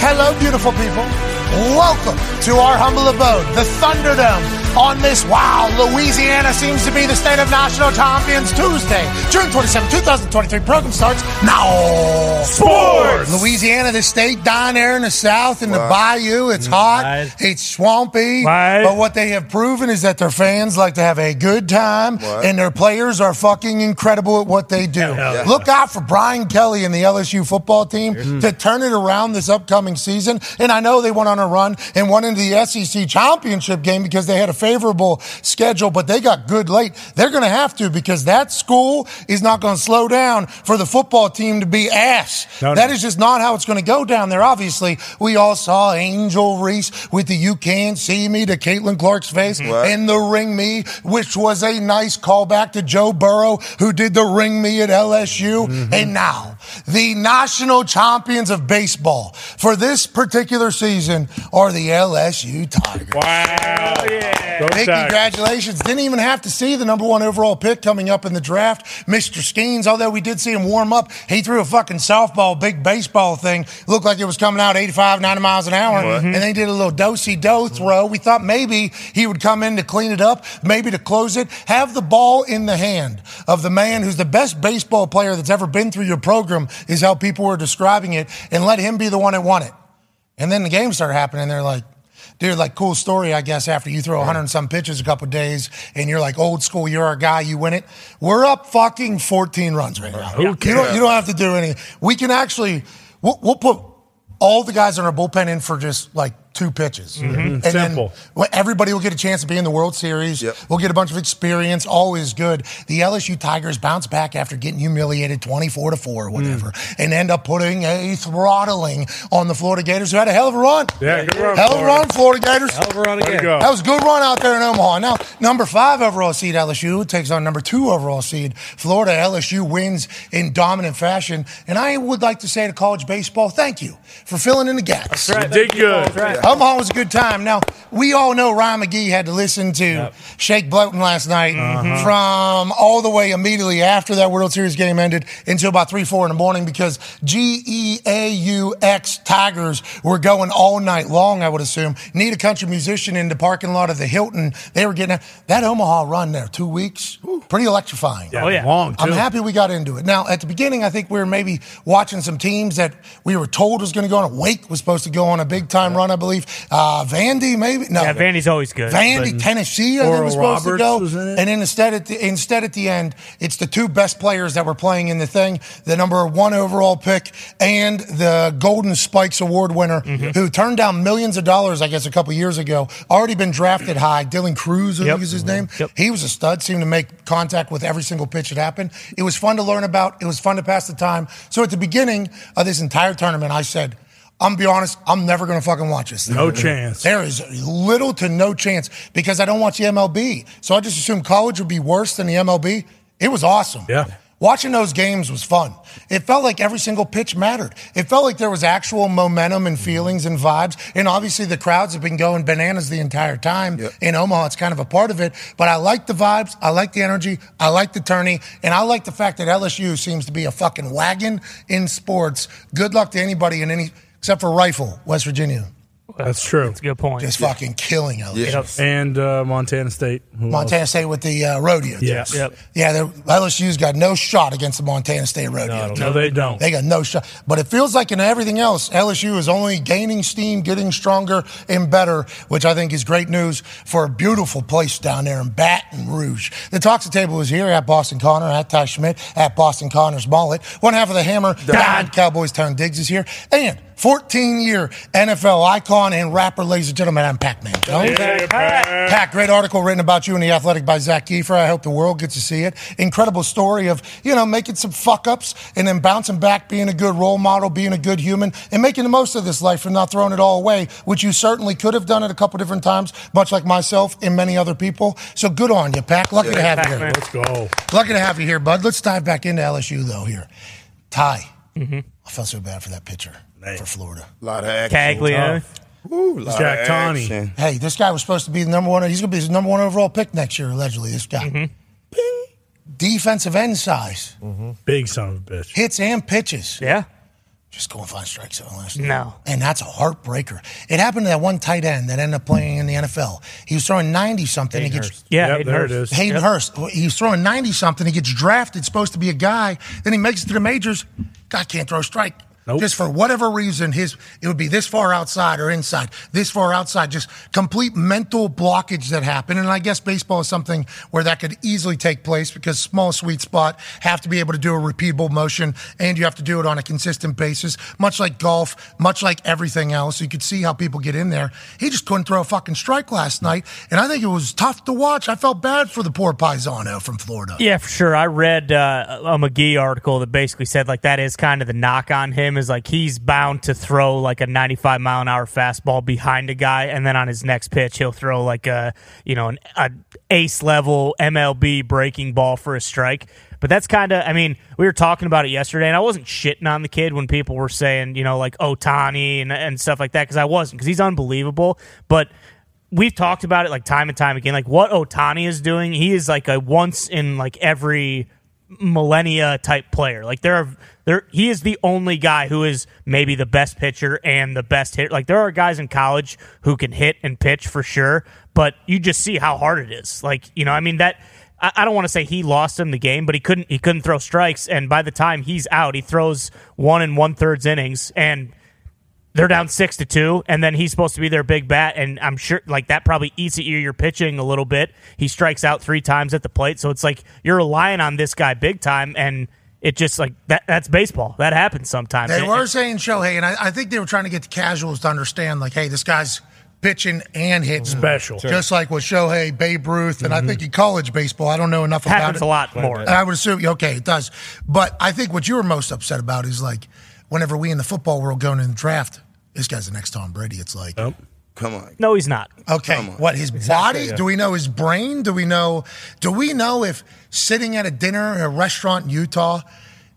Hello, beautiful people. Welcome to our humble abode, the Thunderdome. On this, wow, Louisiana seems to be the state of national champions Tuesday, June 27, 2023. Program starts now. Sports! Louisiana, the state down there in the south, in the Wow. bayou. It's hot, mm, Right. it's swampy. Right. But what they have proven is that their fans like to have a good time, Right. and their players are fucking incredible at what they do. yeah. Mm. Look out for Brian Kelly and the LSU football team to turn it around this upcoming season. And I know they went on a run and won into the SEC championship game because they had a favorable schedule, but they got good late. They're going to have to because that school is not going to slow down for the football team to be ass. No, no. That is just not how it's going to go down there. Obviously, we all saw Angel Reese with the "You Can't See Me" to Caitlin Clark's face Right. and the "Ring Me," which was a nice callback to Joe Burrow, who did the "Ring Me" at LSU. And now, the national champions of baseball for this particular season are the LSU Tigers. Wow. yeah. Hey, congratulations. Didn't even have to see the number one overall pick coming up in the draft, Mr. Skeens. Although we did see him warm up, he threw a fucking softball, big baseball thing. Looked like it was coming out 85, 90 miles an hour. And they did a little dosey do throw. We thought maybe he would come in to clean it up, maybe to close it. Have the ball in the hand of the man who's the best baseball player that's ever been through your program, is how people were describing it, and let him be the one that won it. And then the games start happening. They're like, dude, like cool story, I guess, after you throw 100 and some pitches a couple of days and you're like old school, you're our guy, you win it. We're up fucking 14 runs right now. You don't, you don't have to do any. We can actually, we'll, we'll put all the guys in our bullpen in for just like two pitches. And then Simple. well, everybody will get a chance to be in the World Series. Yep. We'll get a bunch of experience. Always good. The LSU Tigers bounce back after getting humiliated 24 to 4 Hmm. or whatever and end up putting a throttling on the Florida Gators, who had a hell of a run. Yeah, good run, Hell of a Florida. run, Florida Gators. Over on There you again. go. That was a good run out there in Omaha. Now, number five overall seed LSU takes on number two overall seed Florida. LSU wins in dominant fashion. And I would like to say to college baseball, thank you for filling in the gaps. You did good. Omaha was a good time. Now, we all know Ryan McGee had to listen to Shake Bloaton last night Uh-huh. from all the way immediately after that World Series game ended until about 3, 4 in the morning because G E A U X Tigers were going all night long, I would assume. Need a country musician in the parking lot of the Hilton. They were getting out. That Omaha run there, two weeks, pretty electrifying. Oh, yeah. Long, too. I'm happy we got into it. Now, at the beginning, I think we were maybe watching some teams that we were told was going to go on. Wake was supposed to go on a big time run, I believe. Uh, Vandy, maybe no. Yeah, Vandy's always good. Vandy, but- Tennessee, I think Oral was supposed Roberts was to in go. it. And then instead at the instead at the end, it's the two best players that were playing in the thing: the number one overall pick and the Golden Spikes Award winner, Mm-hmm. who turned down millions of dollars, I guess, a couple years ago. Already been drafted high. Dylan Cruz, I Yep. think is his name. Yep. He was a stud. Seemed to make contact with every single pitch that happened. It was fun to learn about. It was fun to pass the time. So at the beginning of this entire tournament, I said. I'm gonna be honest. I'm never gonna fucking watch this. thing." No chance. There is little to no chance because I don't watch the MLB. So I just assumed college would be worse than the MLB. It was awesome. Yeah. Watching those games was fun. It felt like every single pitch mattered. It felt like there was actual momentum and feelings and vibes. And obviously, the crowds have been going bananas the entire time Yep. in Omaha. It's kind of a part of it. But I like the vibes. I like the energy. I like the tourney. And I like the fact that LSU seems to be a fucking wagon in sports. Good luck to anybody in any, except for Rifle, West Virginia That's true. That's a good point. just fucking killing LSU. Yeah. And uh, Montana State. Who else? Montana State with the uh, rodeo. team. Yes. Yep. Yeah, they're- LSU's got no shot against the Montana State rodeo. team. No, they don't. They got no shot. But it feels like in everything else, LSU is only gaining steam, getting stronger and better, which I think is great news for a beautiful place down there in Baton Rouge. The Toxic Table is here at Boston Connor, at Ty Schmidt, at Boston Connor's Mullet. One half of the hammer, Don Cowboys Town Diggs is here. And 14 year NFL icon and rapper, ladies and gentlemen, I'm Pac Man Jones. Pat, great article written about you in The Athletic by Zach Kiefer. I hope the world gets to see it. Incredible story of, you know, making some fuck ups and then bouncing back, being a good role model, being a good human, and making the most of this life and not throwing it all away, which you certainly could have done it a couple different times, much like myself and many other people. So good on you, Pack. Lucky to have you here. Let's go. Lucky to have you here, bud. Let's dive back into LSU, though, here. Ty, I felt so bad for that pitcher for Florida. lot of action. Cagliano. Ooh, lot Jack of Tony. action. Hey, this guy was supposed to be the number one. He's going to be the number one overall pick next year, allegedly. This guy, Bing. defensive end size, Mm-hmm. Big son of a bitch. hits and pitches. Yeah. Just go and find strike zone last night. No. And that's a heartbreaker. It happened to that one tight end that ended up playing in the NFL. He was throwing 90 something. He gets, Yeah, Yep, Hayden there it Hurst. is. Hayden Yep. Hurst. He was throwing 90 something. He gets drafted, supposed to be a guy. Then he makes it to the majors. God can't throw a strike. Nope. Just for whatever reason, his it would be this far outside or inside, this far outside, just complete mental blockage that happened. And I guess baseball is something where that could easily take place because small sweet spot have to be able to do a repeatable motion and you have to do it on a consistent basis, much like golf, much like everything else. You could see how people get in there. He just couldn't throw a fucking strike last night, and I think it was tough to watch. I felt bad for the poor Paisano from Florida. Yeah, for sure. I read uh, a McGee article that basically said like that is kind of the knock on him is like he's bound to throw like a 95 mile an hour fastball behind a guy, and then on his next pitch he'll throw like a you know an a ace level MLB breaking ball for a strike. But that's kind of I mean we were talking about it yesterday, and I wasn't shitting on the kid when people were saying you know like Otani and and stuff like that because I wasn't because he's unbelievable, but we've talked about it like time and time again. Like what Otani is doing, he is like a once in like every millennia type player. Like there are there he is the only guy who is maybe the best pitcher and the best hitter. Like there are guys in college who can hit and pitch for sure, but you just see how hard it is. Like, you know, I mean that I I don't want to say he lost him the game, but he couldn't. He couldn't throw strikes, and by the time he's out, he throws one and one thirds innings, and they're down six to two, and then he's supposed to be their big bat, and I'm sure like that probably eats at you. You're pitching a little bit. He strikes out three times at the plate, so it's like you're relying on this guy big time, and it just like that. That's baseball. That happens sometimes. They It- were saying Shohei, and I, I think they were trying to get the casuals to understand, like, hey, this guy's pitching and hitting. Mm. Special. Just like with Shohei, Babe Ruth, and I think in college baseball, I don't know enough it about Mm-hmm. happens it. a lot more. And I would assume, okay, it does. But I think what you were most upset about is like, whenever we in the football world going in the draft, this guy's the next Tom Brady. It's like, Come on. No, he's not. okay, Come on. what his body? Do we know his brain? Do we know? Do we know if sitting at a dinner in a restaurant in Utah,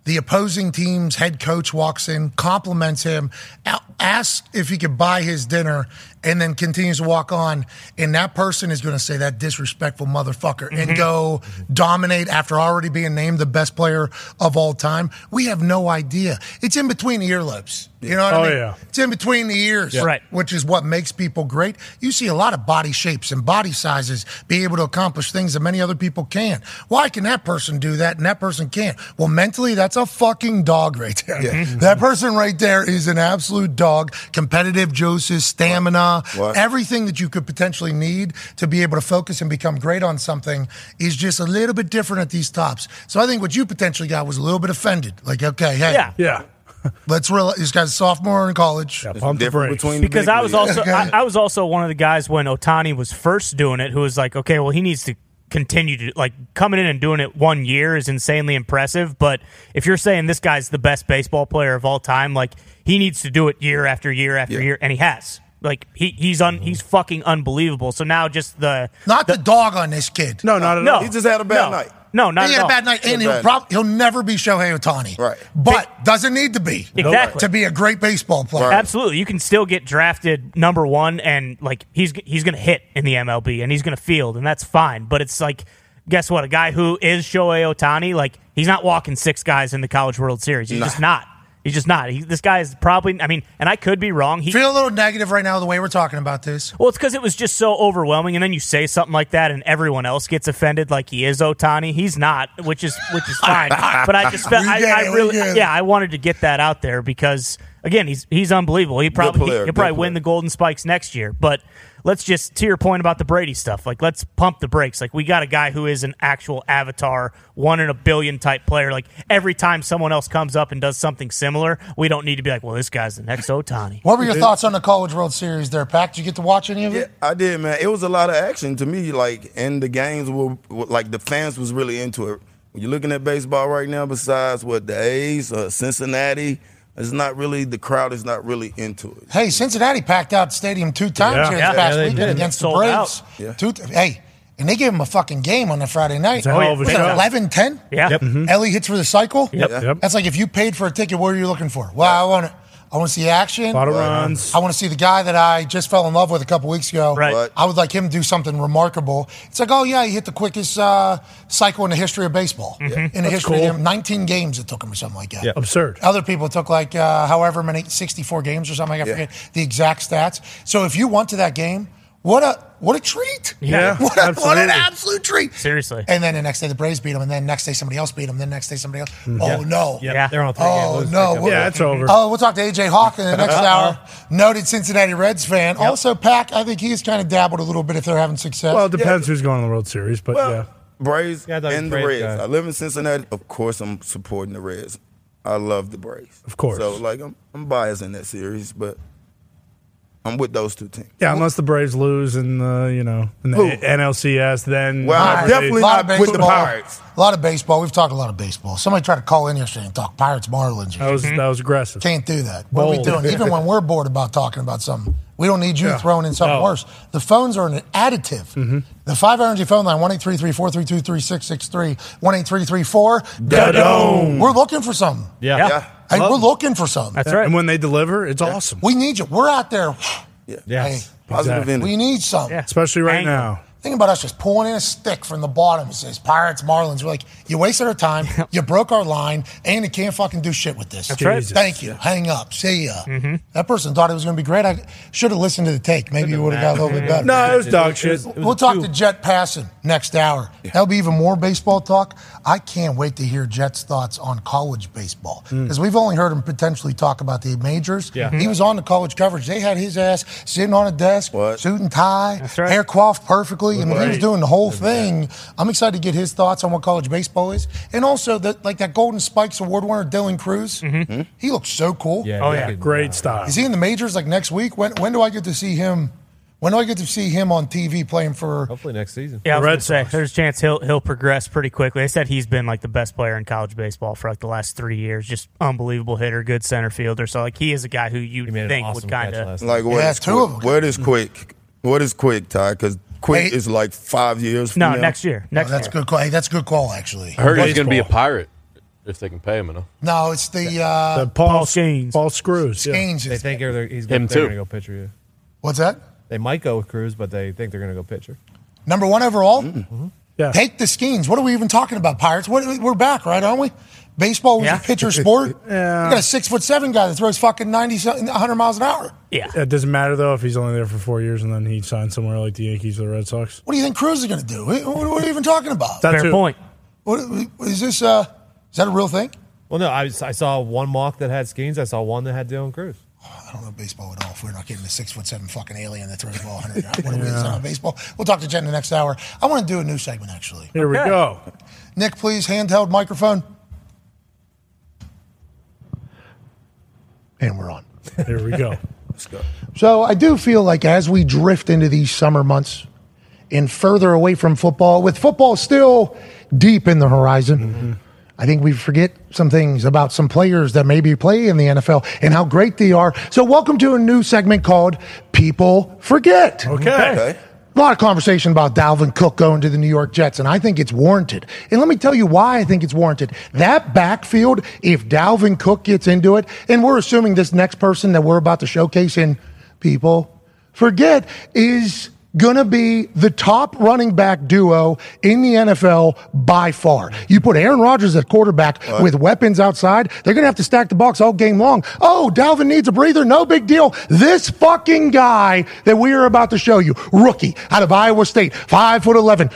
the opposing team's head coach walks in, compliments him, a- asks if he could buy his dinner, and then continues to walk on, and that person is going to say that disrespectful motherfucker Mm-hmm. and go dominate after already being named the best player of all time? We have no idea. It's in between the earlobes. You know what Oh, I mean? yeah. It's in between the ears Right. which is what makes people great. You see a lot of body shapes and body sizes be able to accomplish things that many other people can't. Why can that person do that and that person can't? Well, mentally, that's a fucking dog right there. Mm-hmm. That person right there is an absolute dog. Competitive juices, stamina, What? everything that you could potentially need to be able to focus and become great on something is just a little bit different at these tops. So I think what you potentially got was a little bit offended. Like, okay, hey, Yeah. Yeah. let's realize this guy's a sophomore in college. yeah. Pump the Different brakes. between the because big I was leagues. also I, I was also one of the guys when Otani was first doing it who was like, okay, well he needs to continue to like coming in and doing it one year is insanely impressive. But if you're saying this guy's the best baseball player of all time, like he needs to do it year after year after Yeah. year, and he has. Like he, he's un, he's fucking unbelievable. So now just the Not the dog on this kid. No, not at no, all. He just had a bad no, night. No, not he at had all. a bad night, and a he'll bad probably he'll never be Shohei Otani. Right. but doesn't need to be Exactly. to be a great baseball player. Right. Absolutely, you can still get drafted number one, and like he's he's going to hit in the MLB, and he's going to field, and that's fine. But it's like, guess what? A guy who is Shohei Otani, like he's not walking six guys in the College World Series. He's just not. He's just not. He, this guy is probably. I mean, and I could be wrong. He, Feel a little negative right now the way we're talking about this. well, it's because it was just so overwhelming, and then you say something like that, and everyone else gets offended, like he is Otani. He's not, which is which is fine. but I just felt, We I, get it, I we really, get it. yeah, I wanted to get that out there because again, he's he's unbelievable. He probably player, he'll good probably win player. the Golden Spikes next year. But let's just to your point about the Brady stuff, like let's pump the brakes. Like we got a guy who is an actual avatar, one in a billion type player. Like every time someone else comes up and does something similar, we don't need to be like, well, this guy's the next Otani. What were your thoughts on the College World Series there, Pac? Did you get to watch any of Yeah, it? I did, man. It was a lot of action to me. Like, and the games were were- like the fans was really into it. When you're looking at baseball right now, besides what the A's or Cincinnati, it's not really the crowd is not really into it. Hey, Cincinnati packed out the stadium two times Yeah. here Yeah, this past yeah, they weekend did. against the Sold Braves. out. Yeah. Two th- hey, and they gave him a fucking game on that Friday night. It's a hell yeah. of a Was it shot. 11-10? Yeah. Ellie hits for the cycle. Yep. Yep. That's like if you paid for a ticket, what are you looking for? Well, I want to. I want to see action. A lot of runs. I want to see the guy that I just fell in love with a couple weeks ago. Right. Right. I would like him to do something remarkable. It's like, oh yeah, he hit the quickest uh, cycle in the history of baseball. In the history Mm-hmm. cool. of them, 19 games it took him or something like that. Yeah. Absurd. Other people took like uh, however many 64 games or something. Yeah. I forget the exact stats. So if you went to that game, what a what a treat! Yeah, what, a, what an absolutely. absolute treat! Seriously. And then the next day the Braves beat them, and then next day somebody else beat them, then next day somebody else. Oh Yeah. no! Yeah. They're on a three Oh, no. What- Hmm. Yeah, it's over. Oh, we'll talk to AJ Hawk in the next hour. Noted Cincinnati Reds fan. Also, Pack. I think he's kind of dabbled a little bit if they're having success. well, it depends who's going on the World Series, but Well, yeah. Braves Yeah, I thought you and the were a Braves Reds. guy. I live in Cincinnati. Of course, I'm supporting the Reds. I love the Braves. Of course. So, like, I'm, I'm biased in that series, but I'm with those two teams. Yeah, unless the Braves lose in the you know in the Who? NLCS, then Well, All I right. definitely A lot of not with the baseball. Pirates. A lot of baseball. We've talked a lot of baseball. Somebody tried to call in yesterday and talk Pirates Marlins. that was that was aggressive. Can't do that. What are we Bold. doing? Even when we're bored about talking about something, we don't need you Yeah. throwing in something No. Mm-hmm. worse. The phones are an additive. The five energy phone line, 1-833-432-3663, 1-833-4. Da-dome. We're looking for something. Yeah. Yeah. Yeah. Hey, Love we're it. looking for something. That's right. And when they deliver, it's awesome, We need you. We're out there. Yeah. Yes. Hey. Positive Exactly. energy. We need something. Yeah. especially right Angle. now. Think about us just pulling in a stick from the bottom. It says Pirates, Marlins. We're like, you wasted our time. You broke our line, and you can't fucking do shit with this. That's right. Jesus. Thank you. Hang up. See ya. Mm-hmm. That person thought it was going to be great. I should have listened to the take. Maybe you would have got a little bit better. No, it was dog shit. It was We'll a talk two. to Jet Passon next hour. That'll be even more baseball talk. I can't wait to hear Jet's thoughts on college baseball because we've only heard him potentially talk about the majors. Hmm. Yeah. He was on the college coverage. They had his ass sitting on a desk, What? suit and tie, right. hair coiffed perfectly. I mean, he was great. doing the whole thing. I'm excited to get his thoughts on what college baseball is, and also that like that Golden Spikes award winner Dylan Cruz. He looks so cool. Mm-hmm. Yeah. Oh, you yeah. could- Great style. Is he in the majors like next week? When when do I get to see him? When do I get to see him on TV playing for? Hopefully next season. Yeah, I was Red gonna say Sox. there's a chance he'll he'll progress pretty quickly. They said he's been like the best player in college baseball for like the last three years. Just unbelievable hitter, good center fielder. So like he is a guy who you He made think an awesome would catch kind of last night. Like, what Yeah, is two of quick- them. What is quick? What is quick, Ty? Because quick Hey. is like five years from no now. next year. Next That's year. good call. Hey, that's a good call actually. I heard he's going to be a Baseball. pirate if they can pay him enough. No, it's the The uh, Paul, Paul Skeens. Paul Screws. yeah. Skeens. They think they're, he's Him gonna, they're too. going to go pitcher you. What's that? They might go with Cruz, but they think they're going to go pitcher. Number one overall. Mm-hmm. Yeah. Mm-hmm. Take the Skeens. What are we even talking about, Pirates? What, we're back, right? Aren't we? Baseball was Yeah. a pitcher sport. Yeah. You got a six foot seven guy that throws fucking 90, something- 100 miles an hour. Yeah. It doesn't matter though if he's only there for four years and then he signs somewhere like the Yankees or the Red Sox. What do you think Cruz is going to do? What, what are you even talking about? That's Fair who- point. What, is this? Uh, is that a real thing? Well, no, I, I saw one mock that had Skeens. I saw one that had Dylan Cruz. I don't know baseball at all. If we're not getting the six foot seven fucking alien that throws the ball 100, what are we? It's not baseball. We'll talk to Jen in the next hour. I want to do a new segment actually. Here we go. Nick, please handheld microphone. And we're on. Here we go. Let's go. So I do feel like as we drift into these summer months and further away from football, with football still deep in the horizon, I think we forget some things about some players that maybe play in the NFL and how great they are. So welcome to a new segment called People Forget. Okay. Okay. A lot of conversation about Dalvin Cook going to the New York Jets, and I think it's warranted. And let me tell you why I think it's warranted. That backfield, if Dalvin Cook gets into it, and we're assuming this next person that we're about to showcase in people forget is going to be the top running back duo in the NFL by far. You put Aaron Rodgers at quarterback with weapons outside, they're going to have to stack the box all game long. Oh, Dalvin needs a breather. No big deal. This fucking guy that we are about to show you, rookie out of Iowa State, 5 foot 11,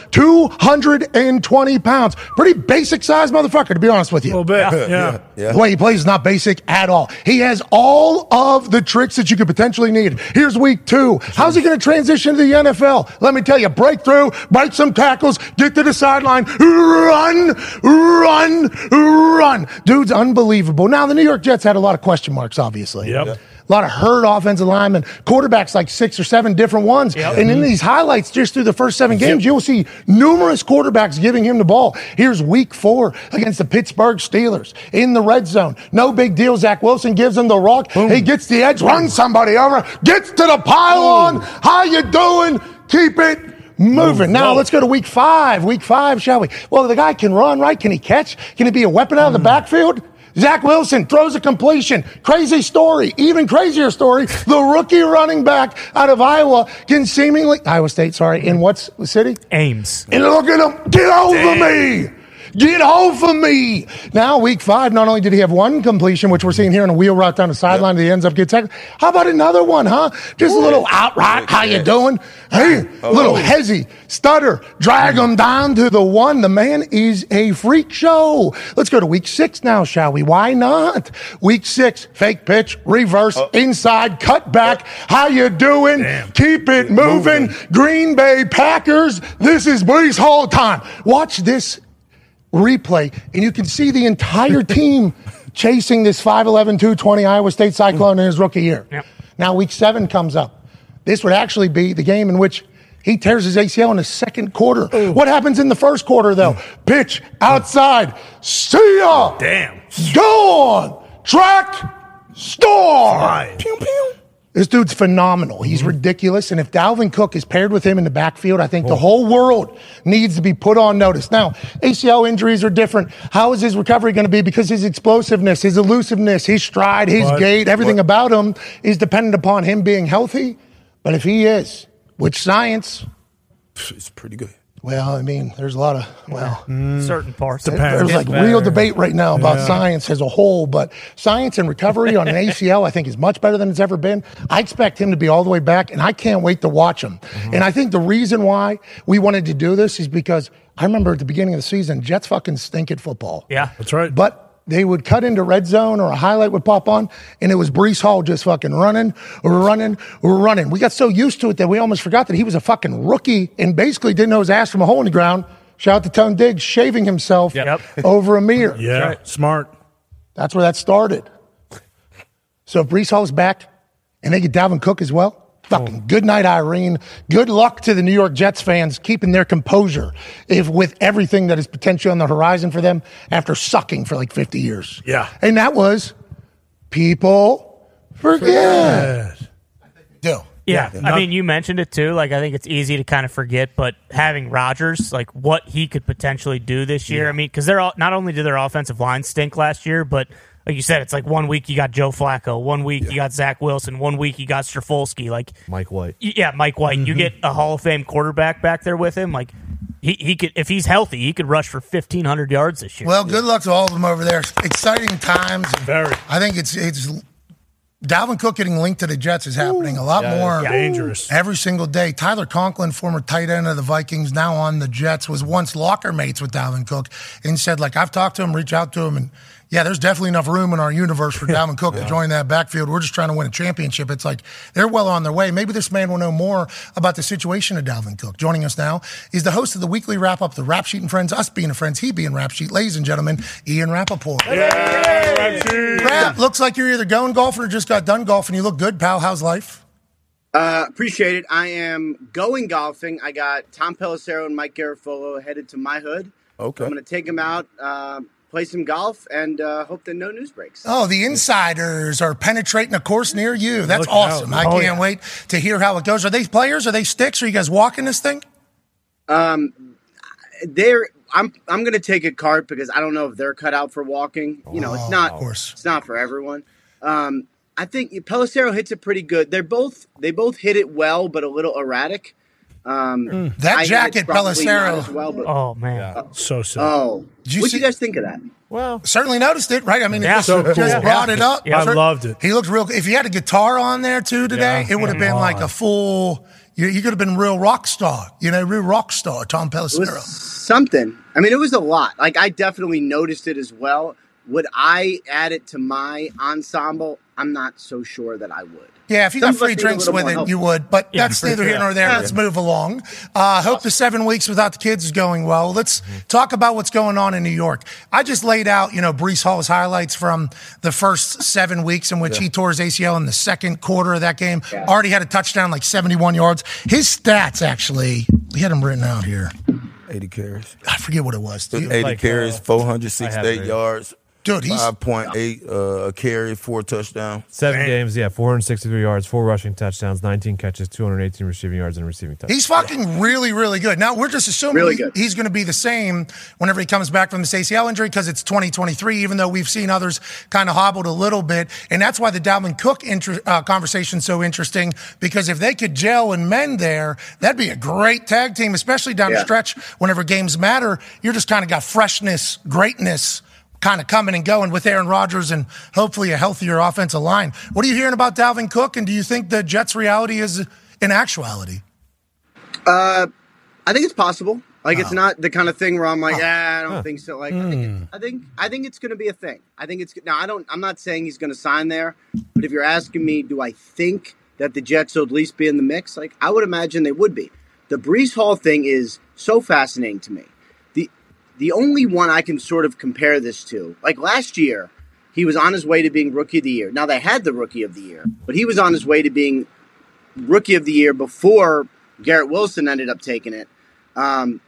220 pounds. Pretty basic size motherfucker to be honest with A you. little bit. Yeah. Yeah. The way he plays is not basic at all. He has all of the tricks that you could potentially need. Here's week two. How's he going to transition to the NFL? Let me tell you, break through, break some tackles, get to the sideline, run, run, run. Dude's unbelievable. Now, the New York Jets had a lot of question marks, obviously. Yep. Yep. A lot of hurt offensive linemen, quarterbacks like six or seven different ones. And in these highlights, just through the first seven games, you will see numerous quarterbacks giving him the ball. Here's week four against the Pittsburgh Steelers in the red zone. No big deal. Zach Wilson gives him the rock. He gets the edge, runs somebody over, gets to the pylon. How you doing? Keep it moving. Now let's go to week five. Week five, shall we? Well, the guy can run, right? Can he catch? Can he be a weapon out of the backfield? Zach Wilson throws a completion. Crazy story. Even crazier story. The rookie running back out of Iowa can seemingly, Iowa State, sorry, in what's the city? Ames. And look at him. Get over me. Get over me. Now, week five, not only did he have one completion, which we're seeing here on a wheel route down the sideline, the ends up get tackled. How about another one, huh? Just a little outright, how you doing? Hey, a little hezzy, stutter, drag him down to the one. The man is a freak show. Let's go to week six now, shall we? Why not? Week six, fake pitch, reverse, inside, cut back. How you doing? Keep it moving. Green Bay Packers, this is Brees Hall time. Watch this replay, and you can see the entire team chasing this 5'11, 220 Iowa State Cyclone in his rookie year. Yep. Now, week seven comes up. This would actually be the game in which he tears his ACL in the second quarter. What happens in the first quarter, though? Pitch outside. See ya. Damn. Gone. Track. Star. Pew, pew. This dude's phenomenal. He's Mm-hmm. ridiculous. And if Dalvin Cook is paired with him in the backfield, I Oh. think the whole world needs to be put on notice. Now, ACL injuries are different. How is his recovery going to be? Because his explosiveness, his elusiveness, his stride, his But- gait, everything about him is dependent upon him being healthy. But if he is, which science, It's pretty good. well, I mean, there's a lot of, well, Certain parts. Depends. there's like better. real debate right now about Yeah. science as a whole, but science and recovery on an ACL, I think, is much better than it's ever been. I expect him to be all the way back, and I can't wait to watch him. Mm-hmm. And I think the reason why we wanted to do this is because I remember at the beginning of the season, Jets fucking stink at football. Yeah. That's right. But they would cut into red zone or a highlight would pop on, and it was Brees Hall just fucking running, running, running. We got so used to it that we almost forgot that he was a fucking rookie and basically didn't know his ass from a hole in the ground. Shout out to Tone Diggs shaving himself Yep. over a mirror. yeah, smart. That's where that started. So if Brees Hall's back and they get Dalvin Cook as well, Oh. fucking good night, Irene. Good luck to the New York Jets fans keeping their composure if with everything that is potentially on the horizon for them after sucking for like 50 years. Yeah. And that was people forget. Do. Yeah. Yeah. I Not- mean, you mentioned it too. Like, I think it's easy to kind of forget, but having Rodgers, like what he could potentially do this year. I mean, because they're all, not only did their offensive line stink last year, but like you said, it's like one week you got Joe Flacco, one week you got Zach Wilson, one week you got Strafolsky. Like, Mike White. Mm-hmm. y- yeah, Mike White, you get a Hall of Fame quarterback back there with him. Like, he, he could, if he's healthy, he could rush for 1,500 yards this year. Well, good luck to all of them over there. Exciting times. Very. I think it's it's Dalvin Cook getting linked to the Jets is happening a lot more dangerous. every single day. Tyler Conklin, former tight end of the Vikings, now on the Jets, was once locker mates with Dalvin Cook and said, like, I've talked to him, reach out to him, and yeah, there's definitely enough room in our universe for Dalvin Cook to join that backfield. We're just trying to win a championship. It's like they're well on their way. Maybe this man will know more about the situation of Dalvin Cook. Joining us now is the host of the weekly wrap up, the Rap Sheet and Friends, us being friends, he being Rap Sheet. Ladies and gentlemen, Ian Rappaport. Crap, looks like you're either going golfing or just got done golfing. You look good, pal. How's life? Uh, appreciate it. I am going golfing. I got Tom Pelissero and Mike Garofolo headed to my hood. Okay. I'm going to take them out, uh, play some golf, and uh, hope that no news breaks. Oh, the insiders are penetrating a course near you. That's awesome. I can't wait to hear how it goes. Are they players? Are they sticks? Are you guys walking this thing? Um, They're I'm I'm going to take a cart because I don't know if they're cut out for walking. You know, it's not Oh, Of course. it's not for everyone. Um, I think Pelissero hits it pretty good. They're both they both hit it well, but a little erratic. Um, Hmm. That I hit it jacket, probably not Pelissero. as well, but, oh, oh, man. So sick. you what do see- you guys think of that? Well, Certainly noticed it, right? I mean, it Yeah. just, So cool. just Yeah. brought it up. I Cer- loved it. He looked real. If you had a guitar on there too today, Yeah. it would have been like a full. You, you could have been real rock star. You know, real rock star, Tom It Pelissero. was something. I mean, it was a lot. Like I definitely noticed it as well. Would I add it to my ensemble? I'm not so sure that I would. Yeah, if you got Some of us free need a drinks little with more it, help. you would. But that's neither here nor there. Let's move along. Uh, hope the seven weeks without the kids is going well. Let's talk about what's going on in New York. I just laid out, you know, Brees Hall's highlights from the first seven weeks in which he tore his ACL in the second quarter of that game. Already had a touchdown, like 71 yards. His stats, actually, we had them written out here. 80 carries. I forget what it was. Do you- 80 like, carries, uh, I have 468 it. yards, Dude, he's Five point eight uh, carry, four touchdown. Seven Dang. games, yeah, 463 yards, four rushing touchdowns, 19 catches, 218 receiving yards, and a receiving touchdown. He's fucking really, really good. Now we're just assuming Really he- good. he's going to be the same whenever he comes back from this ACL injury because it's 2023. Even though we've seen others kind of hobbled a little bit, and that's why the Dalvin Cook inter- uh, conversation so interesting because if they could gel and mend there, that'd be a great tag team, especially down the Yeah. stretch whenever games matter. You're just kind of got freshness, greatness. Kind of coming and going with Aaron Rodgers and hopefully a healthier offensive line. What are you hearing about Dalvin Cook? And do you think the Jets' reality is an actuality? Uh, I think it's possible. Like it's not the kind of thing where I'm like, ah, I don't think so. Like I, think it, I think I think it's going to be a thing. I think it's now. I don't. I'm not saying he's going to sign there, but if you're asking me, do I think that the Jets will at least be in the mix? Like I would imagine they would be. The Brees Hall thing is so fascinating to me. The the only one I can sort of compare this to, like last year, he was on his way to being rookie of the year. Now they had the rookie of the year, but he was on his way to being rookie of the year before Garrett Wilson ended up taking it. Um,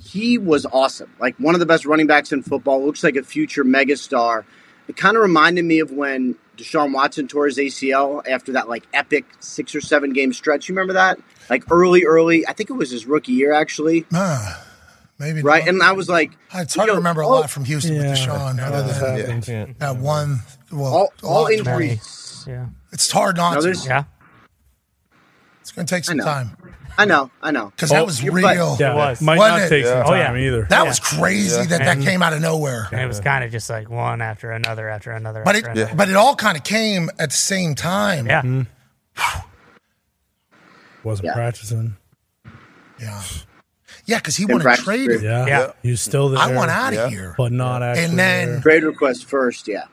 he was awesome. Like one of the best running backs in football. Looks like a future megastar. It kind of reminded me of when Deshaun Watson tore his ACL after that like epic six or seven game stretch. You remember that? Like early, early. I think it was his rookie year actually, Nah, Ah, maybe right? not. And I was like, Ah, it's hard yo, to remember a all- lot from Houston with Deshaun. Other than happens. Can't- that one, well, All, a all lot. injuries. Yeah. It's hard not No, to. there's- Yeah. It's going to take I some know. time I know, I know. because Oh, that was you're right. real. Yeah, It was. Might Wasn't not it? take some Oh, yeah. time either. That Yeah. was crazy that that And- came out of nowhere. And it was kind of just like one after another after another. But it, after another. but it all kind of came at the same time. yeah. Wasn't Yeah. practicing. yeah, yeah. Because he Didn't wanted practice traded. three. Yeah. Yeah. You still there? I want out of Yeah. here. but not actually. And then- there. Trade request first, yeah.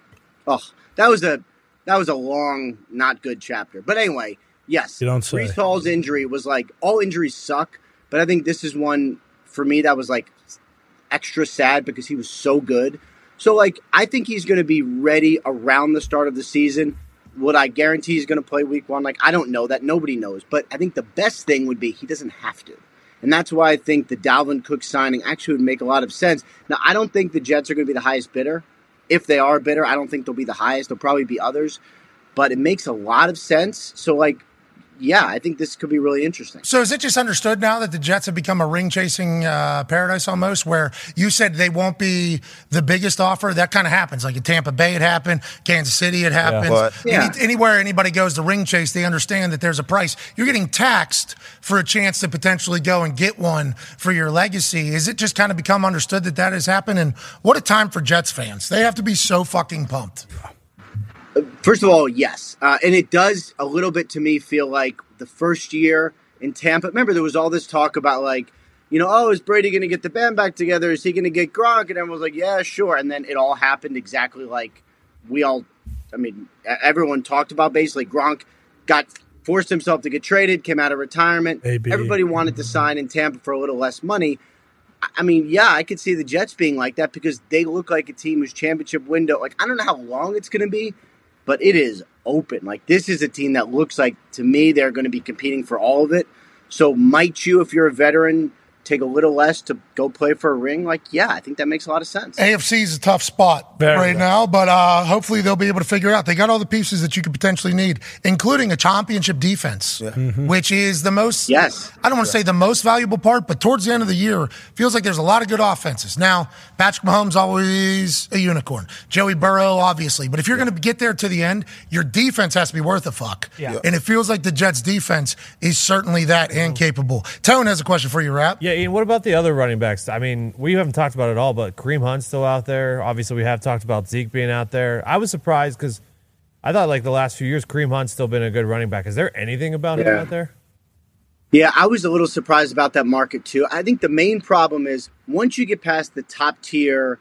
Oh, that was a that was a long, not good chapter. But anyway, yes, You don't say. Brees Hall's injury was like all injuries suck, but I think this is one for me that was like extra sad because he was so good. So like, I think he's going to be ready around the start of the season. Would I guarantee he's going to play week one? Like, I don't know that. Nobody knows. But I think the best thing would be he doesn't have to. And that's why I think the Dalvin Cook signing actually would make a lot of sense. Now, I don't think the Jets are going to be the highest bidder. If they are bidder, I don't think they'll be the highest. They'll probably be others. But it makes a lot of sense. So, like, yeah, I think this could be really interesting. So is it just understood now that the Jets have become a ring chasing uh, paradise almost, where you said they won't be the biggest offer? That kind of happens. Like in Tampa Bay, it happened. Kansas City, it happens. But- Any- Yeah. anywhere anybody goes to ring chase, they understand that there's a price. You're getting taxed for a chance to potentially go and get one for your legacy. Is it just kind of become understood that that has happened? And what a time for Jets fans. They have to be so fucking pumped. First of all, yes, uh, and it does a little bit to me feel like the first year in Tampa. Remember, there was all this talk about like, you know, oh, is Brady going to get the band back together? Is he going to get Gronk? And everyone was like, yeah, sure. And then it all happened exactly like we all. I mean, e- everyone talked about basically Gronk got forced himself to get traded, came out of retirement. AB. Everybody wanted to sign in Tampa for a little less money. I mean, yeah, I could see the Jets being like that because they look like a team whose championship window, like, I don't know how long it's going to be, but it is open. Like, this is a team that looks like, to me, they're going to be competing for all of it. So, might you, if you're a veteran, take a little less to go play for a ring? Like, yeah, I think that makes a lot of sense. AFC is a tough spot Very right tough. now, but uh, hopefully they'll be able to figure it out. They got all the pieces that you could potentially need, including a championship defense, which is the most. Yes. I don't want to say the most valuable part, but towards the end of the year, feels like there's a lot of good offenses. Now, Patrick Mahomes always a unicorn. Joey Burrow, obviously, but if you're going to get there to the end, your defense has to be worth a fuck. Yeah. And it feels like the Jets' defense is certainly that and capable. Tone has a question for you, Rap. Mm-hmm. Yeah, Ian, what about the other running backs? I mean, we haven't talked about it all, but Kareem Hunt's still out there. Obviously, we have talked about Zeke being out there. I was surprised because I thought like the last few years, Kareem Hunt's still been a good running back. Is there anything about him Yeah. out there? Yeah, I was a little surprised about that market too. I think the main problem is once you get past the top tier,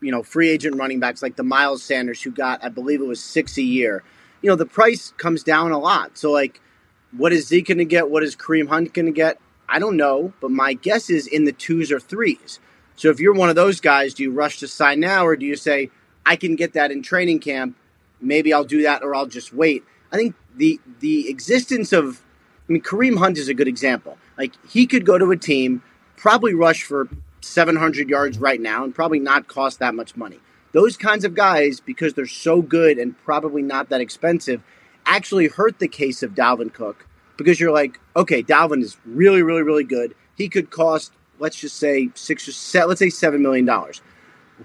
you know, free agent running backs like the Miles Sanders, who got, I believe it was six a year, you know, the price comes down a lot. So, like, what is Zeke going to get? What is Kareem Hunt going to get? I don't know, but my guess is in the twos or threes. So, if you're one of those guys, do you rush to sign now or do you say, I can get that in training camp? Maybe I'll do that or I'll just wait. I think the the existence of I mean, Kareem Hunt is a good example. Like he could go to a team, probably rush for 700 yards right now, and probably not cost that much money. Those kinds of guys, because they're so good and probably not that expensive, actually hurt the case of Dalvin Cook because you're like, okay, Dalvin is really, really, really good. He could cost, let's just say six or se- let's say seven million dollars.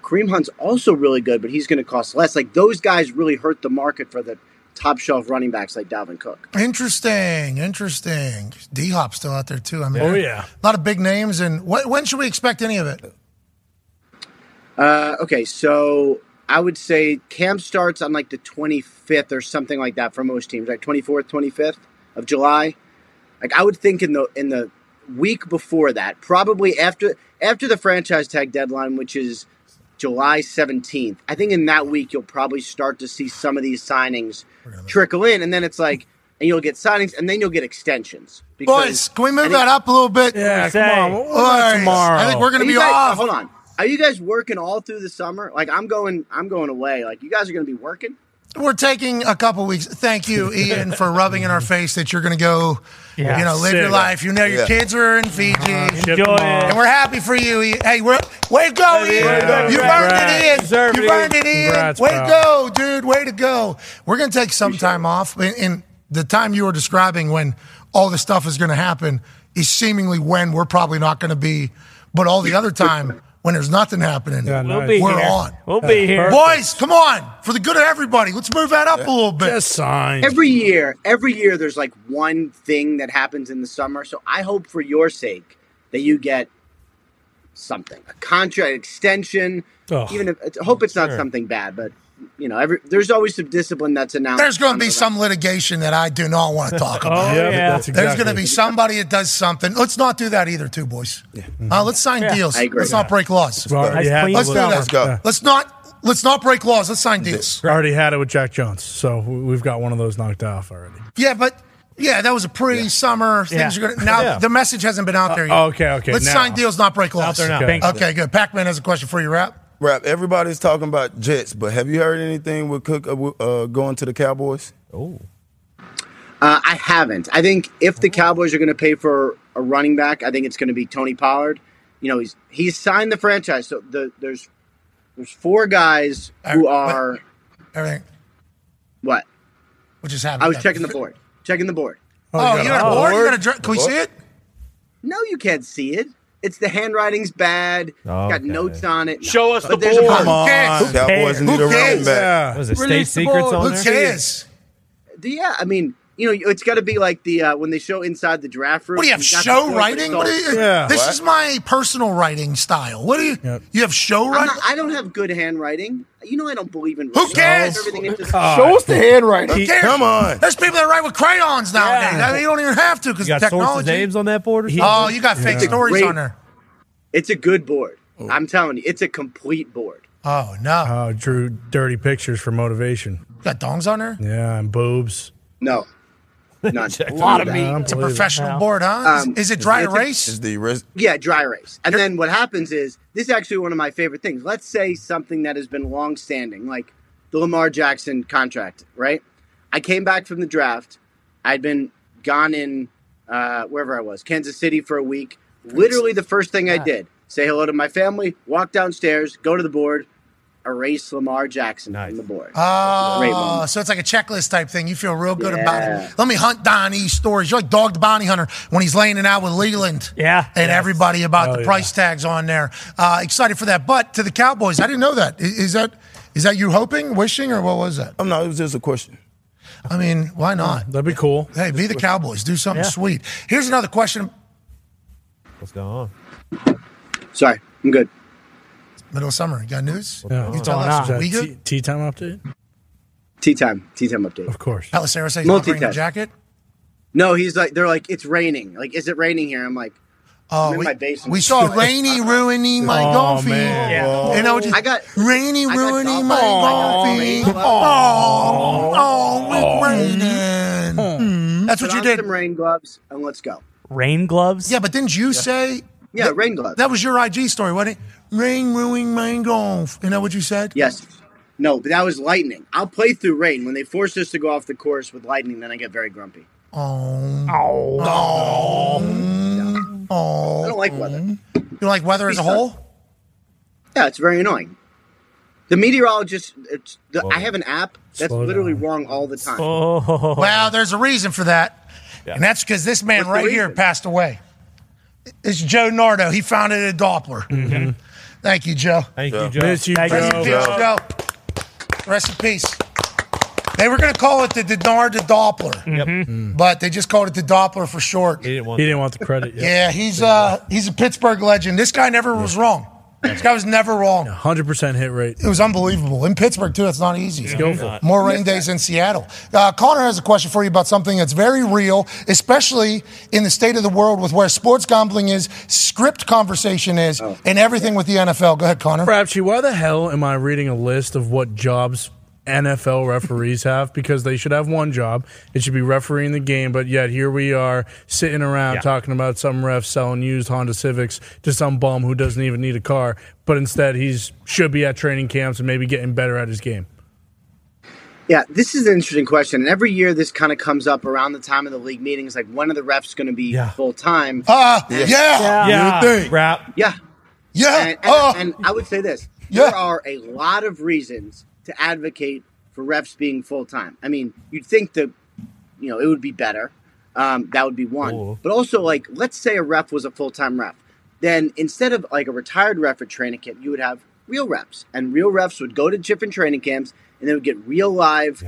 Kareem Hunt's also really good, but he's going to cost less. Like those guys really hurt the market for the top shelf running backs like Dalvin Cook. Interesting, interesting. D Hop's still out there too. I mean, Oh, yeah. a lot of big names. And wh- when should we expect any of it? Uh, okay, so I would say camp starts on like the 25th or something like that for most teams, right? 24th, 25th of July. Like I would think in the in the week before that, probably after after the franchise tag deadline, which is July 17th. I think in that week you'll probably start to see some of these signings trickle in, and then it's like. And you'll get signings, and then you'll get extensions. Boys, can we move and it- that up a little bit? Yeah, Say. come on. What- what about All right. tomorrow. I think we're going to Are you be guys- off. Hold on. Are you guys working all through the summer? Like I'm going, I'm going away. Like you guys are going to be working. We're taking a couple weeks. Thank you, Ian, for rubbing in our face that you're going to go, Yeah. you know, live your Sick. life. You know, your Yeah. kids are in Fiji. Ship Enjoy them it. and we're happy for you, Ian. Hey, we're, way to go, Ian. Yeah. You've earned it, Ian. Deserve it, You've earned it, Ian. Ian. Congrats, way to pal. go, dude. Way to go. We're going to take some time off. And, and the time you were describing when all this stuff is going to happen is seemingly when we're probably not going to be. But all the other time, when there's nothing happening, Yeah, We'll nice. be We're here. on. We'll be here. Boys, come on. For the good of everybody, let's move that up a little bit. Just signed. Every year, every year, there's like one thing that happens in the summer. So I hope for your sake that you get something, a contract extension. Ugh. Even if I hope it's not something bad, but you know, every there's always some discipline that's announced. There's going to be some litigation that I do not want to talk about. Oh, Yep, yeah. that's There's exactly. going to be somebody that does something. Let's not do that either, too, boys. Uh, let's sign deals. I agree. Let's not break laws. We've already, Nice had, clean Let's do summer. that. Let's go. Let's not. Let's not break laws. Let's sign deals. already had it with Jack Jones, so we- we've got one of those knocked off already. Yeah, but yeah, that was a pre-summer. Things Yeah. are going to now. Yeah. The message hasn't been out there yet. okay, okay, Let's now. sign deals, not break laws. there now. Okay. Thank you. Okay, good. Pac-Man has a question for you, rap. Rap. Everybody's talking about Jets, but have you heard anything with Cook uh, with, uh, going to the Cowboys? Oh, Uh, I haven't. I think if the Cowboys are going to pay for a running back, I think it's going to be Tony Pollard. You know, he's he's signed the franchise, so the, there's there's four guys who are Everything. what? What just happened? I was checking the board, checking the board. Oh, you got a board? You got a dr- Can we Board. see it? No, you can't see it. It's the handwriting's bad. It's got Okay. notes on it. Show us the But there's a- board. Come on. cares? Cowboys Who need a running cares? back. Yeah. was it state Release the secrets ball. on Who there? cares? Yeah, I mean, you know, it's got to be like the uh, when they show inside the draft room. What do you have? got the Show board writing? What results. do you, Yeah. This What? is my personal writing style. What do you? You have show I'm writing? not- I don't have good handwriting. You know, I don't believe in. Who writing. cares? Everything into- Show us the handwriting. Who cares? Come on. There's people that write with crayons nowadays. I mean, you don't even have to because You got sources technology. names on that board or something? Oh, you got fake stories Great. on there. It's a good board. I'm telling you, it's a complete board. Oh no, Oh, drew dirty pictures for motivation. you got dongs on there. Yeah, and boobs. No, none. A lot of meat. It's a Unbelievable. professional Wow. board, huh? Is- Um, is it dry It's- erase? It's the res- Yeah, dry erase. And then what happens is this is actually one of my favorite things. Let's say something that has been long standing, like the Lamar Jackson contract, right? I came back from the draft. I'd been gone in uh, wherever I was, Kansas City for a week. Literally, the first thing I did say hello to my family, walk downstairs, go to the board, erase Lamar Jackson Nice. from the board. Great Oh, one. so it's like a checklist type thing. You feel real good about Yeah. it. Let me hunt down these stories. You're like Dog the Bounty Hunter when he's laying it out with Leland. Yeah. And Yes. everybody about Oh, the yeah. price tags on there. Uh, excited for that. But to the Cowboys, I didn't know that. I- Is that is that you hoping, wishing, or what was that? oh, no, it was just a question. I mean, why not? That'd be cool. Hey, be the Cowboys. Do something Yeah. sweet. Here's another question. What's going on? Sorry, I'm good. Middle of summer. You got news? Oh, Yeah. You tell going us. Is that We tea, good? tea time update? Tea time. Tea time update. Of course. Palacero says he's not wearing a Multitask. jacket. No, he's like, they're like, it's raining. Like, is it raining here? I'm like, Oh, I'm in we, my basement. we saw rainy ruining my Oh, golfing. man. Yeah. And I, was just, I got- rainy I got ruining golf- my Oh, I golfing. got golf- Oh, oh, it's raining. Mm. That's put what you on did. some rain gloves and let's go. Rain gloves? Yeah, but didn't you say Yeah, rain gloves. that was your IG story, wasn't it? Rain ruining my golf. Isn't that what you said? yes. No, but that was lightning. I'll play through rain. When they forced us to go off the course with lightning, then I get very grumpy. Oh. Oh. Oh. I don't like weather. You like weather as a whole? Yeah, it's very annoying. The meteorologist, it's the, I have an app that's literally wrong all the time. Well, there's a reason for that. And that's because this man What's the right here reason? passed away. It's Joe Nardo. He founded a Doppler. Thank you, Joe. Thank you, Joe. Miss you, Thank Joe. Rest in peace, Joe. Rest in peace. They were going to call it the Denard to Doppler, but they just called it the Doppler for short. He didn't want He didn't want the credit. Yet. Yeah, he's uh, he's a Pittsburgh legend. This guy never was wrong. This guy was never wrong. Hundred percent hit rate. It was unbelievable. In Pittsburgh, too, it's not easy. Skillful. not. More rain days in Seattle. Uh, Connor has a question for you about something that's very real, especially in the state of the world with where sports gambling is, script conversation is, and everything with the NFL. Go ahead, Connor. Crabtree, why the hell am I reading a list of what jobs NFL referees have? Because they should have one job. It should be refereeing the game, but yet here we are sitting around Yeah. talking about some ref selling used Honda Civics to some bum who doesn't even need a car, but instead he's should be at training camps and maybe getting better at his game. Yeah, this is an interesting question. And every year this kind of comes up around the time of the league meetings like when are the refs going to be Yeah. full time? Uh, yeah. Yeah. yeah, rap. yeah. Yeah. And, and, Uh, and I would say this Yeah. there are a lot of reasons to advocate for refs being full time. I mean, you'd think that, you know, it would be better. Um, that would be one. Ooh. But also, like, let's say a ref was a full time ref. Then instead of like a retired ref at training camp, you would have real reps. And real refs would go to different training camps and they would get real live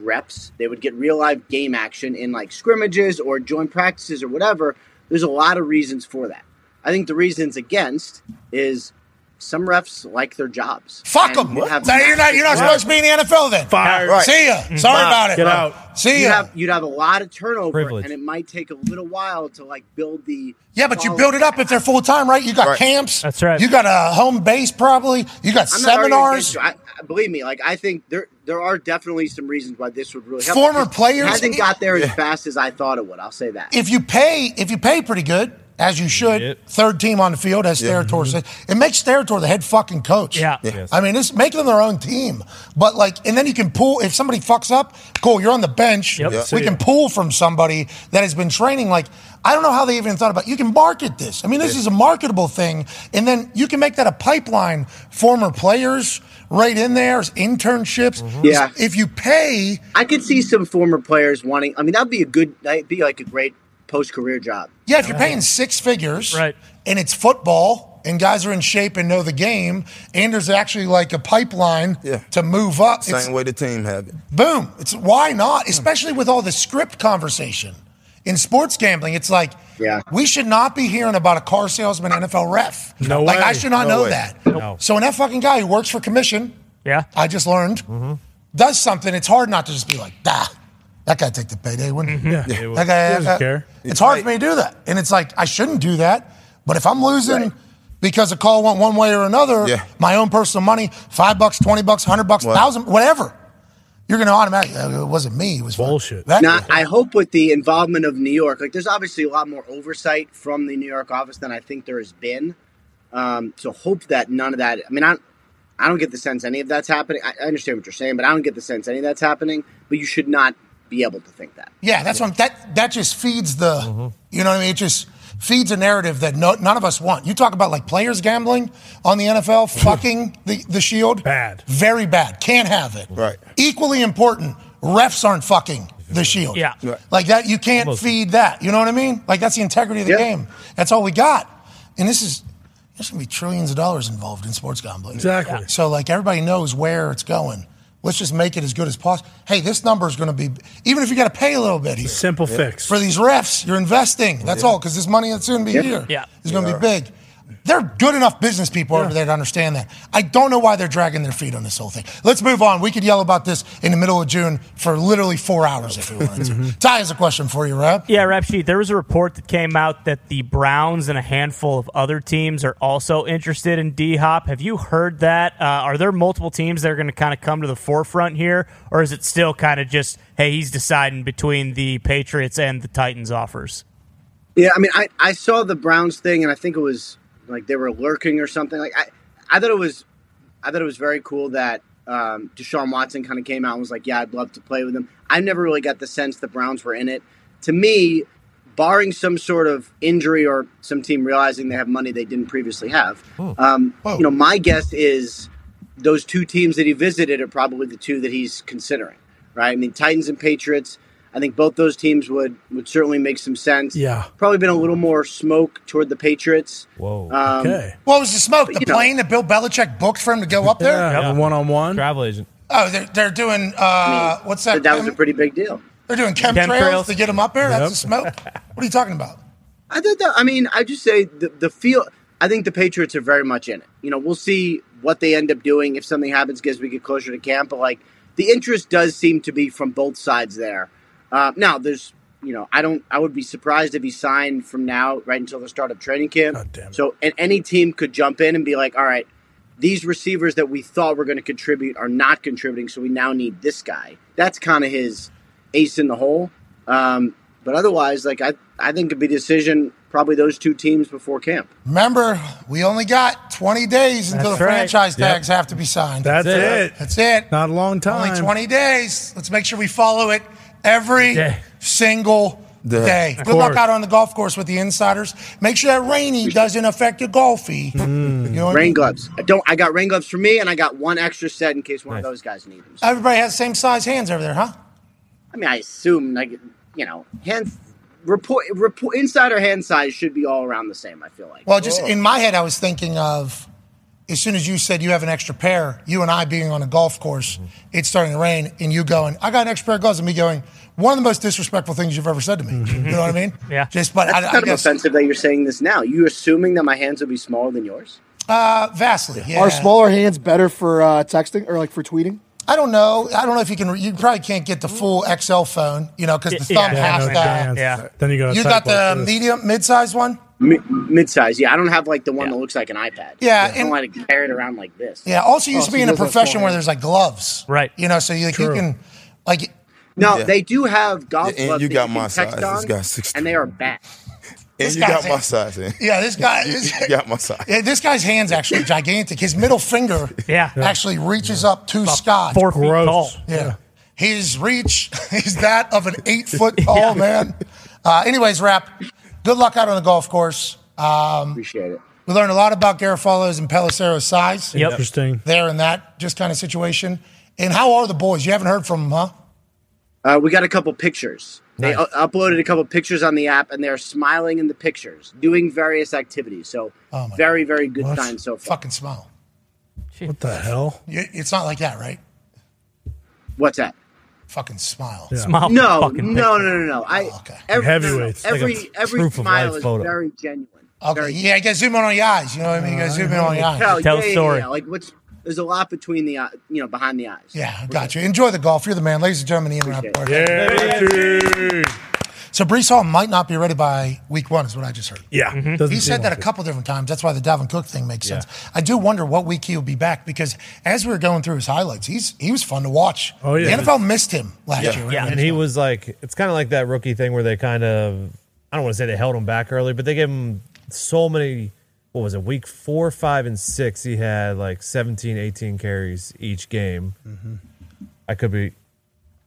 reps. They would get real live game action in like scrimmages or joint practices or whatever. There's a lot of reasons for that. I think the reasons against is some refs like their jobs. Fuck And them. you have- Mm-hmm. Now you're not you're not supposed to be in the NFL then. Fire. Right. See ya. Sorry about it. Get out. See You'd ya. have, you'd have a lot of turnover, Privilege. and it might take a little while to like build the. yeah, but you build it up if they're full time, right? You got Right. camps. That's right. You got a home base probably. You got I'm not arguing against seminars. you. I, I- believe me, like I think there there are definitely some reasons why this would really help. Former It players- hasn't got there as fast as I thought it would. I'll say that. If you pay, if you pay pretty good, as you should, Yep. third team on the field, as Steratore said, it makes Steratore the head fucking coach. Mm-hmm. Yeah. Yes. I mean, it's make them their own team. But like, and then you can pull if somebody fucks up. Cool, you're on the bench. Yep. Yeah. We can pull from somebody that has been training. Like, I don't know how they even thought about. You can market this. I mean, this is a marketable thing, and then you can make that a pipeline. Former players, right in there, internships. Yeah. Mm-hmm. If you pay, I could see some former players wanting. I mean, that'd be a good. That'd be like a great post career job. Yeah, if you're paying six figures, Right. and it's football, and guys are in shape and know the game, and there's actually like a pipeline Yeah. to move up. It's, Same way the team have it. boom! It's why not? Especially with all the script conversation in sports gambling, it's like, Yeah. we should not be hearing about a car salesman NFL ref. No like way. I should not No know way. that. So when that fucking guy who works for commission, Yeah. I just learned, Mm-hmm. does something, it's hard not to just be like, dah, that guy take the payday, wouldn't he? It was- That guy- Mm-hmm. He doesn't that- care. It's, hard for me to do that. And it's like, I shouldn't do that. But if I'm losing because a call went one way or another, Yeah. my own personal money, five bucks, 20 bucks, 100 bucks, Wow. thousand, whatever, you're going to automatically, "Oh, it wasn't me. It was fucking-" Bullshit. That- Now, I hope with the involvement of New York, like there's obviously a lot more oversight from the New York office than I think there has been. Um, so hope that none of that. I mean, I, I don't get the sense any of that's happening. I, I understand what you're saying, but I don't get the sense any of that's happening. But you should not be able to think that. yeah, that's what I'm, that, that just feeds the, you know what I mean? It just feeds a narrative that no, none of us want. You talk about like players gambling on the NFL, fucking the, the shield. Bad. Very bad. Can't have it. Right. Equally important, refs aren't fucking the shield. Yeah. Right. Like that, you can't feed that. You know what I mean? Like that's the integrity of the Yeah. game. That's all we got. And this is there's gonna be trillions of dollars involved in sports gambling. Exactly. So like everybody knows where it's going. Let's just make it as good as possible. Hey, this number is gonna be even if you gotta pay a little bit here Simple fix. for these refs, you're investing. That's all, because this money that's soon be here Yeah. is gonna be big. They're good enough business people over there to understand that. I don't know why they're dragging their feet on this whole thing. Let's move on. We could yell about this in the middle of June for literally four hours if we wanted Mm-hmm. to. Ty has a question for you, Rob. Yeah, Rap Sheet, there was a report that came out that the Browns and a handful of other teams are also interested in D Hop. Have you heard that? Uh, are there multiple teams that are going to kind of come to the forefront here? Or is it still kind of just, hey, he's deciding between the Patriots and the Titans offers? Yeah, I mean, I, I saw the Browns thing, and I think it was like they were lurking or something. Like I, I thought it was, I thought it was very cool that um, Deshaun Watson kind of came out and was like, "Yeah, I'd love to play with him." I never really got the sense the Browns were in it. To me, barring some sort of injury or some team realizing they have money they didn't previously have, um, Whoa. you know, my guess is those two teams that he visited are probably the two that he's considering, right? I mean, Titans and Patriots. I think both those teams would would certainly make some sense. Yeah. probably been a little more smoke toward the Patriots. Whoa. Um, What was the smoke? The you know- plane that Bill Belichick booked for him to go up there? Yeah, one on one. Travel agent. Oh, they're, they're doing, uh, what's that? That was a pretty big deal. they're doing chemtrails, Chemtrails. to get him up there? Yep. That's the smoke? what are you talking about? I thought that. I mean, I just say the, the feel. I think the Patriots are very much in it. You know, we'll see what they end up doing if something happens as we get closer to camp. But like, the interest does seem to be from both sides there. Uh, now, there's, you know, I don't. I would be surprised if he signed from now right until the start of training camp. God damn it. So, and any team could jump in and be like, all right, these receivers that we thought were going to contribute are not contributing, so we now need this guy. That's kind of his ace in the hole. Um, but otherwise, like I, I think it'd be decision probably those two teams before camp. Remember, we only got 20 days until That's the right. franchise tags have to be signed. That's it. That's it. Not a long time. Only 20 days. Let's make sure we follow it every Day. single Day. day. Of Good luck course. out on the golf course with the insiders. Make sure that rainy doesn't affect your golfy. Hmm. You know what I Rain mean? gloves. I don't. I got rain gloves for me, and I got one extra set in case one of those guys need them. So, Everybody has the same size hands over there, huh? I mean, I assume like you know, hand report report insider hand size should be all around the same. I feel like. Well, just in my head, I was thinking of as soon as you said you have an extra pair, you and I being on a golf course, Mm-hmm. it's starting to rain, and you going, I got an extra pair of gloves, and me going, one of the most disrespectful things you've ever said to me. Mm-hmm. You know what I mean? Yeah. Just, but I, It's I kind of guess offensive that you're saying this now. You assuming that my hands will be smaller than yours? uh, vastly. Yeah. Are smaller hands better for uh, texting or like for tweeting? I don't know. I don't know if you can. re- You probably can't get the full XL phone, you know, because the Yeah, thumb yeah, has no that. chance. Yeah. Then you got. You got the medium, mid-sized one. Mi- mid-size, yeah. I don't have like the one that looks like an iPad. Yeah, I and- don't like to carry it around like this. Yeah. Also, so used Oh, to be you in a guys have profession small where hands. there's like gloves, Right. You know, so you like you True. can, like, No, Yeah. they do have golf Yeah, and gloves. you that got can my text size. This on, guy's 16. and they are bad. And This you got guy's my in- size in. yeah, this guy. You, This, you got my size. Yeah, this guy's hands actually gigantic. His middle finger Yeah. actually reaches up to Scott. Four feet Gross. tall. Yeah. His reach is that of an eight foot tall man. Uh, anyways, Rap, good luck out on the golf course. Um, Appreciate it. We learned a lot about Garofalo's and Pelissero's size. Yep. Interesting. There and that, just kind of situation. And how are the boys? You haven't heard from them, huh? Uh, we got a couple pictures. They Nice. u- uploaded a couple pictures on the app, and they're smiling in the pictures, doing various activities. So, very, very good What? time so far. Oh Fucking smile. What the hell? You- It's not like that, right? What's that? Fucking smile. Oh, Smile. No, no, fucking picture. no, no, no. I okay. every, Heavyweights. no, no, Every Like a every proof of smile life is photo. very genuine. Okay. Very Yeah, you guys zoom in on your eyes. You know what I mean? You guys zoom in on your eyes. tell, Tell yeah, a yeah, story. yeah, Like what's there's a lot between the eye- you know behind the eyes. Yeah, got you. Enjoy the golf. You're the man, ladies and gentlemen. Ian Rappaport. Yeah. dude. So Brees Hall might not be ready by week one, is what I just heard. Yeah. Doesn't He seem said that a like it. couple different times. That's why the Dalvin Cook thing makes sense. I do wonder what week he'll be back because as we were going through his highlights, he's he was fun to watch. Oh, yeah. the NFL missed him last year. Yeah. And he was like, it's kind of like that rookie thing where they kind of, I don't want to say they held him back early, but they gave him so many, what was it, week four, five, and six, he had like 17, 18 carries each game. Mm-hmm. I could be,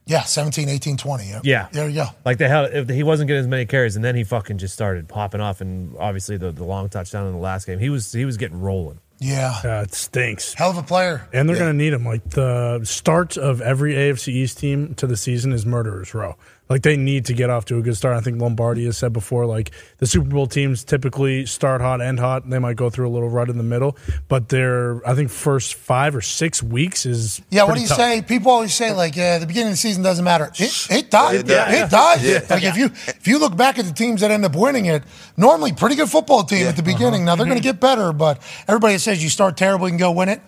yeah, 17, 18, 20. Yeah. Yeah. There you go. like they held, if he wasn't getting as many carries, and then he fucking just started popping off. And obviously the, the long touchdown in the last game, he was, he was getting rolling. Yeah. Yeah, it stinks. Hell of a player. And they're going to need him. Like the start of every AFC East team to the season is murderers row. Like they need to get off to a good start. I think Lombardi has said before, like the Super Bowl teams typically start hot, end hot. They might go through a little rut in the middle, but their I think first five or six weeks is Yeah, what pretty do you tough. say? People always say like uh, the beginning of the season doesn't matter. It, it does. It It does. does. Yeah. Like if you if you look back at the teams that end up winning it, normally pretty good football team at the Uh-huh. beginning. Now they're going to get better, but everybody says you start terrible and go win it.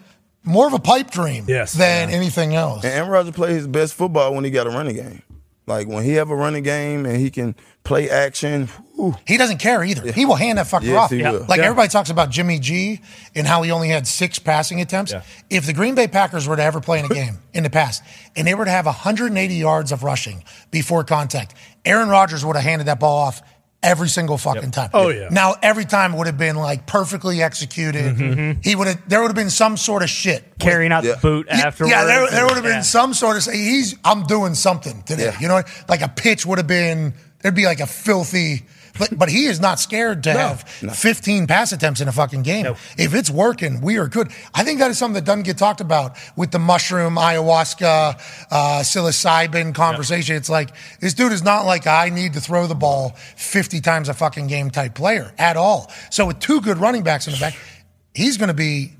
More of a pipe dream Yes. than anything else. And Aaron Rodgers played his best football when he got a running game. Like when he have a running game and he can play action. whew, He doesn't care either. He will hand that fucker Yes, off. he will. Like everybody talks about Jimmy G and how he only had six passing attempts. If the Green Bay Packers were to ever play in a game in the past and they were to have 180 yards of rushing before contact, Aaron Rodgers would have handed that ball off every single fucking time. Oh, yeah. Now every time would have been like perfectly executed. Mm-hmm. He would have there would have been some sort of shit. Carrying out Yeah. the boot afterwards. Yeah, there, there would have been Yeah. some sort of he's I'm doing something today. Yeah. You know, like a pitch would have been there'd be like a filthy But, but he is not scared to No. have 15 pass attempts in a fucking game. If it's working, we are good. I think that is something that doesn't get talked about with the mushroom, ayahuasca, uh, psilocybin conversation. It's like this dude is not like I need to throw the ball 50 times a fucking game type player at all. So with two good running backs in the back, he's going to be.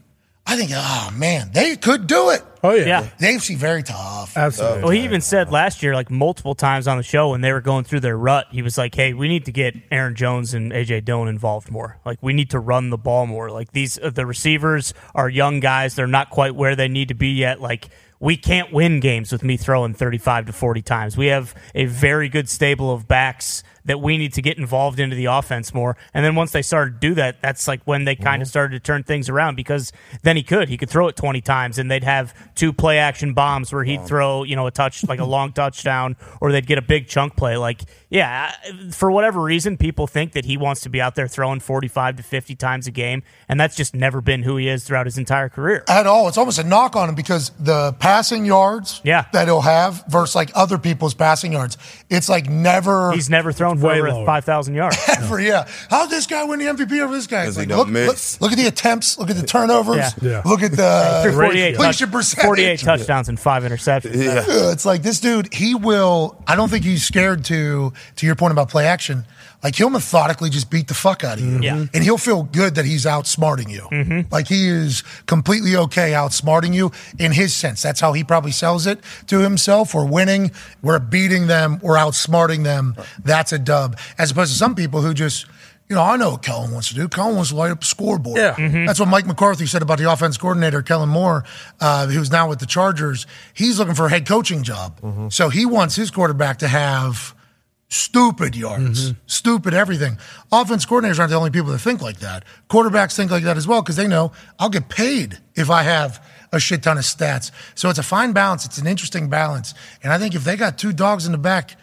I think, oh man, they could do it. Oh yeah, Yeah. Oh, The AFC very tough. absolutely. Well, he even said last year, like multiple times on the show, when they were going through their rut, he was like, "Hey, we need to get Aaron Jones and AJ Dillon involved more. Like, we need to run the ball more. Like these, uh, the receivers are young guys; they're not quite where they need to be yet. Like." We can't win games with me throwing 35 to 40 times. We have a very good stable of backs that we need to get involved into the offense more. And then once they started to do that, that's like when they kind of started to turn things around because then he could. He could throw it 20 times and they'd have two play action bombs where he'd throw, you know, a touch, like a long touchdown, or they'd get a big chunk play. Like, yeah, I- for whatever reason, people think that he wants to be out there throwing 45 to 50 times a game. And that's just never been who he is throughout his entire career. at all. It's almost a knock on him because the passing yards Yeah. that he'll have versus like other people's passing yards, it's like never. He's never thrown for Way over lower. 5,000 yards. ever, yeah. How'd this guy win the MVP over this guy? 'Cause It's he like, don't look, look, miss. look at the attempts, look at the turnovers, Yeah. Yeah. look at the 48, touch- completion percentage. 48 touchdowns and five interceptions. Yeah. Yeah, It's like this dude, he will. I don't think he's scared to, to your point about play action. Like he'll methodically just beat the fuck out of you. Yeah. And he'll feel good that he's outsmarting you. Like he is completely okay outsmarting you in his sense. That's how he probably sells it to himself. We're winning, we're beating them, we're outsmarting them. That's a dub. As opposed to some people who just, you know, I know what Kellen wants to do. Kellen wants to light up the scoreboard. Yeah. That's what Mike McCarthy said about the offense coordinator, Kellen Moore, uh, who's now with the Chargers. He's looking for a head coaching job. Mm-hmm. So he wants his quarterback to have stupid Mm-hmm. yards, stupid everything. Offense coordinators aren't the only people that think like that. Quarterbacks think like that as well because they know I'll get paid if I have a shit ton of stats. So it's a fine balance. It's an interesting balance. And I think if they got two dogs in the back,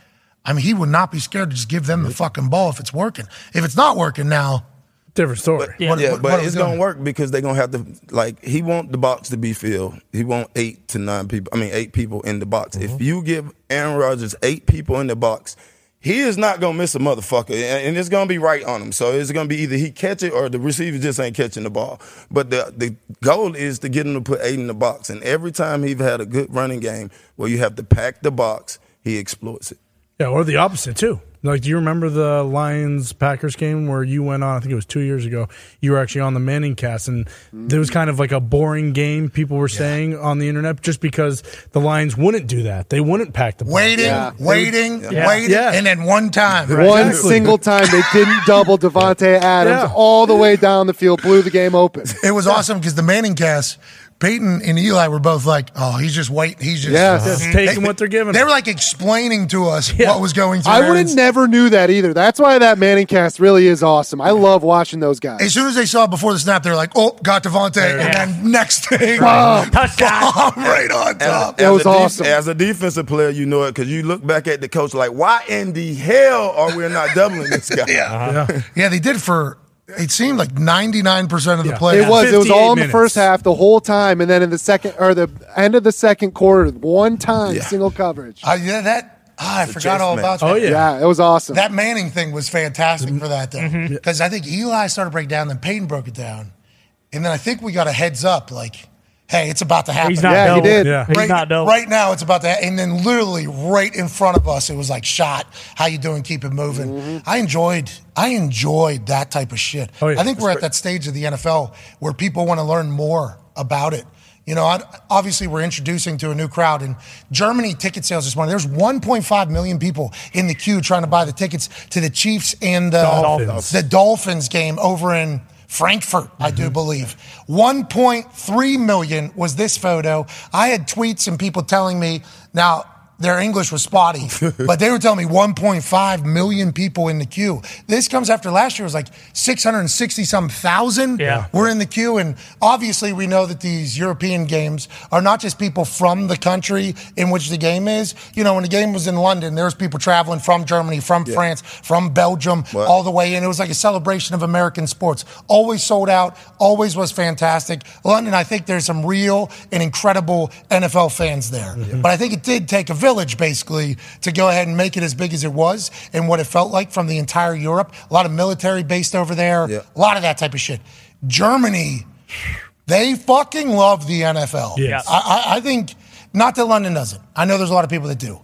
I mean, he would not be scared to just give them the fucking ball if it's working. If it's not working now, different story. Yeah. what, Yeah, what- but what are we it's gonna doing? work because they're gonna have to like he want the box to be filled. He want eight to nine people. I mean, eight people in the box. If you give Aaron Rodgers eight people in the box, he is not gonna miss a motherfucker, and, and it's gonna be right on him. So it's gonna be either he catch it or the receiver just ain't catching the ball. But the the goal is to get him to put eight in the box, and every time he's had a good running game where you have to pack the box, he exploits it. Yeah, or the opposite too. Like, do you remember the Lions Packers game where you went on? I think it was two years ago. You were actually on the Manning cast, and there was kind of like a boring game. People were saying on the internet just because the Lions wouldn't do that. They wouldn't pack the box. waiting, waiting, waiting, Yeah. and then one time. One Exactly. single time they didn't double Devonte Adams Yeah. all the way down the field, blew the game open. It was awesome because the Manning cast, Peyton and Eli were both like, "Oh, he's just waiting. He's just Yes. Just Mhm. taking what they're giving. They were like explaining to us what was going through. I would Aaron's- have never knew that either. That's why that Manning cast really is awesome. I love watching those guys. As soon as they saw it before the snap, they're like, "Oh, got Devontae," and is. then next thing, Touchdown. bomb right on top. That was a def- awesome. As a defensive player, you know it because you look back at the coach like, why in the hell are we not doubling this guy? Uh-huh. Yeah, they did for. It seemed like ninety nine percent of the Yeah. play. It was. It was 58 all in the minutes. first half the whole time, and then in the second or the end of the second quarter, one time Yeah. single coverage. I, Uh, yeah, that ah, I forgot chase all man. about. Oh that. yeah. yeah, it was awesome. That Manning thing was fantastic Mm-hmm. for that though, because I think Eli started to break down, then Peyton broke it down, and then I think we got a heads up like, "Hey, it's about to happen." He's not Yeah, he double. did. Yeah. He's right, not double. right now it's about that and then literally right in front of us it was like shot how you doing keep it moving i enjoyed i enjoyed that type of shit Mm-hmm. Oh, yeah. i think we're at that stage of the nfl where people want to learn more about it you know I, obviously we're introducing to a new crowd in germany ticket sales this morning there's 1.5 million people in the queue trying to buy the tickets to the chiefs and the Dolphins. the dolphins game over in Frankfurt, I do believe. 1.3 million was this photo. I had tweets and people telling me, now their English was spotty, but they were telling me 1.5 million people in the queue. This comes after last year was like 660 some thousand Yeah. were in the queue. And obviously, we know that these European games are not just people from the country in which the game is. You know, when the game was in London, there was people traveling from Germany, from France, from Belgium, What? all the way in. It was like a celebration of American sports. Always sold out, always was fantastic. London, I think there's some real and incredible NFL fans there. But I think it did take a village village, basically, to go ahead and make it as big as it was and what it felt like from the entire Europe. A lot of military based over there, Yeah. a lot of that type of shit. Germany, they fucking love the NFL. Yes. I, I, I think, not that London doesn't. I know there's a lot of people that do.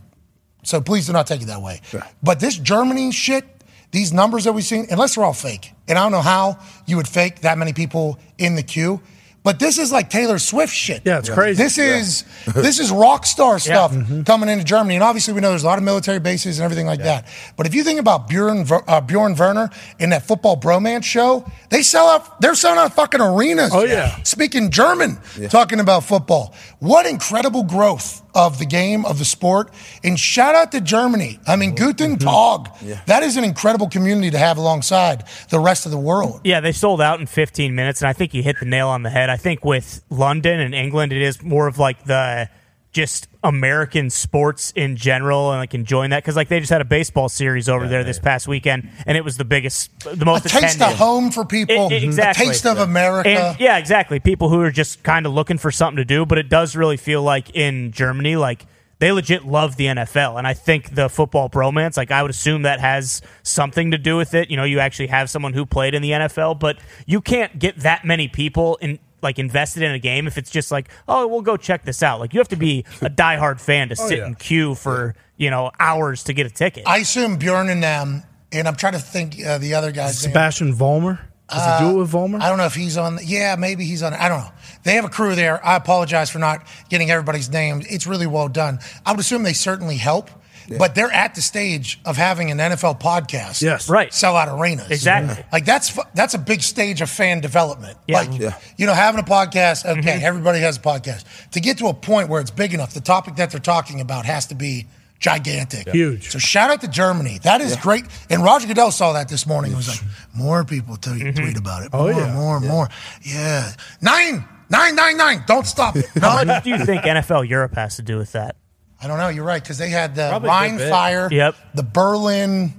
So please do not take it that way. But this Germany shit, these numbers that we've seen, unless they're all fake, and I don't know how you would fake that many people in the queue. But this is like Taylor Swift shit. Yeah, Mm-hmm. it's crazy. This is this is rock star stuff coming into Germany, and obviously we know there's a lot of military bases and everything like that. But if you think about Bjorn Ver- uh, Bjorn Werner in that football bromance show, they sell out. They're selling out fucking arenas. Oh, yeah. Speaking German, talking about football. What incredible growth of the game, of the sport. And shout out to Germany. I mean, Mm-hmm. Guten Tag. That is an incredible community to have alongside the rest of the world. Yeah, they sold out in 15 minutes, and I think you hit the nail on the head. I think with London and England, it is more of like the just American sports in general and like enjoying that because like they just had a baseball series over there this past weekend, and it was the biggest, the A most taste of attended. home for people. E-, It- it- exactly. A taste of America. And yeah, exactly. People who are just kind of looking for something to do, but it does really feel like in Germany, like they legit love the NFL, and I think the football bromance, like I would assume that has something to do with it. You know, you actually have someone who played in the NFL, but you can't get that many people in like invested in a game if it's just like, oh, we'll go check this out. Like you have to be a diehard fan to sit yeah. in queue for you know hours to get a ticket. Oh, I assume Bjorn and them, and I'm trying to think uh, the other guy's name. Sebastian Vollmer. Does he do it with Vollmer? I don't know if he's on. Yeah, maybe he's on. I don't know. They have a crew there. I apologize for not getting everybody's name. It's really well done. I would assume they certainly help, but they're at the stage of having an NFL podcast. Yes. Right. Sell out arenas. Exactly. Like that's fu- that's a big stage of fan development. Yeah. Mm-hmm. Like you know, having a podcast. Okay, everybody has a podcast. To get to a point where it's big enough, the topic that they're talking about has to be gigantic, Huge. So shout out to Germany. That is great. And Roger Goodell saw that this morning. It was like more people tell Mm-hmm. you tweet about it. Oh, More, yeah. more, more. Yeah, nine, nine, nine, nine. Don't stop it. No, How much do you think NFL Europe has to do with that? I don't know. You're right because they had the Probably a good Rhine bit. fire. Yep. Mm-hmm. The Berlin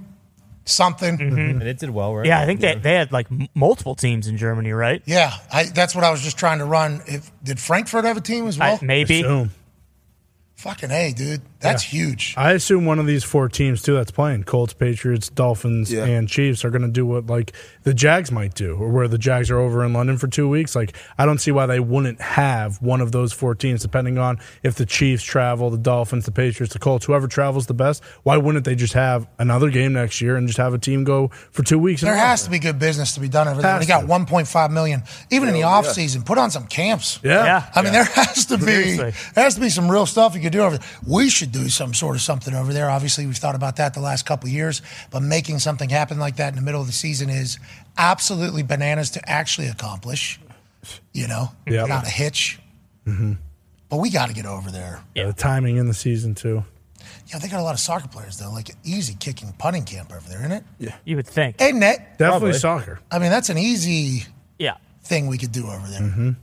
something. and it did well, right? Yeah, I think they, they had like m- multiple teams in Germany, right? Yeah, I, that's what I was just trying to run. If, did Frankfurt have a team as well? I, maybe. Assume. Fucking a, dude. That's huge. I assume one of these four teams too that's playing Colts, Patriots, Dolphins, Yeah. and Chiefs are going to do what like the Jags might do, or where the Jags are over in London for two weeks. Like I don't see why they wouldn't have one of those four teams, depending on if the Chiefs travel, the Dolphins, the Patriots, the Colts, whoever travels the best. Why wouldn't they just have another game next year and just have a team go for two weeks? in There a row? has to be good business to be done over there. Has They got to. 1.5 million, even in the off season. Put on some camps. yeah. Yeah. I mean, there has to be Seriously. there has to be some real stuff you could do over there. We should do some sort of something over there. Obviously, we've thought about that the last couple of years, but making something happen like that in the middle of the season is absolutely bananas to actually accomplish. You know, Yeah. without a hitch. But we got to get over there. Yeah, Mm-hmm. the timing in the season too. You know, they got a lot of soccer players though, like easy kicking putting camp over there, isn't it? Yeah. You would think. Hey, net. Definitely Probably. soccer. I mean, that's an easy Yeah. thing we could do over there. And,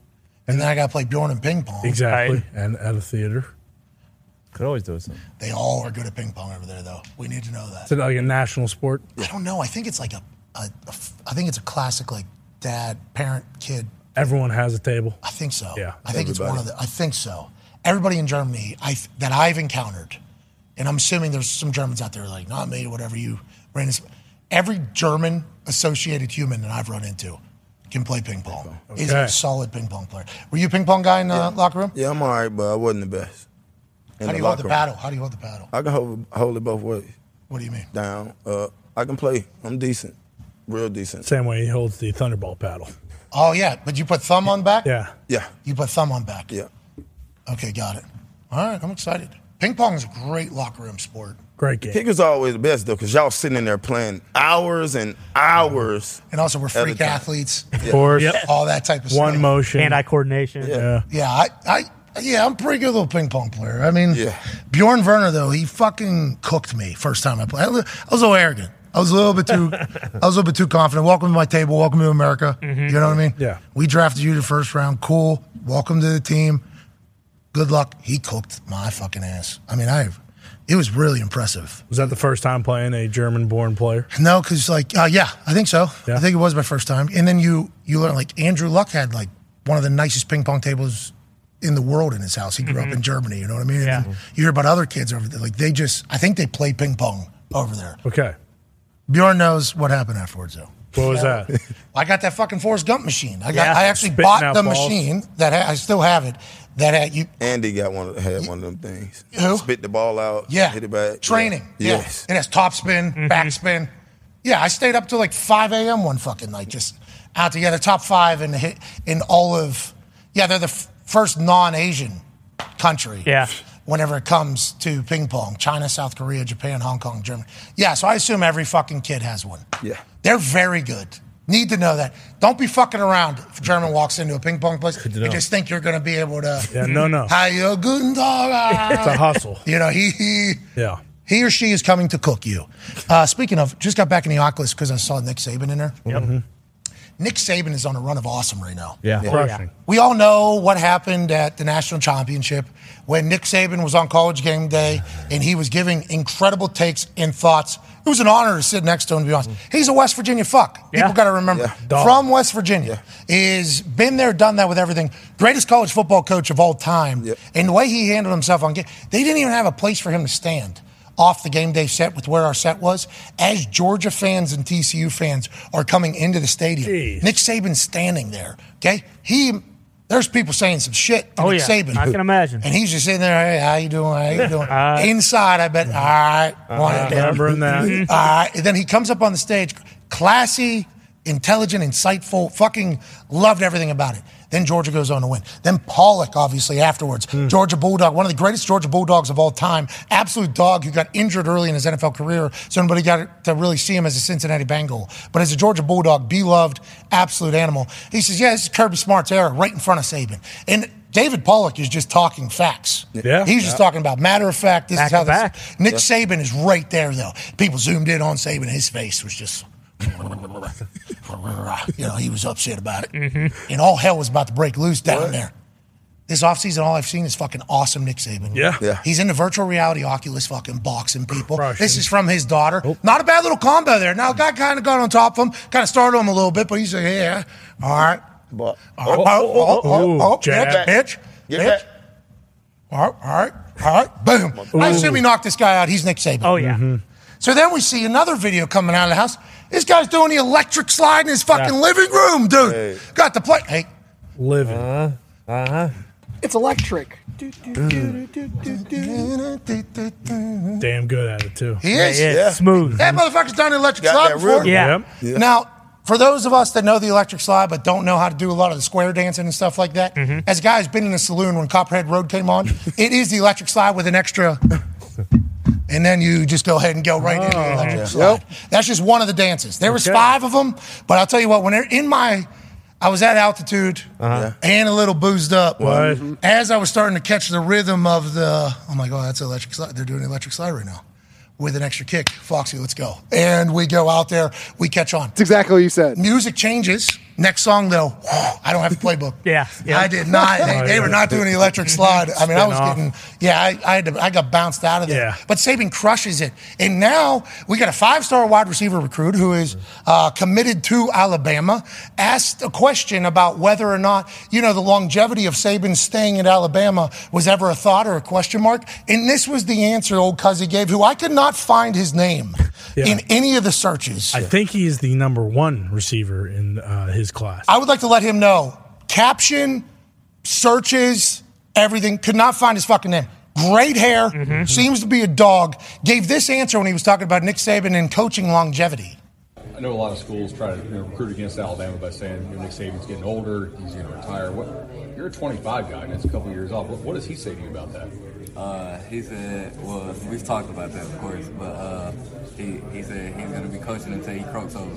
then I got to play Bjorn and ping pong. Mm. Mm-hmm. Exactly, Right. and at a theater. could always do something. They all are good at ping pong over there, though. We need to know that. It's like a national sport. I don't know. I think it's like a, a, a f- I think it's a classic like dad parent kid. Everyone has a table. I think so. Yeah, I think it's one of the. I think so. Everybody in Germany I th- that I've encountered, and I'm assuming there's some Germans out there like not me, whatever you ran into. Every German associated human that I've run into can play ping pong. Is a Okay. solid ping pong player. Were you a ping pong guy in the locker room? Yeah, I'm all right, but I wasn't the best. In How do you hold locker the room. paddle? How do you hold the paddle? I can hold, hold it both ways. What do you mean? Down, up. I can play. I'm decent. Real decent. Same way he holds the Thunderball paddle. Oh yeah, but you put thumb on back. Yeah. Yeah, You put thumb on back. yeah. Okay, got it. All right, I'm excited. Ping pong is a great locker room sport. Great game. Kickers are always the best, though, because y'all sitting in there playing hours and hours. And also, we're freak time. athletes, Of course. all that type of stuff. One motion. Hand eye coordination. Yeah. Yeah, I, I, yeah, I'm a pretty good little ping pong player. I mean, Yeah. Bjorn Werner though, he fucking cooked me first time I played. I li- I was a little arrogant. I was a little bit too, I was a little bit too confident. Welcome to my table. Welcome to America. You know what I mean? Mm-hmm. Yeah. We drafted you the first round. Cool. Welcome to the team. Good luck. He cooked my fucking ass. I mean, I, it was really impressive. Was that the first time playing a German-born player? No, because like uh, yeah, I think so. Yeah. I think it was my first time. And then you you learn like Andrew Luck had like one of the nicest ping pong tables in the world in his house. He grew Mm-hmm. up in Germany. You know what I mean? And Yeah. then You hear about other kids over there. Like they just, I think they play ping pong over there. Okay. Bjorn knows what happened afterwards, though. What was that? I got that fucking Forrest Gump machine. I got. Yeah. I actually Spitting bought out the balls. machine that ha- I still have it. That had you. Andy got one of, had one of them things. Who? Spit the ball out. Yeah. Hit it back. Training. Yeah. Yeah. Yes. It has top spin, backspin. Yeah, I stayed up till like 5 a.m. one fucking night, just out together. Top five in hi- in all of. Yeah, they're the f- first non-Asian country. Yeah. Whenever it comes to ping pong, China, South Korea, Japan, Hong Kong, Germany. Yeah, so I assume every fucking kid has one. Yeah. They're very good. Need to know that. Don't be fucking around if a German walks into a ping pong place. You just think you're going to be able to. Yeah, no, no. How you good It's a hustle. You know, he, he Yeah. he or she is coming to cook you. Uh, speaking of, just got back in the Oculus because I saw Nick Saban in there. Yep. Nick Saban is on a run of awesome right now. Yeah. Crushing. We all know what happened at the national championship when Nick Saban was on college game day and he was giving incredible takes and thoughts. It was an honor to sit next to him, to be honest. He's a West Virginia fuck. Yeah. People got to remember. Dog. From West Virginia. Is been there, done that with everything. Greatest college football coach of all time. And the way he handled himself on game, they didn't even have a place for him to stand off the game day set with where our set was. As Georgia fans and TCU fans are coming into the stadium, Jeez. Nick Saban's standing there. Okay, he there's people saying some shit to Oh, Nick yeah. Saban. I can imagine. And he's just sitting there. Hey, how you doing? How you doing? Inside, I bet. All right, Uh, want it down. Remembering that. All right. And then he comes up on the stage, classy, intelligent, insightful, fucking loved everything about it. Then Georgia goes on to win. Then Pollock, obviously, afterwards. Georgia Bulldog, one of the greatest Georgia Bulldogs of all time. Absolute dog who got injured early in his NFL career, so nobody got to really see him as a Cincinnati Bengal. But as a Georgia Bulldog, beloved, absolute animal. He says, Yeah, this is Kirby Smart's era right in front of Saban. And David Pollock is just talking facts. Yeah. He's just talking about matter of fact, this Back is how to this back. Nick Saban is right there, though. People zoomed in on Saban. His face was just, you know, he was upset about it. And all hell was about to break loose down there. This offseason, all I've seen is fucking awesome Nick Saban. Yeah. Yeah. He's into virtual reality, Oculus, fucking boxing people. Crushing. This is from his daughter. Not a bad little combo there. Now, guy kind of got on top of him, kind of started him a little bit, but he's like, yeah, all right. But Oh, oh, oh, oh, oh, Ooh, oh, jab. bitch, bitch, Get bitch. back. All right, all right, all right. Boom. I assume he knocked this guy out. He's Nick Saban. Oh yeah. Mm-hmm. So then we see another video coming out of the house. This guy's doing the electric slide in his fucking living room, dude. Hey. Got the play. Hey, Living. Uh-huh. It's electric. Do, do, do, do, do, do, do. Damn good at it, too. he Yeah, is. yeah. Smooth. That motherfucker's done the electric Got slide that before. rhythm. Yeah. Yep. Now, for those of us that know the electric slide but don't know how to do a lot of the square dancing and stuff like that, Mm-hmm. as a guy who's been in a saloon when Copperhead Road came on, it is the electric slide with an extra. And then you just go ahead and go right Oh. into the electric slide. That's just one of the dances. There was Okay. five of them, but I'll tell you what. When they're in my, I was at altitude Uh-huh. and a little boozed up. What? As I was starting to catch the rhythm of the, oh my god, that's electric slide. They're doing an electric slide right now, with an extra kick. Foxy, let's go. And we go out there. We catch on. It's exactly what you said. Music changes. Next song though, I don't have a playbook. Yeah, yeah. I did not. They, they were not doing the electric slide. I mean, I was off. getting. Yeah, I, I had to, I got bounced out of there. Yeah. But Saban crushes it, and now we got a five-star wide receiver recruit who is uh, committed to Alabama. Asked a question about whether or not you know the longevity of Saban staying at Alabama was ever a thought or a question mark, and this was the answer old Cuzzy gave, who I could not find his name Yeah. in any of the searches. I think he is the number one receiver in uh, his class. I would like to let him know. Caption, searches, everything. Could not find his fucking name. Great hair, seems to be a dog. Gave this answer when he was talking about Nick Saban and coaching longevity. I know a lot of schools try to you know, recruit against Alabama by saying you know, Nick Saban's getting older, he's going to retire. What? You're a 25 guy, and that's a couple years off. What, what does he say to you about that? Uh, he said, well, we've talked about that, of course, but uh, he, he said he's going to be coaching until he croaks over.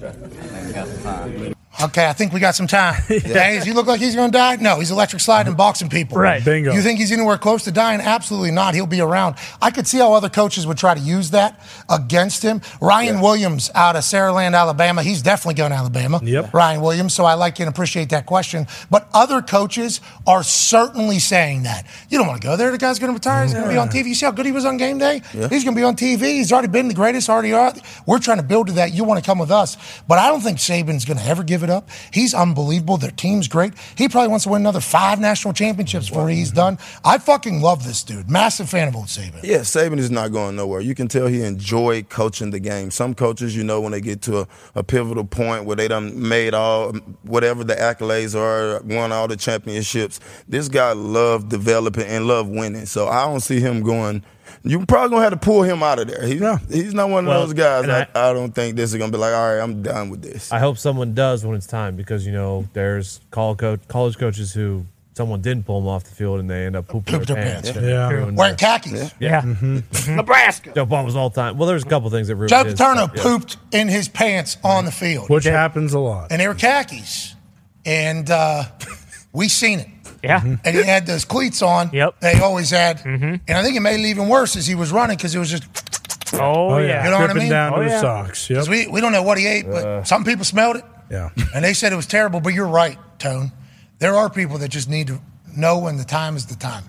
So, I think we got some time. Okay, I think we got some time. Hey, does he look like he's going to die? No, he's electric sliding and boxing people. Right. Bingo. You think he's anywhere close to dying? Absolutely not. He'll be around. I could see how other coaches would try to use that against him. Ryan Williams out of Saraland, Alabama. He's definitely going to Alabama. Yep. Ryan Williams. So I like and appreciate that question. But other coaches are certainly saying that. You don't want to go there. The guy's going to retire. He's going to be on TV. You see how good he was on game day? He's going to be on TV. He's already been the greatest. Already are. We're trying to build to that. You want to come with us. But I don't think Saban's going to ever give it up. up. He's unbelievable. Their team's great. He probably wants to win another five national championships before he's done. I fucking love this dude. Massive fan of Old Saban. Yeah, Saban is not going nowhere. You can tell he enjoyed coaching the game. Some coaches, you know, when they get to a, a pivotal point where they done made all whatever the accolades are, won all the championships. This guy loved developing and loved winning. So I don't see him going. You probably gonna have to pull him out of there. He's, he's not one of Well, those guys. and I, I don't think this is gonna be like, all right, I'm done with this. I hope someone does when it's time because you know there's call coach, college coaches who someone didn't pull them off the field and they end up pooping Pooped their their pants. pants, yeah. Yeah. Wearing khakis. Yeah. Mm-hmm. Nebraska. Joe Palm was all time. Well, there's a couple things that ruined Joe his- Paterno yeah. pooped in his pants on the field, which happens a lot. and they were khakis, and uh, we seen it. Yeah, Mm-hmm. and he had those cleats on. Yep, they always had. And I think it made it even worse as he was running because it was just. Oh, Oh, yeah. yeah. you know what I Dripping mean? down to Oh, his yeah. socks, yep. 'Cause We we don't know what he ate, but Uh. some people smelled it. Yeah. and they said it was terrible. But you're right, Tone. There are people that just need to know when the time is the time.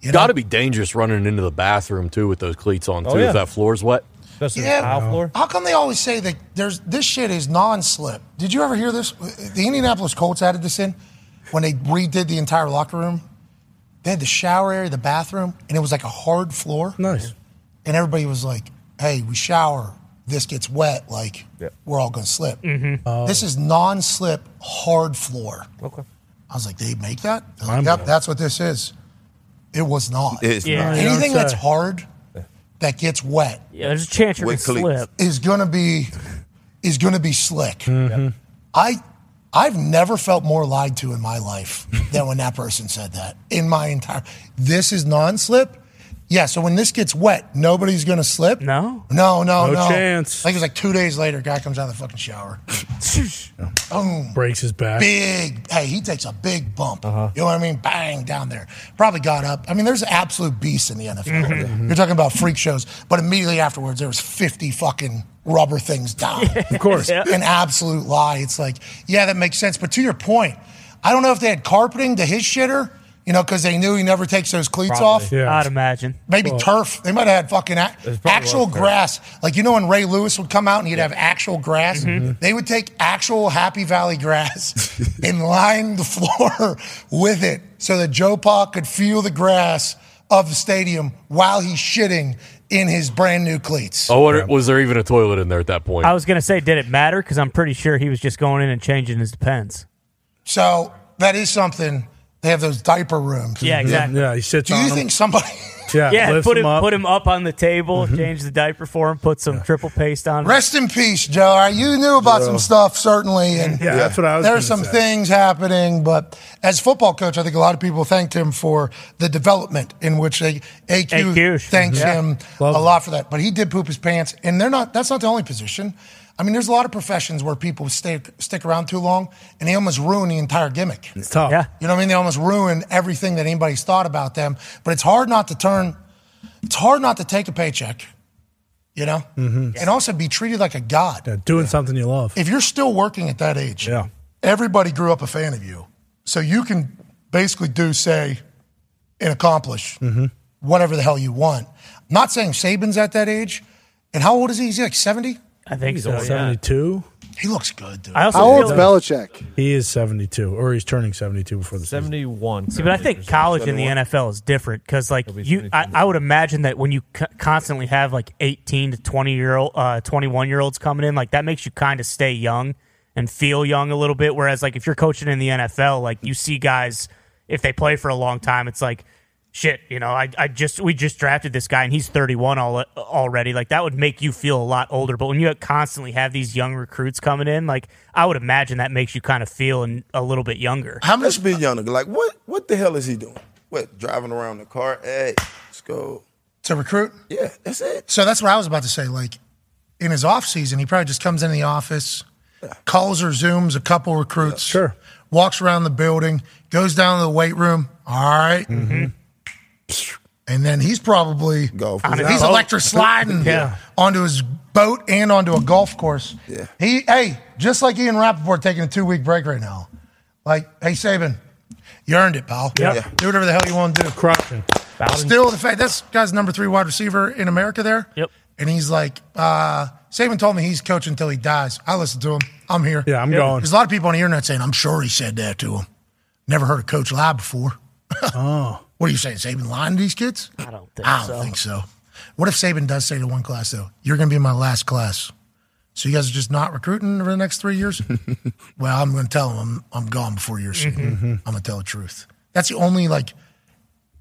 You got to be dangerous running into the bathroom too with those cleats on too Oh, yeah. if that floor's wet. How come they always say that there's this shit is non-slip? Did you ever hear this? The Indianapolis Colts added this in when they redid the entire locker room. They had the shower area, the bathroom, and it was like a hard floor. Nice. And everybody was like, "Hey, we shower. This gets wet. Like we're all gonna slip. Mm-hmm. This is non-slip hard floor." Oh. Okay. I was like, "They make that? They're like, yep, that's what this is." It was not. It's uh, Yeah. not. Anything that's Okay. hard that gets wet Yeah, there's a chance you're gonna slip. is gonna be is gonna be slick. I I've never felt more lied to in my life than when that person said that. In my entire this is non-slip. Yeah, so when this gets wet, nobody's gonna slip. No. No, no, No no. chance. I think it was like two days later, guy comes out of the fucking shower. Boom. Breaks his back. Big hey, he takes a big bump. Uh-huh. You know what I mean? Bang down there. Probably got up. I mean, there's absolute beasts in the NFL. Mhm. You're talking about freak shows, but immediately afterwards there was 50 fucking rubber things down. Of course. It's An absolute lie. It's like, yeah, that makes sense. But to your point, I don't know if they had carpeting to his shitter, you know, because they knew he never takes those cleats off. Probably. I'd imagine. Maybe Well- turf. They might have had fucking ac- probably actual was turf. grass. Like, you know, when Ray Lewis would come out and he'd have actual grass, Mm-hmm. Mm-hmm. they would take actual Happy Valley grass and line the floor with it so that Joe Pa could feel the grass of the stadium while he's shitting in his brand new cleats. Oh, what, was there even a toilet in there at that point? I was gonna say, did it matter? Because I'm pretty sure he was just going in and changing his depends. So that is something. They have those diaper rooms. Yeah, exactly. Yeah, he sits Do on you them. think somebody? put him, put him up on the table, change the diaper for him, put some triple paste on. him. Rest in peace, Joe. All right, You knew about Joe. some stuff, certainly. And Yeah, that's what I was There are gonna some say. things happening, but as football coach, I think a lot of people thanked him for the development in which they, AQ, AQ. thanks mm-hmm. Yeah. him Love a him. lot for that. But he did poop his pants, and they're not. That's not the only position. I mean, there's a lot of professions where people stay stick around too long, and they almost ruin the entire gimmick. It's tough. Yeah. You know what I mean? They almost ruin everything that anybody's thought about them. But it's hard not to turn. It's hard not to take a paycheck. You know, hmm and also be treated like a god. Doing something you love. If you're still working at that age, Yeah. everybody grew up a fan of you. So you can basically do, say, and accomplish Mm-hmm. whatever the hell you want. I'm not saying Saban's at that age. And how old is he? Is he like 70? I think He's only 72. He looks good, dude. I also How old's feel- Belichick? He is 72, or he's turning 72 before the season. 71. See, but I think college and the NFL is different because, like, you, I, I would imagine that when you co- constantly have like eighteen to twenty year old, uh, twenty one year olds coming in, like that makes you kind of stay young and feel young a little bit. Whereas, like, if you're coaching in the NFL, like you see guys if they play for a long time, it's like, shit, you know, I, I just we just drafted this guy and he's thirty one all, already. Like that would make you feel a lot older. But when you constantly have these young recruits coming in, like I would imagine that makes you kind of feel and a little bit younger. How much be younger? Like what? What the hell is he doing? What driving around in the car? Hey, let's go. To recruit? Yeah, that's it. So that's what I was about to say. Like, in his off season, he probably just comes into the office, calls or zooms a couple recruits, sure, walks around the building, goes down to the weight room. All right. Mm-hmm. And then he's probably golf. On his He's boat. electric sliding Yeah. onto his boat and onto a golf course. Yeah. He hey, just like Ian Rappaport taking a two week break right now. Like, hey Saban, you earned it, pal. Yeah. Yeah. Do whatever the hell you want to do. Crushing. Still the fact that's guy's number three wide receiver in America there. Yep. And he's like, uh, Saban told me he's coaching until he dies. I listen to him. I'm here. Yeah, I'm going. There's a lot of people on the internet saying, I'm sure he said that to him. Never heard a coach lie before. oh. What are you saying? Saban lying to these kids? I don't think I don't so. think so. What if Saban does say to one class, though, you're going to be my last class? So you guys are just not recruiting over the next three years? well, I'm going to tell them I'm, I'm gone before you're senior. Mhm. I'm going to tell the truth. That's the only, like,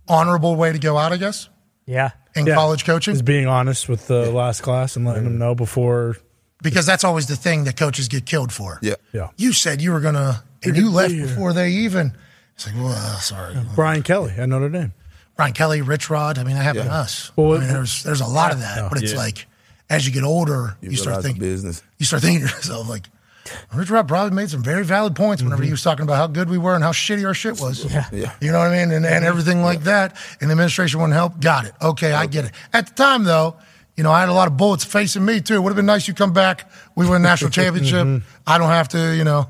honorable way to go out, I guess. Yeah. In college coaching? Is being honest with the last class and letting them know before. Because that's always the thing that coaches get killed for. Yeah. Yeah. You said you were going to, and you left before they even. It's like, well, uh, sorry. Brian Kelly at Notre Dame. Brian Kelly, Rich Rod. I mean, that happened to Yeah. us. Well, I mean, there's there's a lot of that, Yeah. but it's Yeah. like as you get older, you, You, start realize thinking business. you start thinking to yourself like Rich Rod probably made some very valid points whenever he was talking about how good we were and how shitty our shit was. Mm-hmm. Yeah. You know what I mean? And, and everything like that. And the administration wouldn't help. Got it. Okay, I get it. At the time, though, you know, I had a lot of bullets facing me, too. It would have been nice you come back. We win national championship. Mhm. Mm-hmm. I don't have to, you know,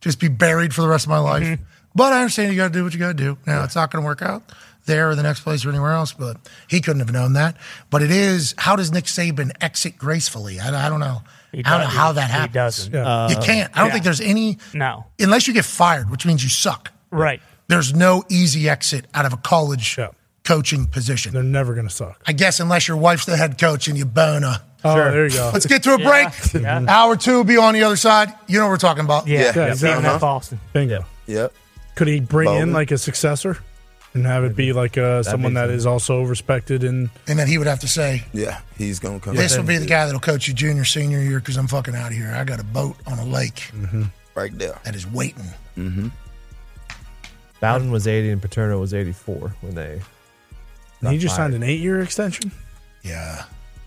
just be buried for the rest of my life. Mm-hmm. But I understand you got to do what you got to do. Now, it's not going to work out there or the next place or anywhere else, but he couldn't have known that. But it is, how does Nick Saban exit gracefully? I, I don't know. He I don't know does- how that he happens. doesn't. Yeah. you Uh, can't. I don't yeah. think there's any No. unless you get fired, which means you suck. Right. There's no easy exit out of a college coaching position. They're never going to suck. I guess unless your wife's the head coach and you bone her. Oh, Sure. there you go. Let's get to a Yeah, break. Mm. yeah. Hour two will be on the other side. You know what we're talking about. Uh-huh. Uh-huh. Bingo. Yep. Could he bring Bowman. in like a successor and have it be like uh, someone make that sense. is also respected and And then he would have to say, Yeah, he's gonna come. this will be the guy that'll coach you junior, senior year because I'm fucking out of here. I got a boat on a lake Mm-hmm. right there that is waiting. Mm-hmm. Bowden was 80 and Paterno was 84 when they. And he just signed an eight-year extension. Yeah,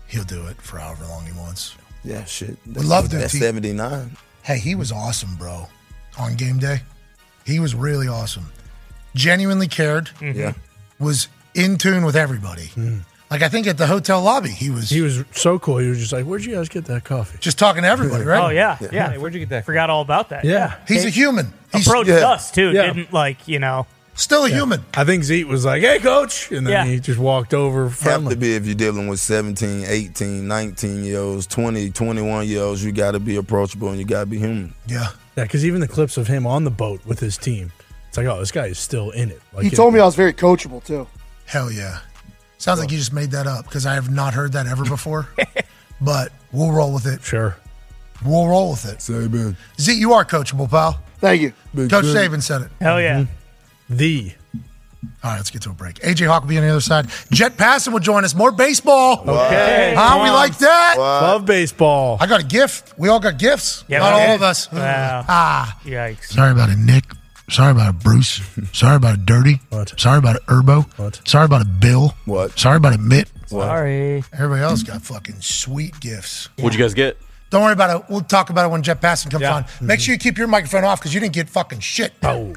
he'll do it for however long he wants. Yeah, shit. We love that That's he- 79. Hey, he was awesome, bro. On game day, he was really awesome. Genuinely cared. Mm-hmm. Yeah. Was in tune with everybody. Like I think at the hotel lobby, he was Hmm. he was so cool. He was just like, "Where'd you guys get that coffee?" Just talking to everybody, right? Oh yeah, yeah. Yeah. where'd you get that? Forgot all about that. Yeah. He's a human. He's- approached yeah. us too. Yeah. Didn't like you know. Still a Yeah. human. I think Zeke was like, "Hey, coach," and then Yeah. he just walked over. Have Friendly. to be if you're dealing with 17, 18, 19 year olds, 20, 21 year olds, you got to be approachable and you got to be human. Yeah, yeah. Because even the clips of him on the boat with his team, it's like, "Oh, this guy is still in it." Like, he it- told me I was very coachable too. Hell yeah. Sounds like you just made that up because I have not heard that ever before. but we'll roll with it. Sure. We'll roll with it. Saban. Z, you are coachable, pal. Thank you. Coach Saban said it. Hell yeah. Mm-hmm. The. All right, let's get to a break. AJ Hawk will be on the other side. Jet Passon will join us. More baseball. Okay. How we like that? Love baseball. I got a gift. We all got gifts. Yeah, not we all did. of us. Wow. Ah. Yikes. Sorry about it, Nick. Sorry about it, Bruce. Sorry about it, Dirty. What? Sorry about it, Erbo. What? Sorry about it, Bill. What? Sorry about it, Mitt. Sorry. Everybody else got fucking sweet gifts. What'd you guys get? Don't worry about it. We'll talk about it when Jet Passon comes on. Make sure you keep your microphone off because you didn't get fucking shit. Oh.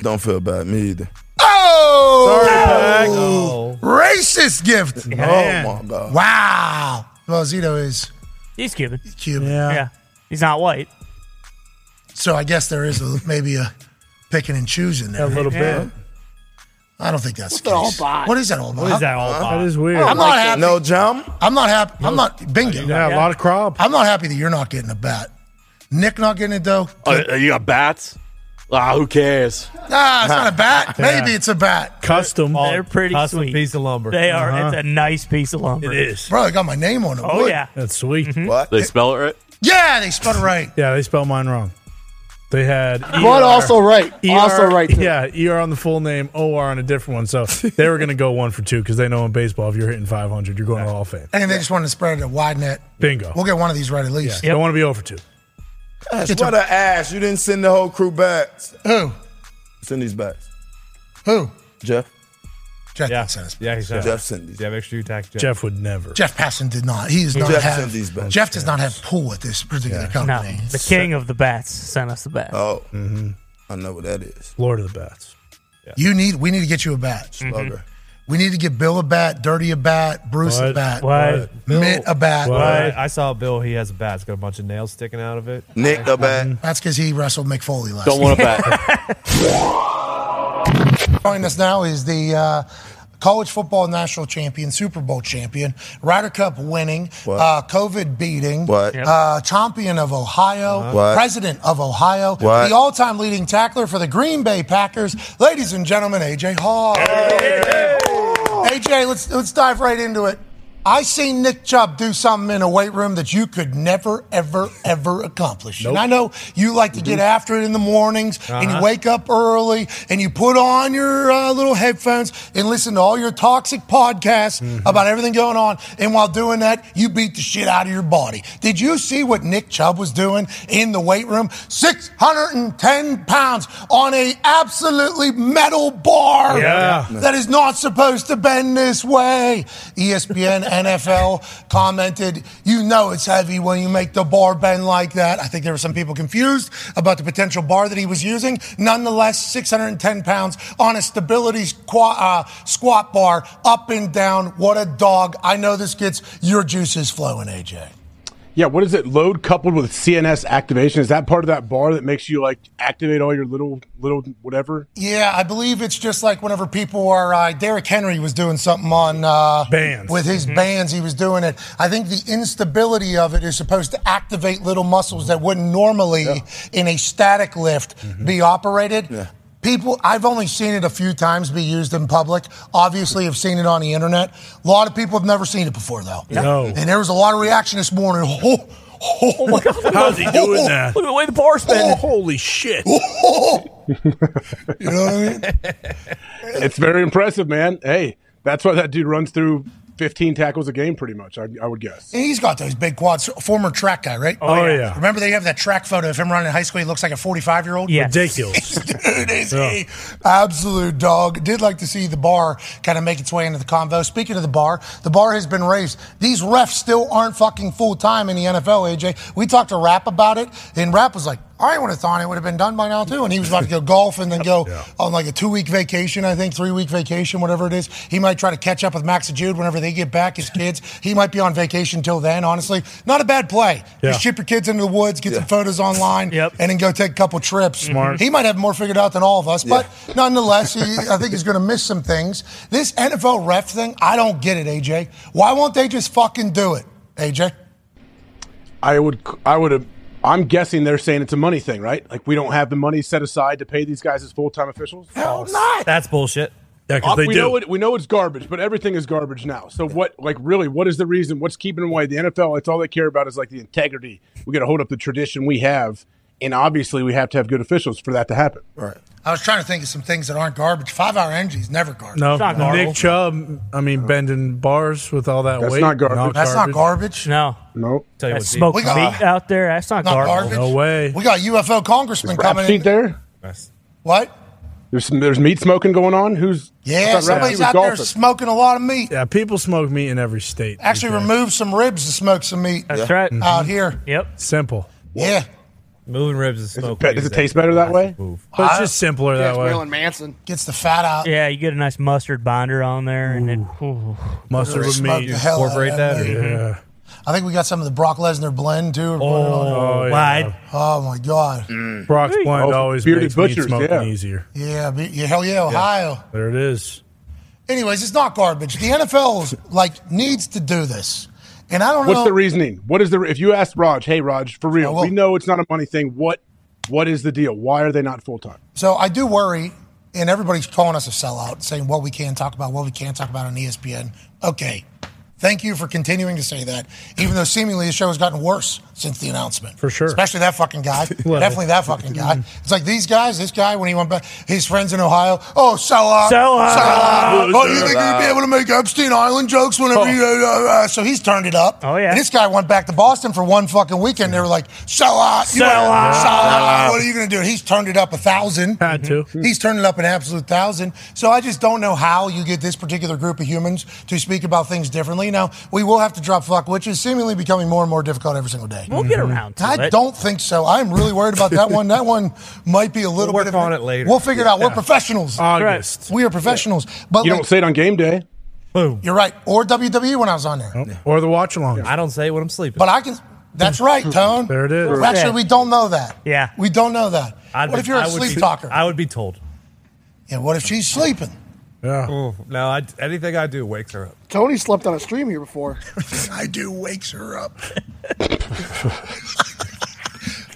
Don't feel bad me either. oh! Sorry, Pack. Racist gift. Yeah. Oh my God. Wow. Well, Zito is He's Cuban. Cuban. Yeah. He's not white. So I guess there is a, maybe a picking and choosing there. A little Yeah. bit. I don't think that's the What the case. all about? What is that all about? What is that all Huh? about? That is weird. I'm not Like happy. No jump. I'm not happy. I'm not bingo. Yeah, a lot of crop. I'm not happy that you're not getting a bat. Nick not getting it though. Uh, uh, you got bats? Ah, who cares? Nah, Ah, it's not a bat. Maybe it's a bat. Custom. They're pretty Custom sweet. piece of lumber. They are. Uh-huh. It's a nice piece of lumber. It is. Bro, I got my name on it. Oh Wood. yeah. That's sweet. What? They spell it right? Yeah, they spelled it right. Yeah, they spelled mine wrong. They had E But also right. Also right, too. Yeah, er on the full name, or on a different one. So they were going to go one for two because they know in baseball if you're hitting 500, you're going to the Hall of Fame. And they just wanted to spread it a wide net. Bingo. We'll get one of these right at Yeah, least. Don't want to be over two. Ash, what a ass. You didn't send the whole crew bats. Who? Send these bats. Who? Jeff. Jeff Yeah. sent us. Yeah, he's Jeff sent these. Yeah, make sure you tax Jeff. Jeff would never. Jeff Passon did not. He does not Jeff have. sent these bats. Jeff does not have pull at this particular No, company. the king of the bats sent us the bat. Oh, I know what that is. Lord of the Bats. Mm-hmm. You need. We need to get you a bat. Mm-hmm. Slugger. We need to get Bill a bat, Dirty a bat, Bruce a What? bat, What? Mitt a bat. I, I saw Bill. He has a bat. It's got a bunch of nails sticking out of it. Nick uh, a bat. That's because he wrestled Mick Foley last. Don't want a bat. Joining us now is the uh, college football national champion, Super Bowl champion, Ryder Cup winning, What? uh, COVID beating, What? Yep. Uh, champion of Ohio, Uh-huh. What? president of Ohio, What? the all-time leading tackler for the Green Bay Packers, ladies and gentlemen, AJ Hall. AJ, let's let's dive right into it. I seen Nick Chubb do something in a weight room that you could never, ever, ever accomplish. And I know you like to get after it in the mornings, and you Uh-huh. wake up early, and you put on your uh, little headphones and listen to all your toxic podcasts about everything going on. And while doing that, you beat the shit out of your body. Did you see what Nick Chubb was doing in the weight room? Six hundred and ten pounds on a absolutely metal bar Yeah. that is not supposed to bend this way. E ESPN NFL commented, you know it's heavy when you make the bar bend like that. I think there were some people confused about the potential bar that he was using. Nonetheless, 610 pounds on a stability squat, uh, squat bar, up and down. What a dog. I know this gets your juices flowing, AJ. Yeah, what is it? Load coupled with CNS activation. Is that part of that bar that makes you like activate all your little little whatever? Yeah, I believe it's just like whenever people are. Uh, Derrick Henry was doing something on uh, bands with Mm-hmm. his bands. He was doing it. I think the instability of it is supposed to activate little muscles that wouldn't normally in a static lift Mm-hmm. be operated. People, I've only seen it a few times be used in public. Obviously, have seen it on the internet. A lot of people have never seen it before, though. No. And there was a lot of reaction this morning. Oh, oh my God. How's he doing that? Look at the way the bar's Oh, holy shit. oh, You know what I mean? It's very impressive, man. Hey, that's why that dude runs through 15 tackles a game, pretty much. I, I would guess. And he's got those big quads. Former track guy, right? Oh, Oh, yeah. yeah. Remember they have that track photo of him running in high school. He looks like a 45 year old. Ridiculous. Dude, is a absolute dog. Did like to see the bar kind of make its way into the convo. Speaking of the bar, the bar has been raised. These refs still aren't fucking full time in the NFL, AJ. We talked to Rap about it, and Rap was like, I would have thought it would have been done by now, too. And he was about to go golf and then go on like a two week vacation, I think, three week vacation, whatever it is. He might try to catch up with Max and Jude whenever they get back, his kids. He might be on vacation till then, honestly. Not a bad play. Yeah. Just ship your kids into the woods, get some photos online, Yep. and then go take a couple trips. Smart. He might have more figured out than all of us, but nonetheless, he, I think he's going to miss some things. This NFL ref thing, I don't get it, AJ. Why won't they just fucking do it, AJ? I would, I would have. I'm guessing they're saying it's a money thing, right? Like we don't have the money set aside to pay these guys as full time officials. Hell not. That's bullshit. Yeah, Uh, we know it, we know it's garbage, but everything is garbage now. So what? Like really, what is the reason? What's keeping them away? The NFL. It's all they care about is like the integrity. We got to hold up the tradition we have, and obviously we have to have good officials for that to happen. Right. I was trying to think of some things that aren't garbage. Five hour energy is never garbage. No, Nick Chubb. uh, I mean, bending bars with all that That's weight. not garbage. That's not garbage. No. No. Tell you That what, smoked We meat got- out there. That's not, Not garbage. garbage. No way. We got UFO congressman Rap coming in. sheet there. What? There's some, there's meat smoking going on. Who's I Yeah, thought Rap somebody's sheet was out there golfing. smoking a lot of meat. Yeah, people smoke meat in every state. Actually, removed some ribs to smoke some meat. That's Yeah. right. Mm-hmm. Out here. Yep. Simple. Yeah. Moving ribs is smoke. does it taste better that way? But it's just simpler Yeah, that it's way. Maryland Manson gets the fat out. Yeah, you get a nice mustard binder on there, and then Mustard with Smoke meat. the hell out of incorporate that. that or- Mm-hmm. Yeah. I think we got some of the Brock Lesnar blend too. and put it on. yeah. Wide. Oh my god. Brock's blend Oh, always bearded makes meat butchers, smoking yeah. easier. Yeah, be- yeah, hell yeah, Ohio. There it is. Anyways, it's not garbage. The NFL's like needs to do this, and I don't What's know. the reasoning? What is the if you asked Raj, hey Raj, for Oh, real, we know it's not a money thing. What what is the deal? Why are they not full time? So I do worry, and everybody's calling us a sellout, saying what we can talk about, what we can't talk about on E ESPN. Okay. Thank you for continuing to say that, even though seemingly the show has gotten worse since the announcement. For sure. Especially that fucking guy. Well. Definitely that fucking guy. It's like these guys, this guy, when he went back, his friends in Ohio, oh, sellout. Sellout. Sellout. Oh, you Loser. think you'd be able to make Epstein Island jokes whenever Oh. you. uh, uh, uh, so he's turned it up. Oh, yeah. And this guy went back to Boston for one fucking weekend. They were like, sellout. You know, Sellout. Sellout. Sellout. What are you going to do? He's turned it up a thousand. Mm-hmm. Had to. He's turning up an absolute thousand. So I just don't know how you get this particular group of humans to speak about things differently. Now, we will have to drop fuck, which is seemingly becoming more and more difficult every single day. We'll Mm-hmm. get around to I it. don't think so. I'm really worried about that one. That one might be a little We'll bit work of on it later. We'll figure it out. We're Yeah. professionals. August. We are professionals. But you like, don't say it on game day. Boom. you're right. Or WWE when I was on there. Oh, Or the watch along. I don't say it when I'm sleeping. But I can. That's right, Tone. There it is. Actually, we don't know that. Yeah. We don't know that. I'd what be- if you're I a would sleep be- talker? I would be told. Yeah, what if she's sleeping? Yeah. no, I, anything I do wakes her up. Tony slept on a stream here before. I do wakes her up.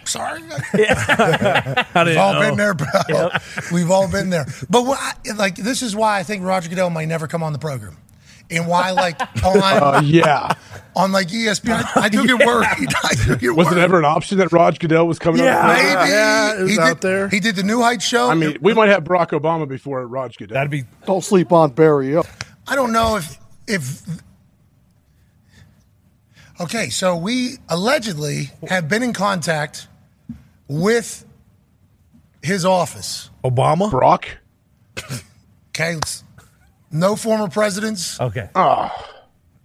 Sorry. I We've didn't all know. been there, bro. Yep. We've all been there. But what I, like, this is why I think Roger Goodell might never come on the program, and why like on Uh, yeah. on like E ESPN, I, I do get worried. I do get Was it worried. ever an option that Rod Goodell was coming Yeah, up? maybe. Yeah, it was He out did- there. He did the New Heights show. I mean, we might have Barack Obama before Rod Goodell. That'd be Don't sleep on Barry. Yep. I don't know if if Okay, so we allegedly have been in contact with his office. Obama? Brock? Okay. let's- No former presidents. Okay. Oh.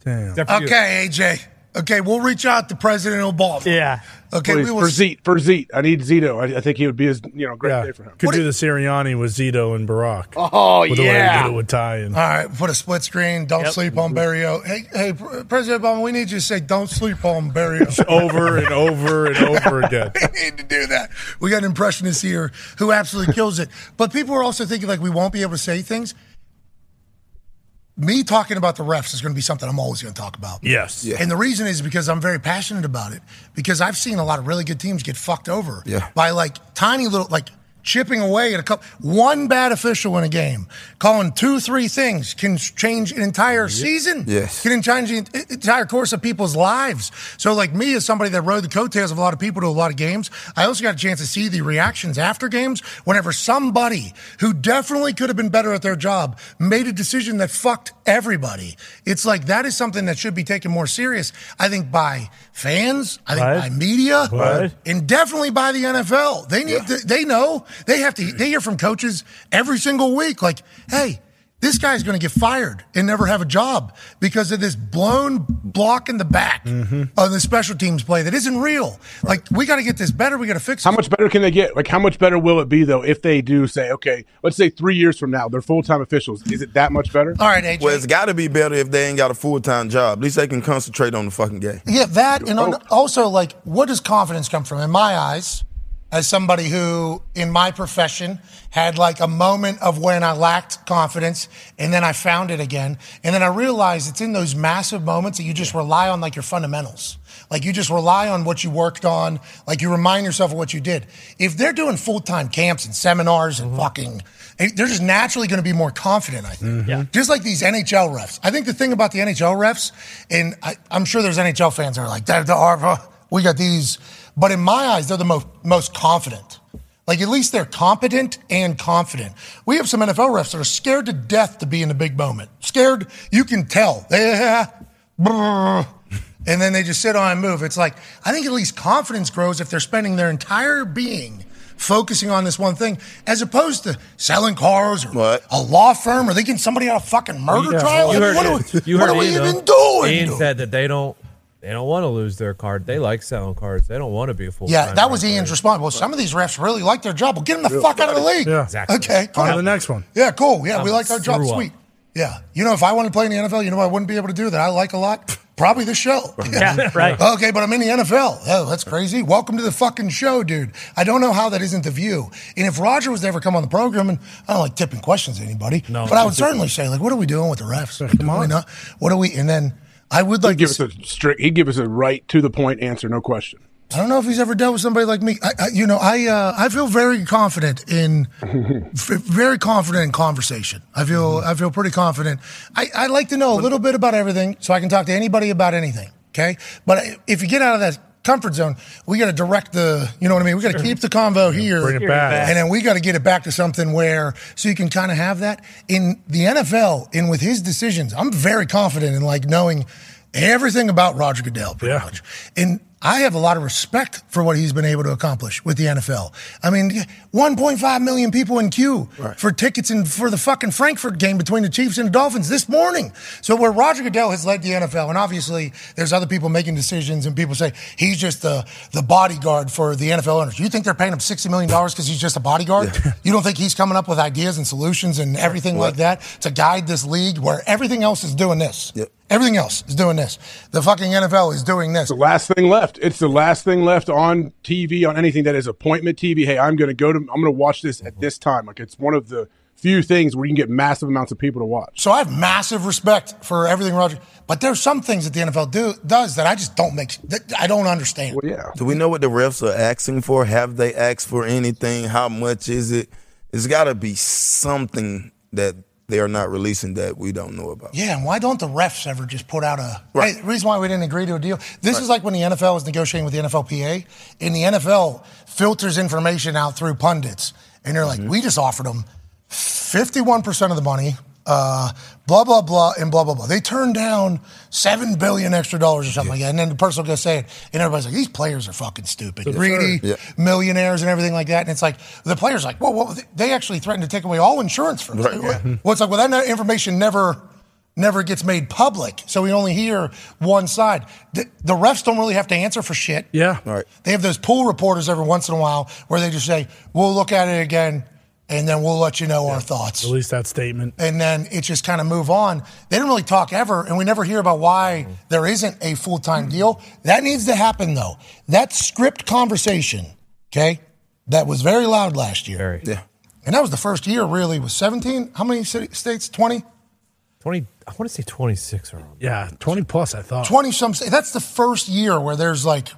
Damn. Okay, AJ. Okay, we'll reach out to President Obama. Yeah. Okay, Please, we will for Zete, for Zete, I need Zito. I, I think he would be his, you know, great day for him. Could do the Sirianni with Zito and Barack. Oh, with yeah. the way it would tie in. All right, put a split screen. Don't sleep on Barrio. Hey, hey, Pr- President Obama, we need you to say, "Don't sleep on Barrio." over and over and over again. we need to do that. We got an impressionist here who absolutely kills it. But people are also thinking like we won't be able to say things. Me talking about the refs is going to be something I'm always going to talk about. Yes. Yeah. And the reason is because I'm very passionate about it because I've seen a lot of really good teams get fucked over Yeah. by like tiny little like chipping away at a couple one bad official in a game calling two three things can change an entire season Yes. can change the en- entire course of people's lives so like me as somebody that rode the coattails of a lot of people to a lot of games i also got a chance to see the reactions after games whenever somebody who definitely could have been better at their job made a decision that fucked everybody it's like that is something that should be taken more serious i think by fans i think Right. by media Right. and definitely by the NFL. They need to, they know they have to they hear from coaches every single week like, "Hey, this guy's going to get fired and never have a job because of this blown block in the back of the special teams play that isn't real. Like, we got to get this better. We got to fix How it. much better can they get? Like, how much better will it be though if they do say, okay, let's say three years from now they're full time officials? Is it that much better? All right, AJ. Well, it's got to be better if they ain't got a full time job. At least they can concentrate on the fucking game. Yeah, that and on- also like, what does confidence come from? In my eyes, as somebody who, in my profession, had like a moment of when I lacked confidence, and then I found it again, and then I realized it's in those massive moments that you just rely on like your fundamentals, like you just rely on what you worked on, like you remind yourself of what you did. If they're doing full time camps and seminars and fucking, eh, they're just naturally going to be more confident. I think. Mm-hmm. Yeah. Just like these NHL refs. I think the thing about the NHL refs, and I, I'm sure there's NHL fans that are like, "They're the are, we got these. But in my eyes, they're the most, most confident. Like, at least they're competent and confident. We have some NFL refs that are scared to death to be in the big moment. Scared, you can tell. Yeah. Brr. And then they just sit on and move. It's like, I think at least confidence grows if they're spending their entire being focusing on this one thing, as opposed to selling cars or a law firm or they getting somebody out of fucking murder trial. You I mean, heard, what do it. we, You what heard are we Ian, though. even doing? Ian said that they don't they don't want to lose their card. They like selling cards. They don't want to be a full. yeah, that was Ian's response. Well, some of these refs really like their job. Well, get them the fuck out of the league. Yeah. Exactly. Okay. Cool. On to the next one. Yeah, cool. Yeah, we I'm like our job. through up. Sweet. Yeah. You know, if I wanted to play in the NFL, you know, what I wouldn't be able to do that. I like a lot. Probably the show. Yeah, right. Okay, but I'm in the NFL. Oh, that's crazy. Welcome to the fucking show, dude. I don't know how that isn't the view. And if Roger was to ever come on the program, and I don't like tipping questions to anybody, No. but I would certainly say, like, what are we doing with the refs? Do we not- what are we? And then I would He'd like give to us a strict. He'd give us a right to the point answer, no question. I don't know if he's ever dealt with somebody like me. I, I, you know, I uh, I feel very confident in f- very confident in conversation. I feel I feel pretty confident. I, I like to know a little bit about everything, so I can talk to anybody about anything. Okay, but I- if you get out of that comfort zone, we got to direct the. You know what I mean? We got to keep the convo here, Bring it back. and then we got to get it back to something where so you can kind of have that in the NFL and with his decisions. I'm very confident in like knowing everything about Roger Goodell, pretty much. And I have a lot of respect for what he's been able to accomplish with the NFL. I mean, 1.5 million people in queue for tickets and for the fucking Frankfurt game between the Chiefs and the Dolphins this morning. So where Roger Goodell has led the NFL, and obviously there's other people making decisions, and people say he's just the the bodyguard for the NFL owners. You think they're paying him sixty million dollars because he's just a bodyguard? You don't think he's coming up with ideas and solutions and everything like that to guide this league where everything else is doing this. Everything else is doing this. The fucking NFL is doing this. The last thing left. It's the last thing left on Mm-hmm. TV on anything that is appointment TV. Hey, I'm going to go to. I'm going to watch this at this time. Like it's one of the few things where you can get massive amounts of people to watch. So I have massive respect for everything Roger, but there's some things that the NFL do does that I just don't make that I don't understand. Well, yeah. Do we know what the refs are asking for? Have they asked for anything? How much is it? It's got to be something that they are not releasing that we don't know about. Yeah, and why don't the refs ever just put out a right. reason why we didn't agree to a deal? This Right. is like when the NFL was negotiating with the NFLPA, and the NFL filters information out through pundits, and they're Mm-hmm. like, we just offered them fifty-one percent of the money, uh, blah blah blah, and blah blah blah. They turned down seven billion extra dollars or something like that, and then the person will go say it, and everybody's like, these players are fucking stupid, Yes, greedy, sir. Yeah. millionaires, and everything like that. And it's like the players like, well, well they actually threatened to take away all insurance from us. Right, yeah. Well, it's like, well, that information never never gets made public, so we only hear one side. The, the refs don't really have to answer for shit. Yeah. All right. They have those pool reporters every once in a while where they just say, "We'll look at it again, and then we'll let you know our thoughts." Release that statement. and then it just kind of move on. They don't really talk ever, and we never hear about why there isn't a full time deal. That needs to happen though. That script conversation, okay, that was very loud last year. Yeah. And that was the first year, really, was 17. How many city, states? 20? 20, I want to say 26 or Yeah, 20 plus, I thought. 20 some. sta- That's the first year where there's like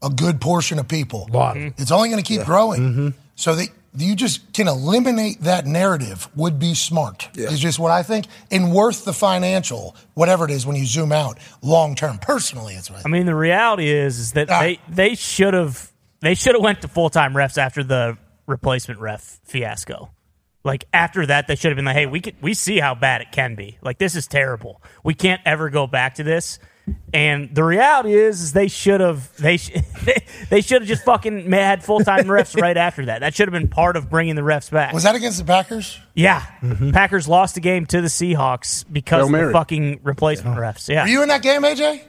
a good portion of people. Lot. It's only going to keep Yeah. Mm-hmm. growing. So that you just can eliminate that narrative would be smart. Is just what I think and worth the financial, whatever it is, when you zoom out long term. Personally, it's what I I mean, the reality is is that Ah. they they should have they should have went to full time refs after the replacement ref fiasco. Like after that, they should have been like, "Hey, we can, we see how bad it can be. Like this is terrible. We can't ever go back to this." And the reality is, is they should have they sh- they should have just fucking ma- had full time refs right after that. That should have been part of bringing the refs back. Was that against the Packers? Yeah, Packers lost a game to the Seahawks because Hail of the Mary. fucking replacement refs. Yeah, Were you in that game, AJ?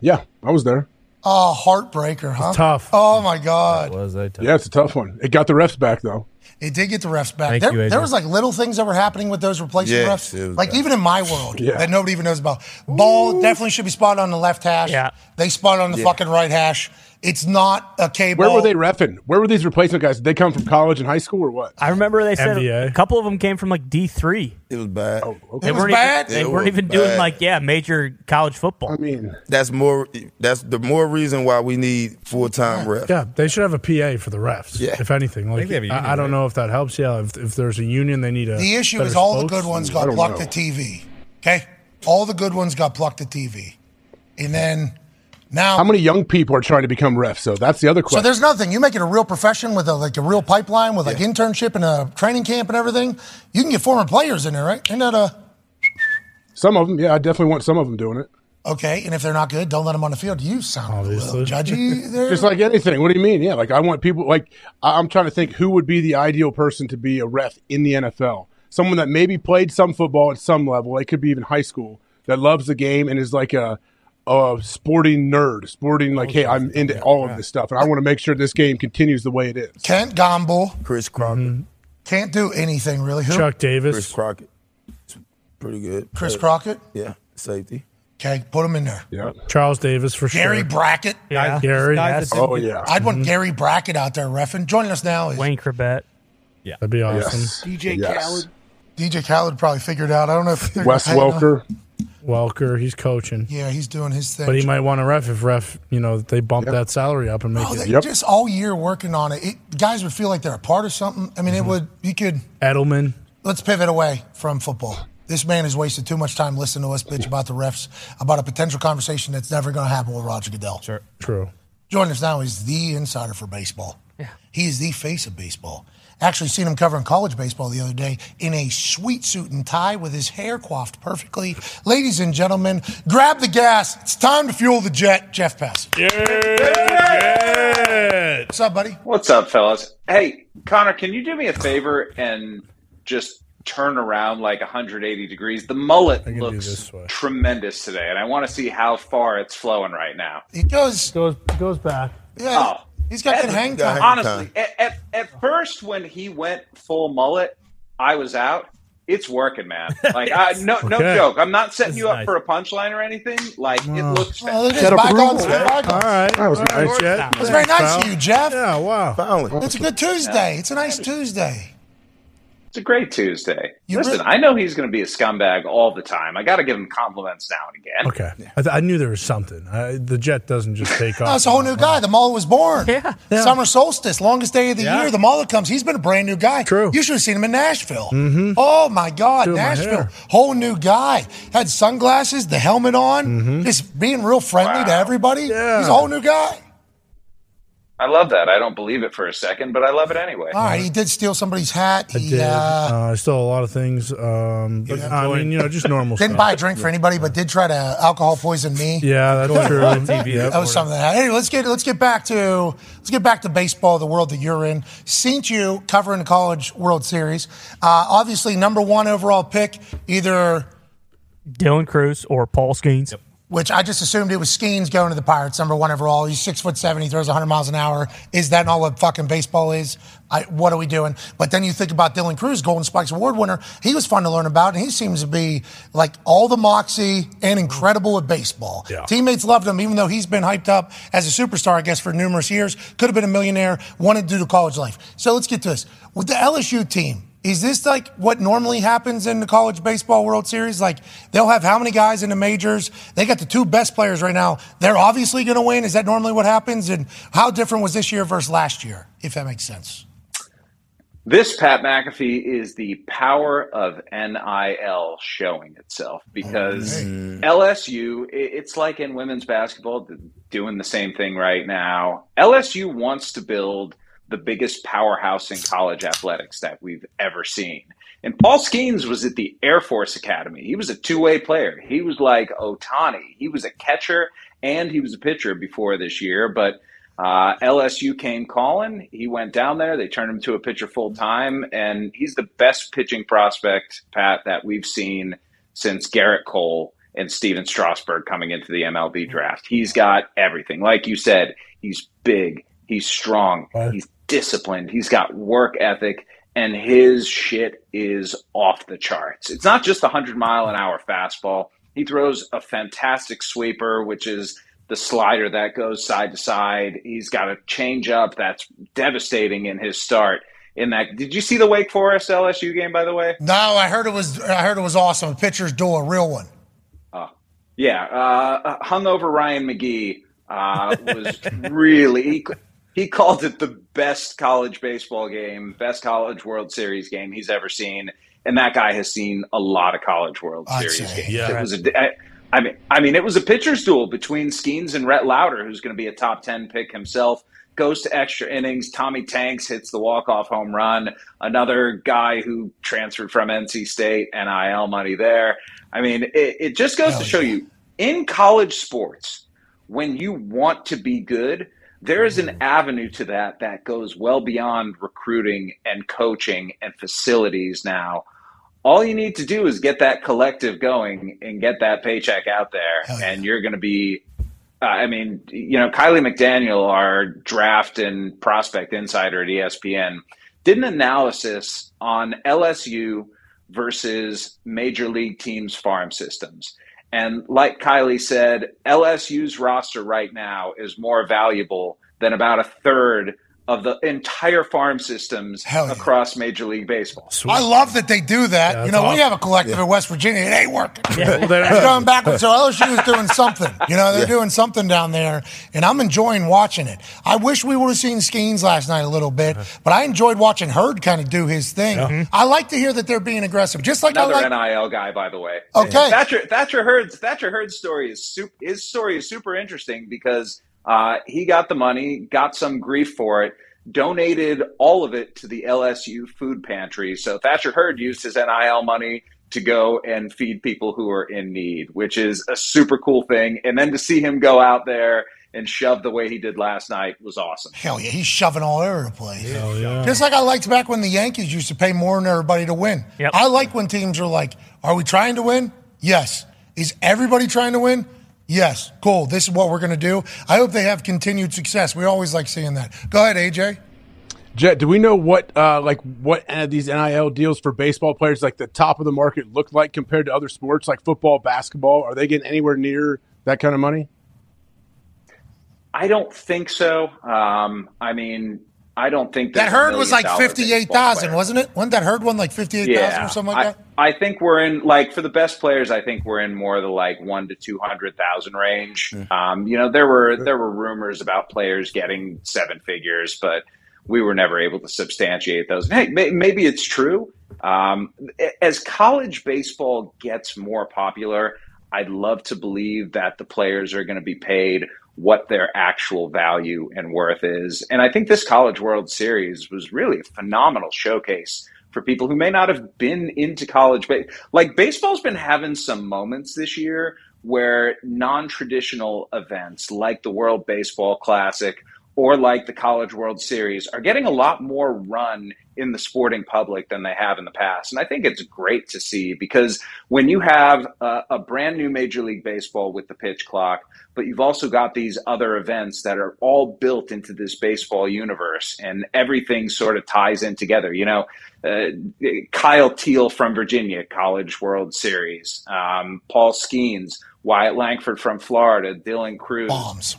Yeah, I was there. Oh, heartbreaker, huh? tough. Oh my God. Was that Yeah, it's a tough one. It got the refs back though. It did get the refs back. Thank there, you, AJ. there was like little things that were happening with those replacement Yes, it refs. was Like bad. even in my world Yeah. that nobody even knows about. Ball definitely should be spotted on the left hash. Yeah. They spot on the Yeah. fucking right hash. It's not a K Where ball. were they refing? Where were these replacement guys? Did they come from college and high school or what? I remember they said NBA. a couple of them came from like D three. It was bad. Oh, They weren't bad? even, they It weren't was even doing bad. like yeah major college football. I mean, That's more. That's the more reason why we need full time refs. Yeah, they should have a PA for the refs, Yeah. if anything. Like, I, think they have a union, I, don't know if that helps. Yeah, if, if there's a union, they need a. The issue better is all the spokes. good ones got plucked at TV. Okay? All the good ones got plucked at TV. And then now How many young people are trying to become refs? So that's the other So question. there's nothing. You make it a real profession with a, like a real pipeline with like internship and a training camp and everything. You can get former players in there, right? Isn't that a some of them, yeah, I definitely want some of them doing it. okay? And if they're not good, don't let them on the field. You sound a little judgy there. Just like anything. What do you mean? Yeah, like I want people. Like I- I'm trying to think who would be the ideal person to be a ref in the NFL. Someone that maybe played some football at some level. It could be even high school that loves the game and is like a a sporting nerd, sporting like, hey, I'm into all of this stuff, and I want to make sure this game continues the way it is. Kent Gomble Chris Crockett. can't do anything really. Who? Mm-hmm. Davis. Chris Crockett. It's pretty good. Chris Uh, Crockett. Yeah, safety. Okay, put him in there. Yeah. Charles Davis for Gary sure. Brackett. Yeah. Gary. Mm-hmm. Yes. Oh, yeah. I'd want Gary Brackett out there refing. Joining us now is Wayne Corbett. Yeah. That'd be awesome. DJ Yes. Khaled. DJ Khaled probably figured out. I don't know if they're Wes I don't know. Welker. Welker, he's coaching. Yeah, he's doing his thing. But he might want to ref if ref, you know, they bump that salary up and make Oh, it. they just all year working on it. it. Guys would feel like they're a part of something. I mean, it would. You could. Mm-hmm. Edelman. Let's pivot away from football. This man has wasted too much time listening to us bitch about the refs, about a potential conversation that's never going to happen with Roger Goodell. Sure. True. Joining us now is the insider for baseball. Yeah. He is the face of baseball. Actually, seen him covering college baseball the other day in a sweet suit and tie with his hair coiffed perfectly. Ladies and gentlemen, grab the gas. It's time to fuel the jet. Jeff Passan. What's up, buddy? What's up, fellas? Hey, Connor, can you do me a favor and just turn around like 180 degrees? The mullet looks tremendous today, and I want to see how far it's flowing right now. It goes goes goes back. Yeah, Oh. he's got At- that hang time. Honestly, at, at, at first when he went full mullet, I was out. It's working, man. Like, I, no, no Okay. joke. I'm not setting This you is up nice. for a punchline or anything. Like, it looks. Oh, look at fantastic. this. Bygones, approval. bygones. All right. That was All right. nice, Jet. That's very Thanks, nice pal. of you, Jeff. Yeah, wow. It's a good Tuesday. It's a nice Tuesday. It's a great Tuesday. You Listen, really- I know he's going to be a scumbag all the time. I got to give him compliments now and again. Okay, I, th- I knew there was something. I, the jet doesn't just take off. That's a whole new guy. The Mauler was born. Yeah. Summer solstice, longest day of the Yeah. year. The Mauler comes. He's been a brand new guy. True. You should have seen him in Nashville. Mm-hmm. Oh my God, Doing my Nashville. hair. Whole new guy. Had sunglasses, the helmet on, Mm-hmm. just being real friendly to everybody. He's a whole new guy. I love that. I don't believe it for a second, but I love it anyway. All right, he did steal somebody's hat. I He did. uh, Uh, I stole a lot of things. Um, but I mean, you know, just normal. didn't stuff. buy a drink for anybody, but did try to alcohol poison me. Yeah, that's true. Yep. That was something that happened. Anyway, let's get let's get back to let's get back to baseball, the world that you're in. Seen you covering the College World Series. Uh, obviously, number one overall pick, either Dylan Cruz or Paul Skeens. which I just assumed it was Skeens going to the Pirates, number one overall. He's six foot seven. He throws 100 miles an hour. Is that not what fucking baseball is? I, what are we doing? But then you think about Dylan Cruz, Golden Spikes Award winner. He was fun to learn about, and he seems to be like all the moxie and incredible at baseball. Yeah. Teammates loved him, even though he's been hyped up as a superstar, I guess, for numerous years. Could have been a millionaire, wanted to do college life. So let's get to this. With the LSU team, is this like what normally happens in the college baseball World Series? Like they'll have how many guys in the majors? They got the two best players right now. They're obviously going to win. Is that normally what happens? And how different was this year versus last year, if that makes sense? This Pat McAfee is the power of NIL showing itself because LSU, i- it's like in women's basketball, th- doing the same thing right now. LSU wants to build the biggest powerhouse in college athletics that we've ever seen. And Paul Skeens was at the Air Force Academy. He was a two way player. He was like Otani, he was a catcher and he was a pitcher before this year, but uh, LSU came calling. He went down there. They turned him to a pitcher full time, and he's the best pitching prospect, Pat, that we've seen since Garrett Cole and Steven Strasburg coming into the MLB draft. He's got everything. Like you said, he's big, he's strong, he's disciplined, he's got work ethic, and his shit is off the charts. It's not just the 100 mile an hour fastball. He throws a fantastic sweeper, which is the slider that goes side to side. He's got a changeup that's devastating in his start. In that, did you see the Wake Forest LSU game? By the way, No, I heard it was. I heard it was awesome. A pitcher's duel, a real one. Yeah, uh, hungover Ryan McGee uh, was really he, he called it the best college baseball game, best college World Series game he's ever seen, and that guy has seen a lot of college World I'd Series say, games. yeah. It was a, I, I mean, I mean, it was a pitcher's duel between Skeens and Rhett Lauder, who's going to be a top ten pick himself. Goes to extra innings. Tommy Tanks hits the walk off home run. Another guy who transferred from NC State, NIL money there. I mean, it, it just goes to show you in college sports, when you want to be good, there is an avenue to that that goes well beyond recruiting and coaching and facilities now. All you need to do is get that collective going and get that paycheck out there, and you're going to be. Uh, I mean, you know, Kylie McDaniel, our draft and prospect insider at E ESPN, did an analysis on LSU versus major league teams' farm systems. And like Kylie said, LSU's roster right now is more valuable than about a third of the entire farm systems across Major League Baseball. I love that they do that. you know, we have a collective in West Virginia. It ain't working. Yeah. it's going backwards. So LSU is doing something. You know, they're doing something down there, and I'm enjoying watching it. I wish we would have seen Skeens last night a little bit, but I enjoyed watching Hurd kind of do his thing. I like to hear that they're being aggressive, just like Another I like. NIL guy, by the way. Okay. Thatcher Thatcher Hurd's Thatcher Hurd's story is super, his story is super interesting because uh, he got the money, got some grief for it, donated all of it to the LSU food pantry. So Thatcher Hurd used his NIL money to go and feed people who are in need, which is a super cool thing. And then to see him go out there and shove the way he did last night was awesome. Hell yeah, he's shoving all over the place. Just like I liked back when the Yankees used to pay more than everybody to win. I like when teams are like, are we trying to win? Yes. Is everybody trying to win? Yes. Cool. This is what we're going to do. I hope they have continued success. We always like seeing that. Go ahead, AJ. Jet, do we know what uh, like what uh, these NIL deals for baseball players like the top of the market look like compared to other sports like football, basketball? Are they getting anywhere near that kind of money? I don't think so. Um, I mean, I don't think That there's a herd was million like dollar fifty-eight baseball player. thousand, wasn't it? Wasn't that herd one like fifty-eight thousand or something like I, that? I think we're in like for the best players. I think we're in more of the like one to two hundred thousand range. Um, you know, there were there were rumors about players getting seven figures, but we were never able to substantiate those. Hey, may, maybe it's true. Um, a- as college baseball gets more popular, I'd love to believe that the players are going to be paid what their actual value and worth is. And I think this College World Series was really a phenomenal showcase for people who may not have been into college. But like baseball's been having some moments this year where non traditional events like the World Baseball Classic or like the College World Series are getting a lot more run in the sporting public than they have in the past. And I think it's great to see because when you have a, a brand new Major League Baseball with the pitch clock, but you've also got these other events that are all built into this baseball universe and everything sort of ties in together. You know, uh, Kyle Teal from Virginia, College World Series, um, Paul Skeens, Wyatt Langford from Florida, Dylan Cruz.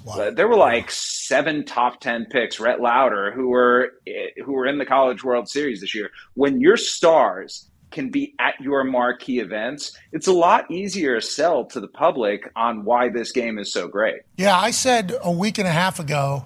Uh, there were like seven top ten picks. Rhett Lauder, who were eh, who were in the College World Series this year. When your stars can be at your marquee events, it's a lot easier to sell to the public on why this game is so great. Yeah, I said a week and a half ago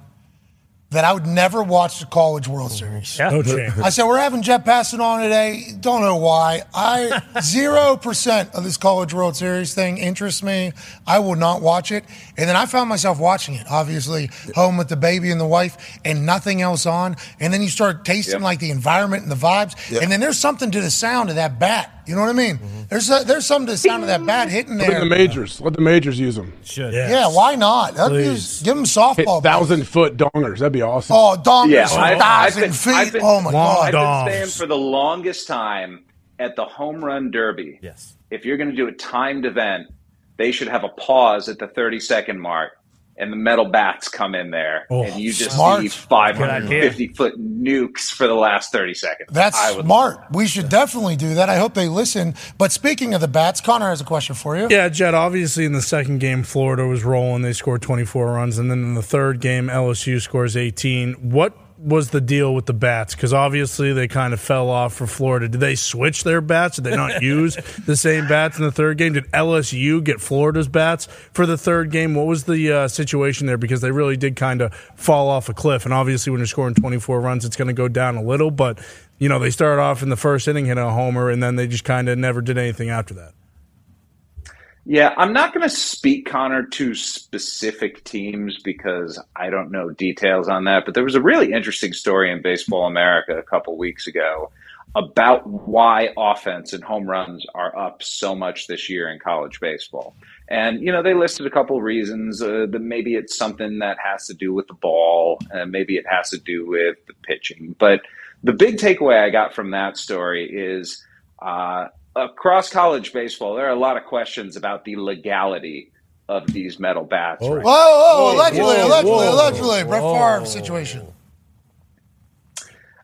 that I would never watch the College Oh, World Series. No chance. I said, we're having Jeff Passon on today. Don't know why. I 0% of this College World Series thing interests me. I will not watch it. And then I found myself watching it, obviously, home with the baby and the wife and nothing else on. And then you start tasting Yep. like the environment and the vibes. Yep. Mm-hmm. And then there's something to the sound of that bat. You know what I mean? There's a, there's something to the sound of that bat hitting Put it in there. the majors. Let the majors use them. Should. Yeah, why not? That'd be- give them softball. thousand foot dongers. That'd be awesome. Oh, dongers, Yeah, I've- I've thousand been- feet. I've been- oh my I've god, been staying for the longest time at the home run derby. Yes. If you're going to do a timed event, they should have a pause at the 30 second mark and the metal bats come in there Oh, and you just smart. see Good 550 foot nukes for the last 30 seconds. That's I would smart. We should definitely do that. I hope they listen. But speaking of the bats, Connor has a question for you. Yeah, Jed, obviously in the second game, Florida was rolling. They scored 24 runs. And then in the third game, LSU scores 18. What was the deal with the bats? Because obviously they kind of fell off for Florida. Did they switch their bats? Did they not use the same bats in the third game? Did LSU get Florida's bats for the third game? What was the uh, situation there? Because they really did kind of fall off a cliff. And obviously when you're scoring 24 runs, it's going to go down a little. But, you know, they started off in the first inning, hit a homer, and then they just kind of never did anything after that. Yeah, I'm not going to speak, Connor, to specific teams because I don't know details on that. But there was a really interesting story in Baseball America a couple weeks ago about why offense and home runs are up so much this year in college baseball. And, you know, they listed a couple reasons. Uh, that maybe it's something that has to do with the ball, uh, maybe it has to do with the pitching. But the big takeaway I got from that story is uh, across college baseball, there are a lot of questions about the legality of these metal bats. Whoa, right now. whoa, allegedly, Oh. whoa, allegedly, whoa, allegedly, Brett whoa. Favre situation.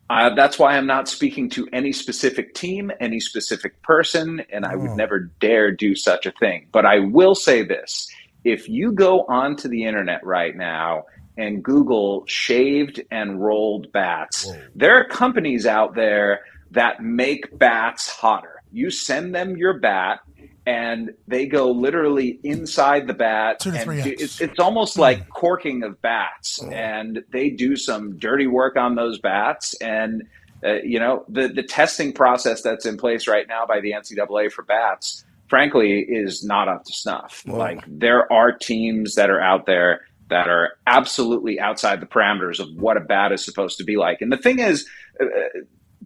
Uh, that's why I'm not speaking to any specific team, any specific person, and I would never dare do such a thing. But I will say this if you go onto the internet right now and Google shaved and rolled bats, there are companies out there that make bats hotter. You send them your bat, and they go literally inside the bat. Two to and three Hmm. Oh. do- X. it's, it's almost like corking of bats, and they do some dirty work on those bats. And uh, you know the the testing process that's in place right now by the NCAA for bats, frankly, is not up to snuff. Whoa. Like there are teams that are out there that are absolutely outside the parameters of what a bat is supposed to be like. And the thing is. Uh,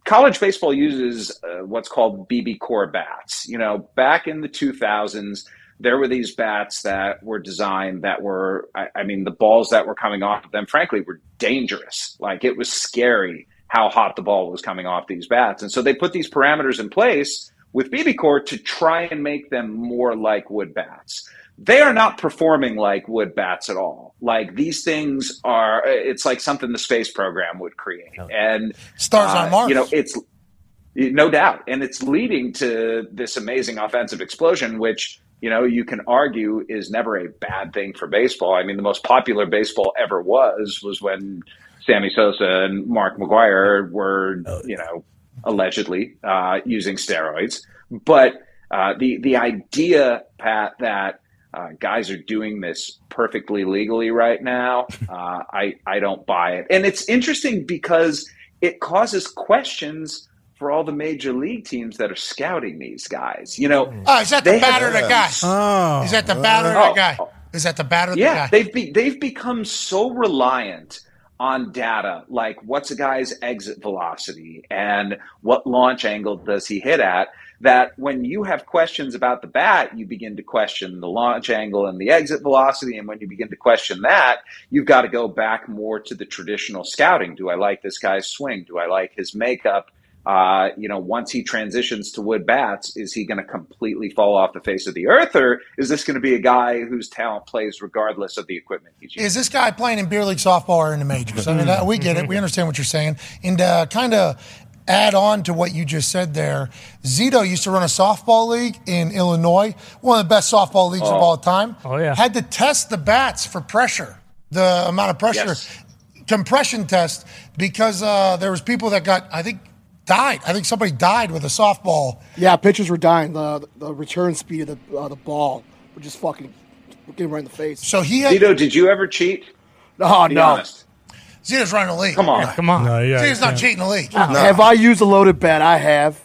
college baseball uses uh, what's called BB core bats. You know, back in the 2000s, there were these bats that were designed that were, I, I mean, the balls that were coming off of them, frankly, were dangerous. Like it was scary how hot the ball was coming off these bats. And so they put these parameters in place with BB core to try and make them more like wood bats. They are not performing like wood bats at all. Like these things are, it's like something the space program would create. And Stars on Mars. Uh, you know, it's no doubt, and it's leading to this amazing offensive explosion, which you know you can argue is never a bad thing for baseball. I mean, the most popular baseball ever was was when Sammy Sosa and Mark McGuire were, you know, allegedly uh, using steroids. But uh, the the idea, Pat, that uh, guys are doing this perfectly legally right now, uh, I I don't buy it. And it's interesting because it causes questions for all the major league teams that are scouting these guys. You know, Oh, is that the they have- batter that guy? Is that the batter Oh. that guy? Is that the batter that yeah, guy? they've be, they've become so reliant on data, like what's a guy's exit velocity and what launch angle does he hit at, that when you have questions about the bat, you begin to question the launch angle and the exit velocity, and when you begin to question that, you've got to go back more to the traditional scouting. Do I like this guy's swing? Do I like his makeup? uh, you know, once he transitions to wood bats, is he going to completely fall off the face of the earth, or is this going to be a guy whose talent plays regardless of the equipment he's using? Is this guy playing in beer league softball or in the majors? I mean, that, we get it. We understand what you're saying. And uh, kind of add on to what you just said there, Zito used to run a softball league in Illinois, one of the best softball leagues of Oh. all time. Oh, yeah. Had to test the bats for pressure, the amount of pressure, compression test, because uh, there was people that got, I think, died. I think somebody died with a softball. Yeah, pitchers were dying. The the return speed of the uh, the ball would just fucking get him right in the face. So he Zito, did you ever cheat? Oh Be no. honest. Zito's running the league. Come on. Yeah, come on. No, yeah, Zito's you not can't. cheating the league. Uh, Have I used a loaded bat? I have.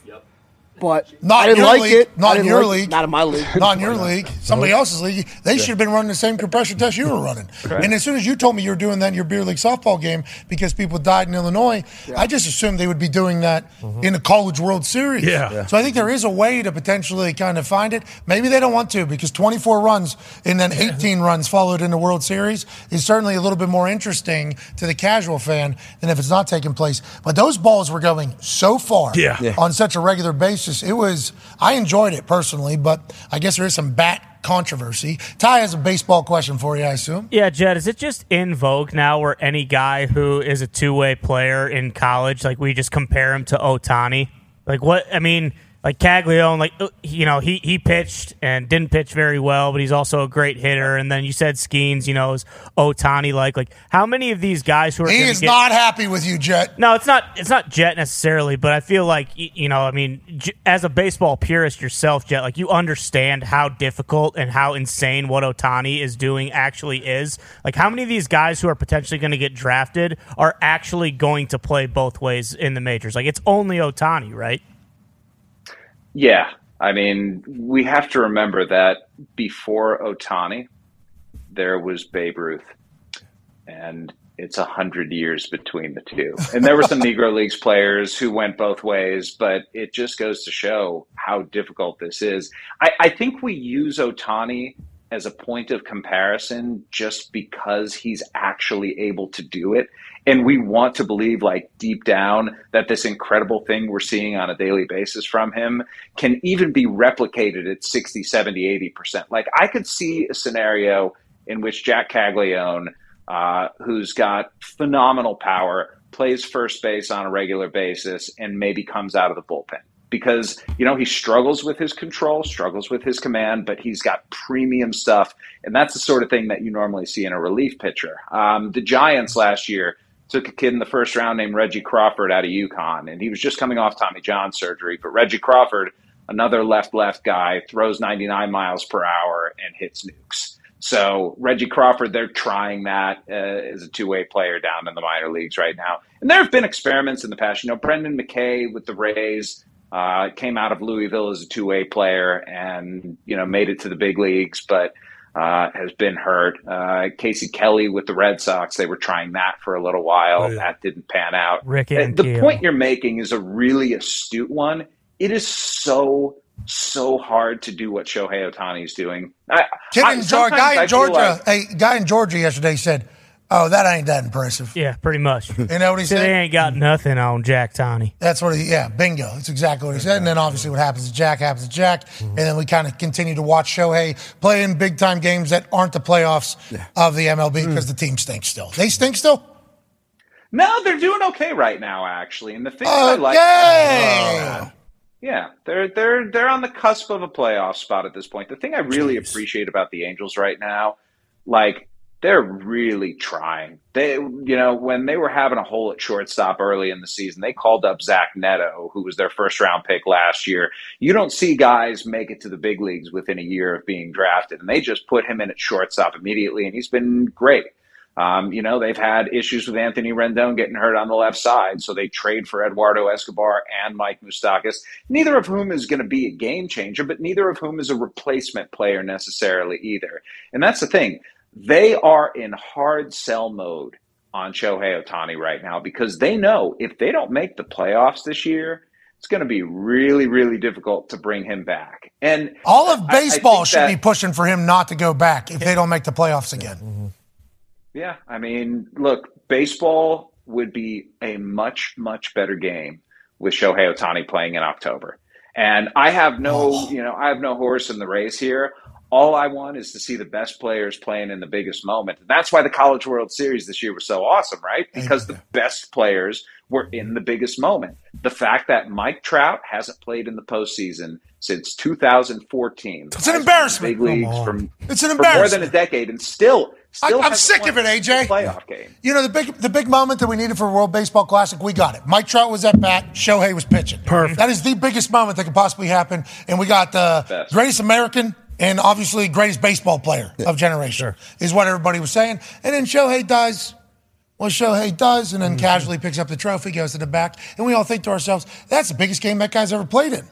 But Not I in didn't your like league. it. I Not in didn't your like- league. Not in my league. Not in your league. Somebody else's league. They should have been running the same compression test you were running. Correct. And as soon as you told me you were doing that in your beer league softball game because people died in Illinois, I just assumed they would be doing that Mm-hmm. in the College World Series. Yeah. Yeah. So I think there is a way to potentially kind of find it. Maybe they don't want to because 24 runs and then 18 runs followed in the World Series is certainly a little bit more interesting to the casual fan than if it's not taking place. But those balls were going so far Yeah. Yeah. on such a regular basis. It was, I enjoyed it personally, but I guess there is some bat controversy. Ty has a baseball question for you, I assume. Yeah, Jed, is it just in vogue now where any guy who is a two way player in college, like we just compare him to Otani? Like what I mean, like Caglione, like uh, you know, he he pitched and didn't pitch very well, but he's also a great hitter. And then you said Skeens, you know, is Otani like like how many of these guys who are He gonna is get- not happy with you, Jet. No, it's not. It's not Jet necessarily, but I feel like y- you know. I mean, j- as a baseball purist yourself, Jet, like you understand how difficult and how insane what Otani is doing actually is. Like, how many of these guys who are potentially going to get drafted are actually going to play both ways in the majors? Like, it's only Otani, right? Yeah. I mean, we have to remember that before Otani, there was Babe Ruth, and it's a hundred years between the two. And there were some Negro Leagues players who went both ways, but it just goes to show how difficult this is. I, I think we use Otani as a point of comparison just because he's actually able to do it. And we want to believe, like deep down, that this incredible thing we're seeing on a daily basis from him can even be replicated at 60, 70, 80%. Like, I could see a scenario in which Jack Caglione, uh, who's got phenomenal power, plays first base on a regular basis, and maybe comes out of the bullpen. Because, you know, he struggles with his control, struggles with his command, but he's got premium stuff. And that's the sort of thing that you normally see in a relief pitcher. Um, the Giants last year took a kid in the first round named Reggie Crawford out of UConn, and he was just coming off Tommy John surgery. But Reggie Crawford, another left left guy, throws 99 miles per hour and hits nukes. So Reggie Crawford, they're trying that uh, as a two way player down in the minor leagues right now, and there have been experiments in the past. You know, Brendan McKay with the Rays. Uh, came out of Louisville as a two-way player, and you know made it to the big leagues, but uh, has been hurt. Uh, Casey Kelly with the Red Sox, they were trying that for a little while. That didn't pan out. Rick Uh, and the Keel. point you're making is a really astute one. It is so so hard to do what Shohei Otani is doing. I, Kid I- in Geor- sometimes guy I in feel Georgia, like- a guy in Georgia yesterday said, "Oh, that ain't that impressive." Yeah, pretty much. You know what he said? They ain't got nothing on Jack Tani. That's what he, yeah, bingo. That's exactly what he said. And then obviously what happens to Jack happens to Jack. And then we kind of continue to watch Shohei play in big time games that aren't the playoffs of the MLB because the team stinks still. They stink still? No, they're doing okay right now, actually. And the thing that I like, Okay. yeah, they're they're they're on the cusp of a playoff spot at this point. The thing I really appreciate about the Angels right now, like they're really trying. They, you know, when they were having a hole at shortstop early in the season, they called up Zach Neto, who was their first round pick last year. You don't see guys make it to the big leagues within a year of being drafted, and they just put him in at shortstop immediately, and he's been great. Um, you know, they've had issues with Anthony Rendon getting hurt on the left side, so they trade for Eduardo Escobar and Mike Moustakis, neither of whom is going to be a game changer, but neither of whom is a replacement player necessarily either. And that's the thing. They are in hard sell mode on Shohei Otani right now because they know if they don't make the playoffs this year, it's going to be really, really difficult to bring him back. And All of I- I baseball think should that- be pushing for him not to go back if they don't make the playoffs again. Yeah, I mean, look, baseball would be a much, much better game with Shohei Otani playing in October. And I have no, Oh. you know, I have no horse in the race here. All I want is to see the best players playing in the biggest moment. And that's why the College World Series this year was so awesome, right? Because the best players were in the biggest moment. The fact that Mike Trout hasn't played in the postseason since 2014. It's an Big embarrassment. leagues from It's an for more than a embarrassment. decade, and still, I, still I'm hasn't sick won of it, AJ. playoff game. You know the big the big moment that we needed for World Baseball Classic, we got it. Mike Trout was at bat, Shohei was pitching. Perfect. That is the biggest moment that could possibly happen, and we got the greatest American and obviously greatest baseball player of generation is what everybody was saying. And then Shohei does what Shohei does, and then casually picks up the trophy, goes to the back, and we all think to ourselves, "That's the biggest game that guy's ever played in."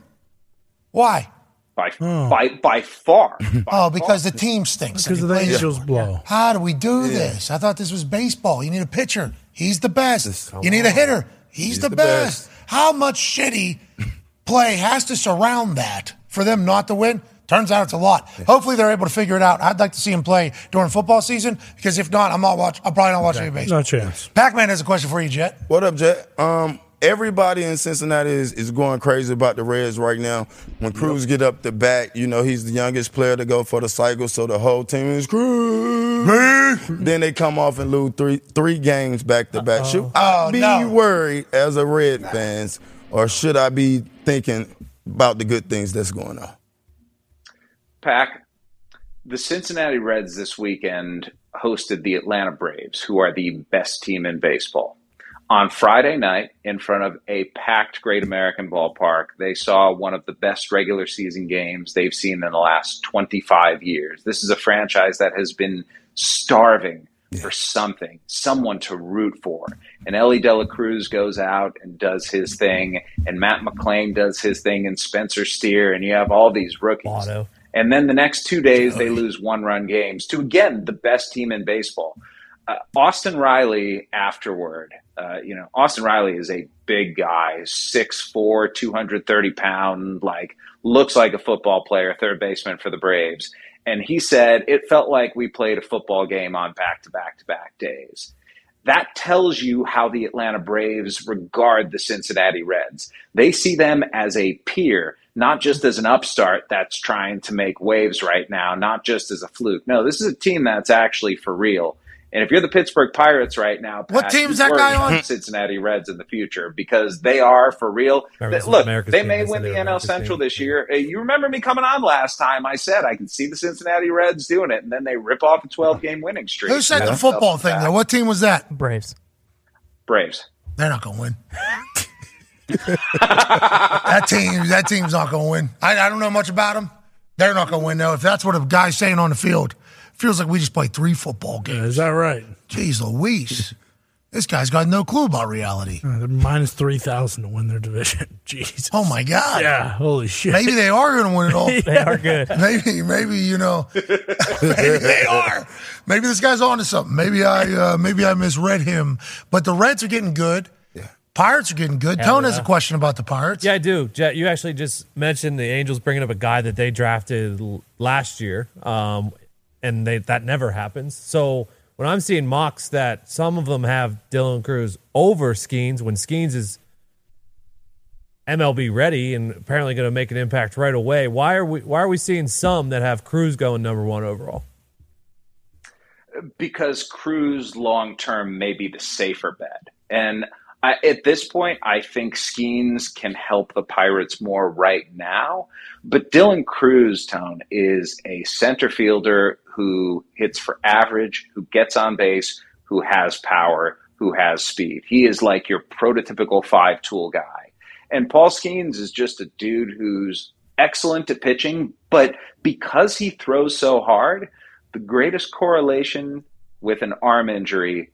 Why? by by by far. oh, because the team stinks. Because of the Angels blow. How do we do this? I thought this was baseball. You need a pitcher. He's the best. You need a hitter. He's, the, best. How much shitty play has to surround that for them not to win? Turns out it's a lot. Hopefully they're able to figure it out. I'd like to see him play during football season because if not, I'm not watch. I'm probably not watching any baseball. No chance. Pac-Man has a question for you, Jet. What up, Jet? Um, everybody in Cincinnati is, is going crazy about the Reds right now. When Cruz get up the bat, you know he's the youngest player to go for the cycle, so the whole team is Cruz. then they come off and lose three three games back to back. Should I be worried as a Red fans, or should I be thinking about the good things that's going on? Pack. The Cincinnati Reds this weekend hosted the Atlanta Braves, who are the best team in baseball. On Friday night, in front of a packed Great American ballpark, they saw one of the best regular season games they've seen in the last 25 years. This is a franchise that has been starving for something, someone to root for. And Ellie Dela Cruz goes out and does his thing, and Matt McClain does his thing, and Spencer Steer, and you have all these rookies. And then the next two days, they lose one run games to, again, the best team in baseball. Uh, Austin Riley afterward, uh, you know, Austin Riley is a big guy, 6'4, 230 pound, like looks like a football player, third baseman for the Braves. And he said, it felt like we played a football game on back to back to back days. That tells you how the Atlanta Braves regard the Cincinnati Reds. They see them as a peer, not just as an upstart that's trying to make waves right now, not just as a fluke. No, this is a team that's actually for real. And if you're the Pittsburgh Pirates right now, What Pat, team's you that worry guy about on? Cincinnati Reds in the future because they are for real. Remember, this They- is look, America's they team. may This is win the their NL America's Central this year. Uh, You remember me coming on last time? I said I can see the Cincinnati Reds doing it, and then they rip off a 12 game winning streak. Who said And the that's football up thing though? What team was that? Braves. Braves. They're not going to win. that team, that team's not going to win. I, I don't know much about them. They're not going to win though. If that's what a guy's saying on the field, feels like we just played three football games. is that right? Jeez, Louise, this guy's got no clue about reality. Uh, they're minus 3,000 to win their division. Jeez. Oh, my God. Yeah. Holy shit. Maybe they are going to win it all. They are good. Maybe, maybe you know, maybe they are. Maybe this guy's onto something. Maybe I, uh, maybe I misread him. But the Reds are getting good. Pirates are getting good. Hell Tone has yeah. a question about the Pirates. Yeah, I do. Jet, you actually just mentioned the Angels bringing up a guy that they drafted l- last year, um, and they, that never happens. So when I'm seeing mocks that some of them have Dylan Cruz over Skeens when Skeens is MLB ready and apparently going to make an impact right away, why are we why are we seeing some that have Cruz going number one overall? because Cruz long term may be the safer bet. And I, at this point, I think Skeens can help the Pirates more right now. But Dylan Cruz, Tone, is a center fielder who hits for average, who gets on base, who has power, who has speed. He is like your prototypical five tool guy. And Paul Skeens is just a dude who's excellent at pitching, but because he throws so hard, the greatest correlation with an arm injury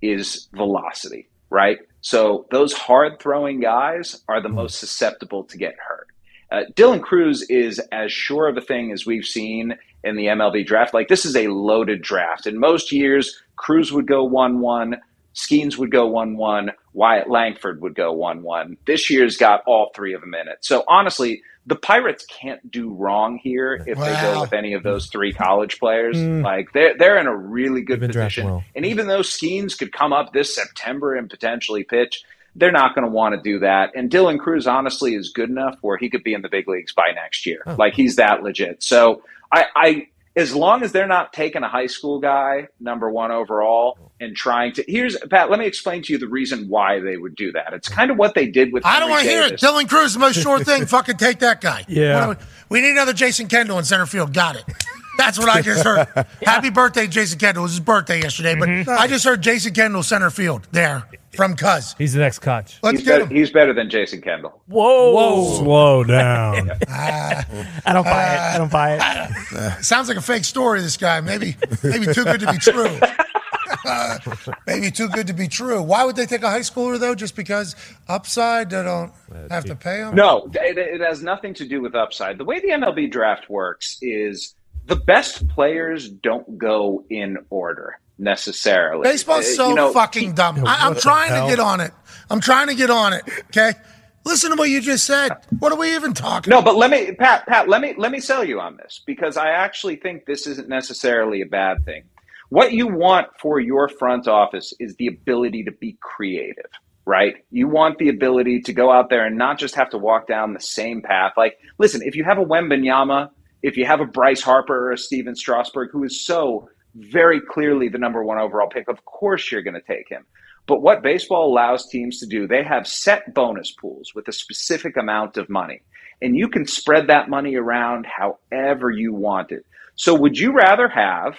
is velocity, right? So those hard throwing guys are the most susceptible to get hurt. Uh, Dylan Cruz is as sure of a thing as we've seen in the MLB draft. Like, this is a loaded draft. In most years, Cruz would go 1 1, Skeens would go 1 1, Wyatt Langford would go 1 1. This year's got all three of them in it. So, honestly, the Pirates can't do wrong here if they go Wow. with any of those three college players. Mm. Like, they're, they're in a really good been drafting position. well. And even though Skeens could come up this September and potentially pitch, they're not going to want to do that. And Dylan Cruz, honestly, is good enough where he could be in the big leagues by next year. Oh. Huh. Like he's that legit. So I, I, as long as they're not taking a high school guy number one overall and trying to, here's Pat. Let me explain to you the reason why they would do that. It's kind of what they did with. I don't want to hear it. Dylan Cruz is the most sure thing. Fucking take that guy. Yeah. What do We we need another Jason Kendall in center field. Got it. That's what I just heard. Happy birthday, Jason Kendall. It was his birthday yesterday, but Mm-hmm. I just heard Jason Kendall center field there from Cuz. He's the next Cutch. Let's he's, get better, he's better than Jason Kendall. Whoa. Slow down. I don't buy it. I don't buy it. Ah. Sounds like a fake story, this guy. Maybe maybe too good to be true. Uh, maybe too good to be true. Why would they take a high schooler, though? Just because upside, they don't have to pay him? No, it, it has nothing to do with upside. The way the MLB draft works is the best players don't go in order necessarily. Baseball's Uh, so you know, fucking dumb. I, I'm What the trying hell? to get on it. I'm trying to get on it. Okay. Listen to what you just said. What are we even talking? No, but let me, Pat, Pat, let me let me sell you on this because I actually think this isn't necessarily a bad thing. What you want for your front office is the ability to be creative, right? You want the ability to go out there and not just have to walk down the same path. Like, listen, if you have a Wembenyama, if you have a Bryce Harper or a Steven Strasburg, who is so very clearly the number one overall pick, of course you're going to take him. But what baseball allows teams to do, they have set bonus pools with a specific amount of money. And you can spread that money around however you want it. So would you rather have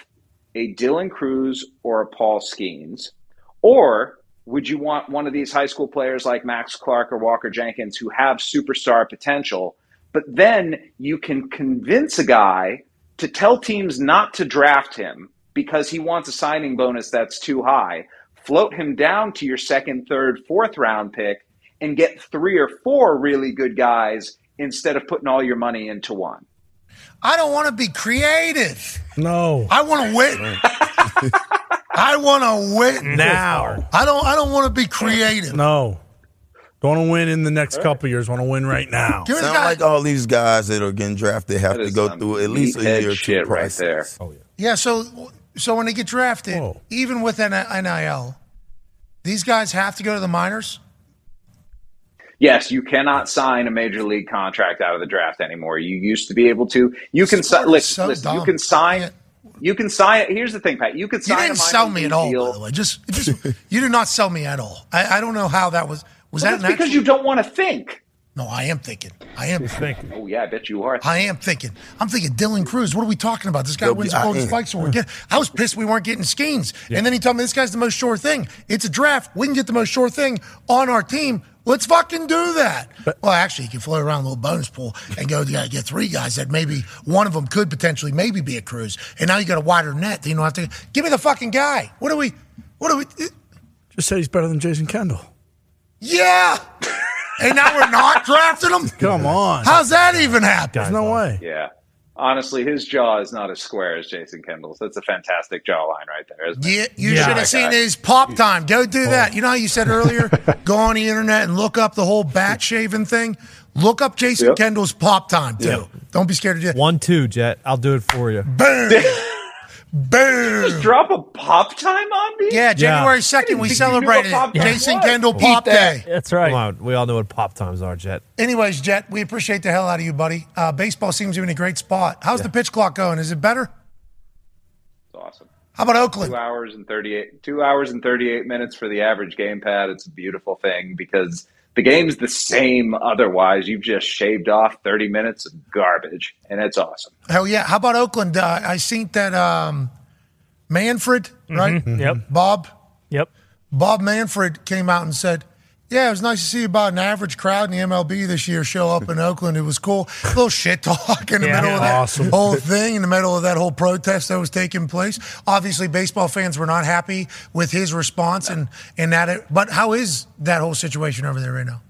a Dylan Cruz or a Paul Skeens? Or would you want one of these high school players like Max Clark or Walker Jenkins who have superstar potential, but then you can convince a guy to tell teams not to draft him because he wants a signing bonus that's too high, float him down to your second, third, fourth round pick, and get three or four really good guys instead of putting all your money into one. I don't want to be creative. No. I want to win. I want to win Now. I don't. I don't want to be creative. No. Don't want to win in the next couple years. Want to win right now. Give me the Sound guy- like all these guys that are getting drafted have to go through at least a meathead year or two shit right process. there. Yeah. So, so when they get drafted, even with an nil, these guys have to go to the minors. Yes, you cannot sign a major league contract out of the draft anymore. You used to be able to. You can sign. Listen, listen, you dumb. can sign. You can sign. Here's the thing, Pat. You could You sign. didn't a minor sell me league at all, deal. by the way. Just, just you did not sell me at all. I, I don't know how that was. Was Well, that an that's because you accident? don't want to think? No, I am thinking. I am thinking. Oh yeah, I bet you are. I am thinking. I'm thinking Dylan Cruz. What are we talking about? This guy They'll be- wins the Golden I am. Spikes Award. Get- I was pissed we weren't getting Skeens, and then he told me this guy's the most sure thing. It's a draft. We can get the most sure thing on our team. Let's fucking do that. well, actually, you can float around a little bonus pool and go. You got to uh, get three guys that maybe one of them could potentially maybe be a Cruz, and now you got a wider net. Then you don't have to give me the fucking guy. What do we? What do we? Just say he's better than Jason Kendall. Yeah. and now we're not drafting him. Come on. How's that even happen? There's no way. Yeah. Honestly, his jaw is not as square as Jason Kendall's. That's a fantastic jawline right there, isn't Yeah, it? you should have seen his pop time. Go do that. You know how you said earlier, go on the internet and look up the whole bat shaving thing. Look up Jason Yep. Kendall's pop time too. Yep. Don't be scared to do it. One, two, Jet. I'll do it for you. Boom. Boom. Just drop a pop time on me? Yeah, January second we celebrated it. Jason Kendall Pop Day. That's right. Come on. We all know what pop times are, Jet. Anyways, Jet, we appreciate the hell out of you, buddy. Uh, baseball seems to be in a great spot. How's the pitch clock going? Is it better? It's awesome. How about Oakland? Two hours and thirty-eight. Two hours and thirty-eight minutes for the average gamepad. It's a beautiful thing because the game's the same. Otherwise, you've just shaved off thirty minutes of garbage, and it's awesome. Hell yeah. How about Oakland? Uh, I seen that um, Manfred, right? Yep. Bob. Mm-hmm. Yep. Bob Manfred came out and said, yeah, it was nice to see about an average crowd in the MLB this year show up in Oakland. It was cool. A little shit talk in the Yeah. middle of that Awesome. whole thing, in the middle of that whole protest that was taking place. Obviously, baseball fans were not happy with his response and and that. It, but how is that whole situation over there right now?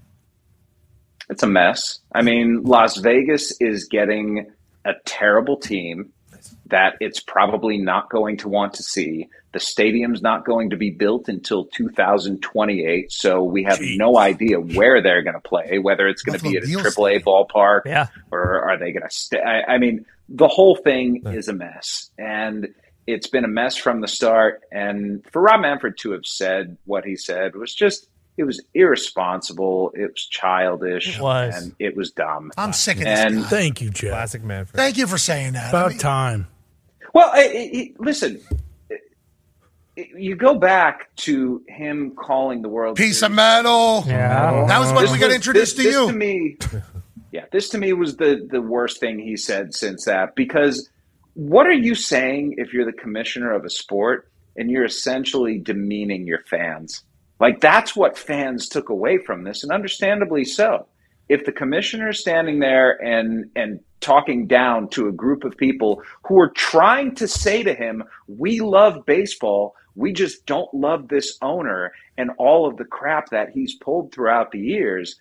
It's a mess. I mean, Las Vegas is getting a terrible team that it's probably not going to want to see. The stadium's not going to be built until 2028, so we have no idea where they're going to play, whether it's going to be at a AAA ballpark or are they going to stay. I, I mean, the whole thing is a mess. And it's been a mess from the start. And for Rob Manfred to have said what he said was just, it was irresponsible. It was childish. It was. And it was dumb. I'm sick of this and guy. Thank you, Jeff. Classic Manfred. Thank you for saying that. About time. Well, I, I, I- listen, you go back to him calling the world Piece of metal. That was when This we got was- introduced this- to this you. To me, yeah, this to me was the the worst thing he said since that because what are you saying if you're the commissioner of a sport and you're essentially demeaning your fans? Like that's what fans took away from this, and understandably so. If the commissioner is standing there and and talking down to a group of people who are trying to say to him, "We love baseball, we just don't love this owner and all of the crap that he's pulled throughout the years,"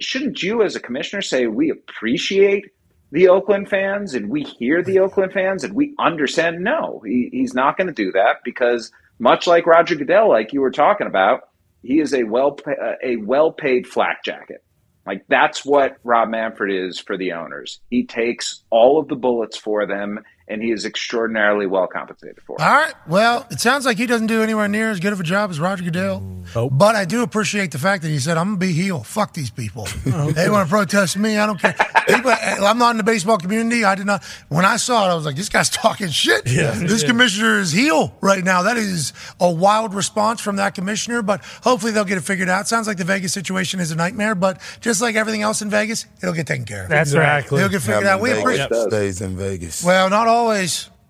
shouldn't you, as a commissioner, say we appreciate the Oakland fans and we hear the Oakland fans and we understand. No, he, he's not going to do that because much like Roger Goodell, like you were talking about, he is a well pa- uh, a well paid flak jacket. Like that's what Rob Manfred is for the owners. He takes all of the bullets for them and he is extraordinarily well compensated for. it. All right. Well, it sounds like he doesn't do anywhere near as good of a job as Roger Goodell. Mm-hmm. But I do appreciate the fact that he said, I'm going to be heel. Fuck these people. they want to protest me. I don't care. People, I'm not in the baseball community. I did not. When I saw it, I was like, this guy's talking shit. Yeah. This Yeah. commissioner is heel right now. That is a wild response from that commissioner, but hopefully they'll get it figured out. Sounds like the Vegas situation is a nightmare, but just like everything else in Vegas, it'll get taken care of. It'll get figured out. We Vegas appreciate stays in Vegas. well, not always.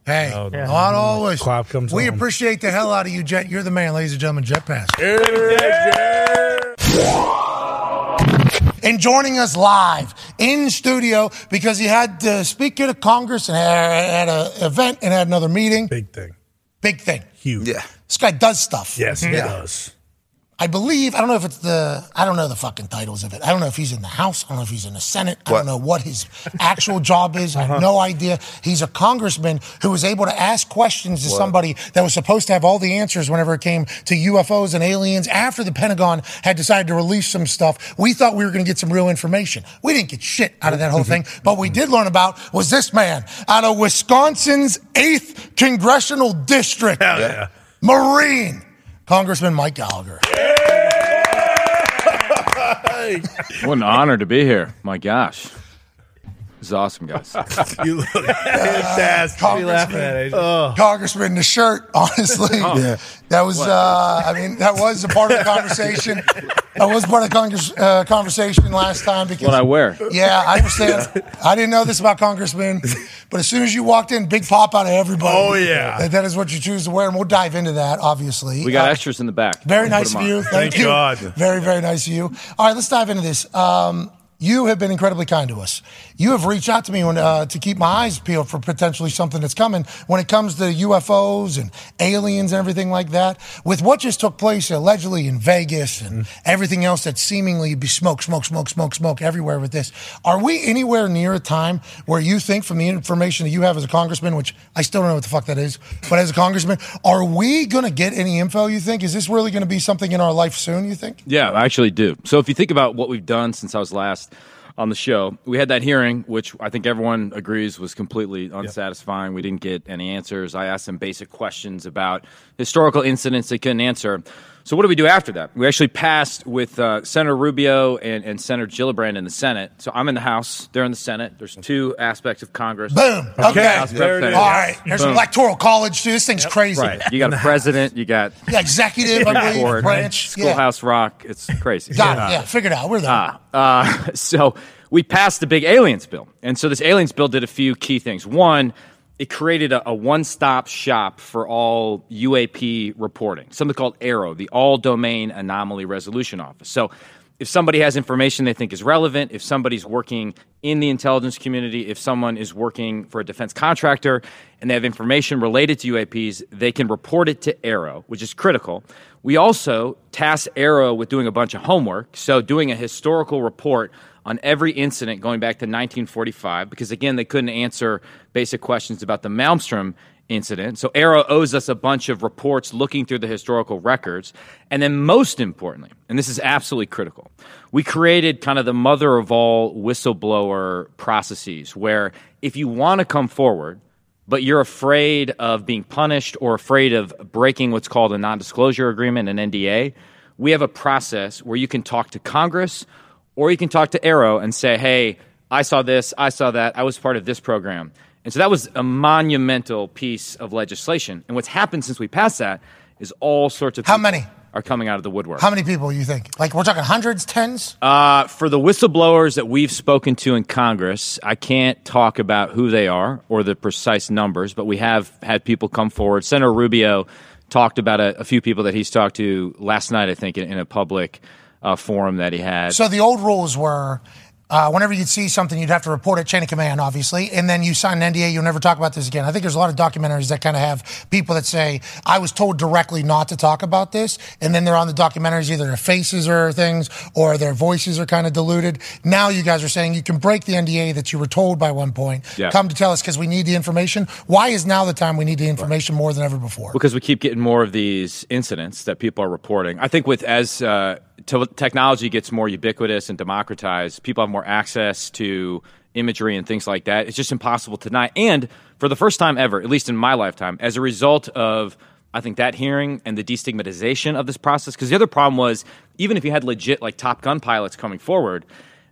Hey, no. not always. Clap Oh, comes we on. appreciate the hell out of you, Jet. You're the man, ladies and gentlemen. Jet Pass. And joining us live in studio because he had to speak at a Congress and had an event and had another meeting. Big thing. Big thing. Huge. Yeah. This guy does stuff. Yes, he Yeah. does. I believe, I don't know if it's the, I don't know the fucking titles of it. I don't know if he's in the House. I don't know if he's in the Senate. I don't know what his actual job is. I have no idea. He's a congressman who was able to ask questions to What? somebody that was supposed to have all the answers whenever it came to UFOs and aliens after the Pentagon had decided to release some stuff. We thought we were going to get some real information. We didn't get shit out of that whole thing. But we did learn about was this man out of Wisconsin's 8th congressional district. yeah. Marine. Congressman Mike Gallagher. What an honor to be here. My gosh. This is awesome, guys. You look fantastic. Uh, Congressman, Uh, Congressman in the shirt, honestly. Oh. Yeah. That was, What? uh, I mean, that was a part of the conversation. that was part of the congress, uh, conversation last time because. what I wear. Yeah, I understand. I didn't know this about Congressman, but as soon as you walked in, big pop out of everybody. Oh, yeah. That- that is what you choose to wear, and we'll dive into that, obviously. We got Uh, extras in the back. Very Put nice them of on. you. Thank, you. Very, very nice of you. All right, let's dive into this. Um, you have been incredibly kind to us. You have reached out to me when, uh, to keep my eyes peeled for potentially something that's coming when it comes to UFOs and aliens and everything like that. With what just took place allegedly in Vegas and everything else that seemingly be smoke, smoke, smoke, smoke, smoke everywhere with this, are we anywhere near a time where you think, from the information that you have as a congressman, which I still don't know what the fuck that is, but as a congressman, are we going to get any info, you think? Is this really going to be something in our life soon, you think? Yeah, I actually do. So if you think about what we've done since I was last on the show, we had that hearing, which I think everyone agrees was completely unsatisfying. We didn't get any answers. I asked them basic questions about historical incidents they couldn't answer. So what do we do after that? We actually passed with uh, Senator Rubio and, and Senator Gillibrand in the Senate. So I'm in the House. They're in the Senate. There's two aspects of Congress. Boom. Okay. House of All Representatives. right. There's an Boom. electoral college, too. This thing's crazy. Right. You got a president. You got Yeah, executive, I believe, board, branch. Yeah. Schoolhouse Rock. It's crazy. Got it. Yeah, figured out. We're there. Ah, uh, so we passed the big aliens bill. And so this aliens bill did a few key things. One, it created a, a one stop shop for all UAP reporting, something called ARO, the All Domain Anomaly Resolution Office. So if somebody has information they think is relevant, if somebody's working in the intelligence community, if someone is working for a defense contractor and they have information related to UAPs, they can report it to Arrow, which is critical. We also task Arrow with doing a bunch of homework, so doing a historical report on every incident going back to 1945, because again, they couldn't answer basic questions about the Malmstrom incident. So Arrow owes us a bunch of reports looking through the historical records. And then most importantly, and this is absolutely critical, we created kind of the mother of all whistleblower processes where if you want to come forward, but you're afraid of being punished or afraid of breaking what's called a non-disclosure agreement, an NDA, we have a process where you can talk to Congress or you can talk to Arrow and say, "Hey, I saw this, I saw that, I was part of this program." And so that was a monumental piece of legislation. And what's happened since we passed that is all sorts of how many are coming out of the woodwork. How many people you think? Like, we're talking hundreds, tens? Uh, for the whistleblowers that we've spoken to in Congress, I can't talk about who they are or the precise numbers, but we have had people come forward. Senator Rubio talked about a, a few people that he's talked to last night, I think, in, in a public uh, forum that he had. So the old rules were uh, whenever you'd see something, you'd have to report it, chain of command, obviously, and then you sign an NDA, you'll never talk about this again. I think there's a lot of documentaries that kind of have people that say, I was told directly not to talk about this, and then they're on the documentaries, either their faces or things, or their voices are kind of diluted. Now you guys are saying you can break the NDA that you were told by one point, Yeah. come to tell us because we need the information. Why is now the time we need the information more than ever before? Because we keep getting more of these incidents that people are reporting. I think with as uh, te- technology gets more ubiquitous and democratized, people have more access to imagery and things like that. It's just impossible to deny. And for the first time ever, at least in my lifetime, as a result of I think that hearing and the destigmatization of this process. Because the other problem was even if you had legit like Top Gun pilots coming forward.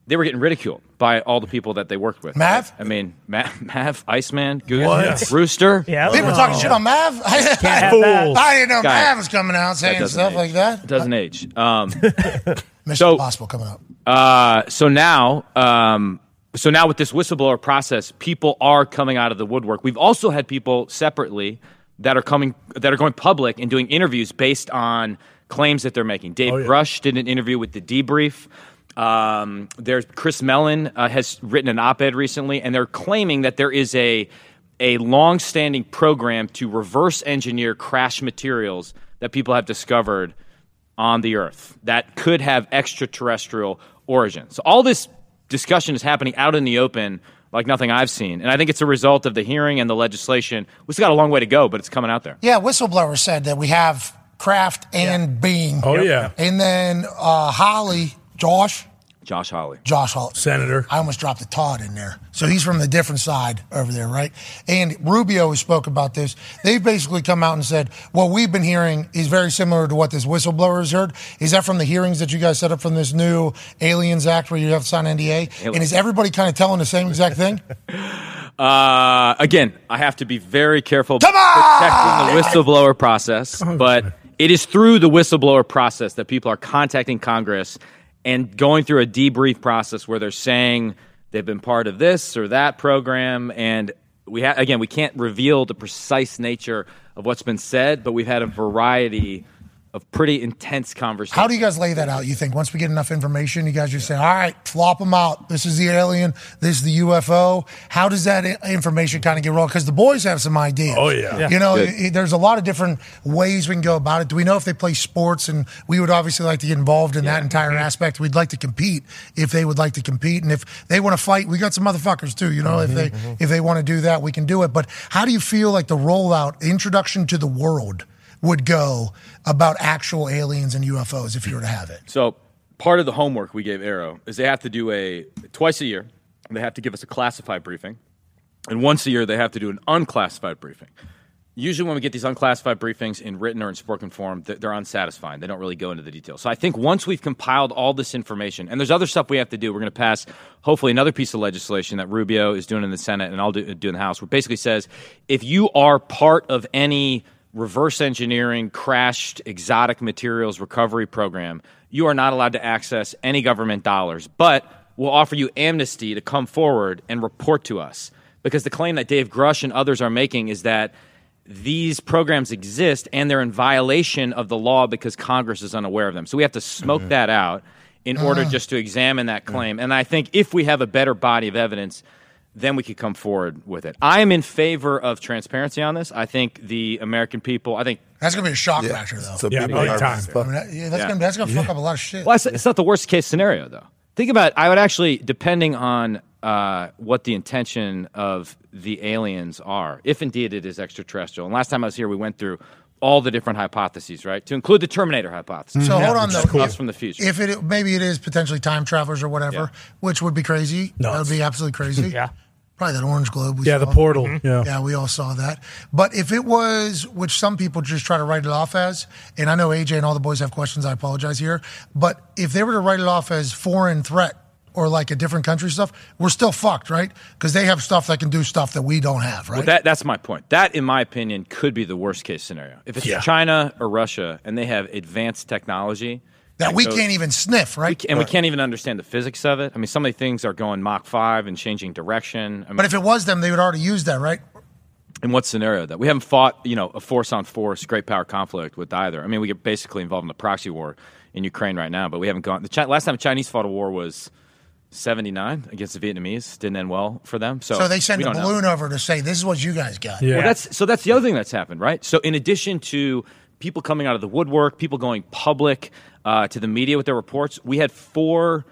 They were getting ridiculed by all the people that they worked with. Mav? I mean, Mav, Mav Iceman, Goose, What? Rooster. Yeah, People talking shit on Mav? I, have that. I didn't know Got it. Mav was coming out That saying doesn't stuff age. like that. It doesn't age. Um, Mission so, Impossible coming up. uh, so now, um, so now with this whistleblower process, people are coming out of the woodwork. We've also had people separately that are coming that are going public and doing interviews based on claims that they're making. Dave Oh, Brush did an interview with the debrief. Um, there's Chris Mellon uh, has written an op-ed recently, and they're claiming that there is a a long-standing program to reverse engineer crash materials that people have discovered on the earth that could have extraterrestrial origin. So all this discussion is happening out in the open like nothing I've seen. And I think it's a result of the hearing and the legislation. We've still got a long way to go, but it's coming out there. Yeah, whistleblower said that we have Kraft and Bean. Oh, yeah. and then uh, Holly, Josh, Josh Hawley. Josh Holly, Senator. I almost dropped the Todd in there, so he's from the different side over there, right? And Rubio who spoke about this. They've basically come out and said what we've been hearing is very similar to what this whistleblower has heard. Is that from the hearings that you guys set up from this new Aliens Act where you have to sign NDA? Alien. And is everybody kind of telling the same exact thing? Uh, again, I have to be very careful protecting the whistleblower Oh, process, but it is through the whistleblower process that people are contacting Congress and going through a debrief process where they're saying they've been part of this or that program. And we ha- again, we can't reveal the precise nature of what's been said, but we've had a variety of pretty intense conversations. How do you guys lay that out? You think once we get enough information, you guys just say, all right, flop them out. This is the alien. This is the UFO. How does that i- information kind of get rolled? Because the boys have some ideas. Oh, yeah. Yeah. You know, Good. i- i- eh, there's a lot of different ways we can go about it. Do we know if they play sports? And we would obviously like to get involved in that entire aspect. We'd like to compete if they would like to compete. And if they want to fight, we got some motherfuckers too. You know, if they, if they want to do that, we can do it. But how do you feel like the rollout, introduction to the world? would go about actual aliens and UFOs if you were to have it. So part of the homework we gave Arrow is they have to do a twice a year. They have to give us a classified briefing, and once a year they have to do an unclassified briefing. usually when we get these unclassified briefings in written or in spoken form, th- they're unsatisfying. They don't really go into the details. So I think once we've compiled all this information, and there's other stuff we have to do, we're going to pass hopefully another piece of legislation that Rubio is doing in the Senate and I'll do, do in the House, which basically says if you are part of any reverse engineering crashed exotic materials recovery program, you are not allowed to access any government dollars, but we'll offer you amnesty to come forward and report to us. Because the claim that Dave Grush and others are making is that these programs exist and they're in violation of the law because Congress is unaware of them. So we have to smoke that out in order Ah. just to examine that claim. And I think if we have a better body of evidence, then we could come forward with it. I am in favor of transparency on this. I think the American people, I think. That's going to be a shock factor, though. I mean, that- yeah, that's Yeah. going to that's going to fuck up a lot of shit. Well, it's, it's not the worst case scenario, though. Think about. I would actually, depending on uh, what the intention of the aliens are, if indeed it is extraterrestrial. And last time I was here, we went through all the different hypotheses, right? To include the Terminator hypothesis. So hold on, which though. is us from the future. If it maybe it is potentially time travelers or whatever, which would be crazy. No, that would be absolutely crazy. yeah. Probably that orange globe. We Yeah, the saw. Mm-hmm. portal, Mhm. yeah. we all saw that. But if it was, which some people just try to write it off as, and I know AJ and all the boys have questions. I apologize here, but if they were to write it off as foreign threat or like a different country stuff, we're still fucked, right? Because they have stuff that can do stuff that we don't have, right? Well, that, that's my point. That, in my opinion, could be the worst case scenario. If it's Yeah. China or Russia and they have advanced technology that we goes- can't even sniff, right? and we can't even understand the physics of it. I mean, some of the things are going Mach 5 and changing direction. I mean, But if it was them, they would already use that, right? in what scenario that we haven't fought you know a force on force great power conflict with either i mean we get basically involved in the proxy war in ukraine right now but we haven't gone the Chi- last time the chinese fought a war was 79 against the vietnamese didn't end well for them so So, they send we a don't know. balloon over to say, "This is what you guys got." Well, that's so that's the other thing that's happened, right? So in addition to people coming out of the woodwork, people going public uh, to the media with their reports, we had four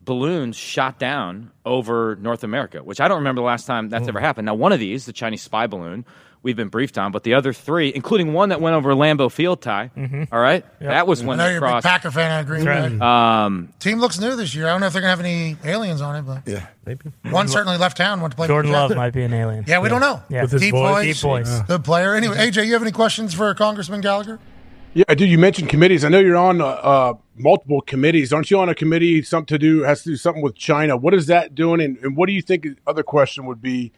balloons shot down over North America, which I don't remember the last time Hmm. that's ever happened. Now one of these, the Chinese spy balloon, we've been briefed on, but the other three, including one that went over Lambeau Field, Ty. Mm-hmm. Mhm. all right, that was I when know they you're a big crossed. Packer fan. I agree. with that. Um, Team looks new this year. I don't know if they're gonna have any aliens on it, but yeah, maybe one certainly left town. Went to play. for Mm-hmm. Jordan the Jets. Love might be an alien. Yeah, we don't know. Yeah, deep voice, Deep voice. good player. Anyway, AJ, you have any questions for Congressman Gallagher? Yeah, dude. You mentioned committees. I know you're on uh, uh, multiple committees. Aren't you on a committee? Something to do has to do something with China. What is that doing? And, and what do you think? Other question would be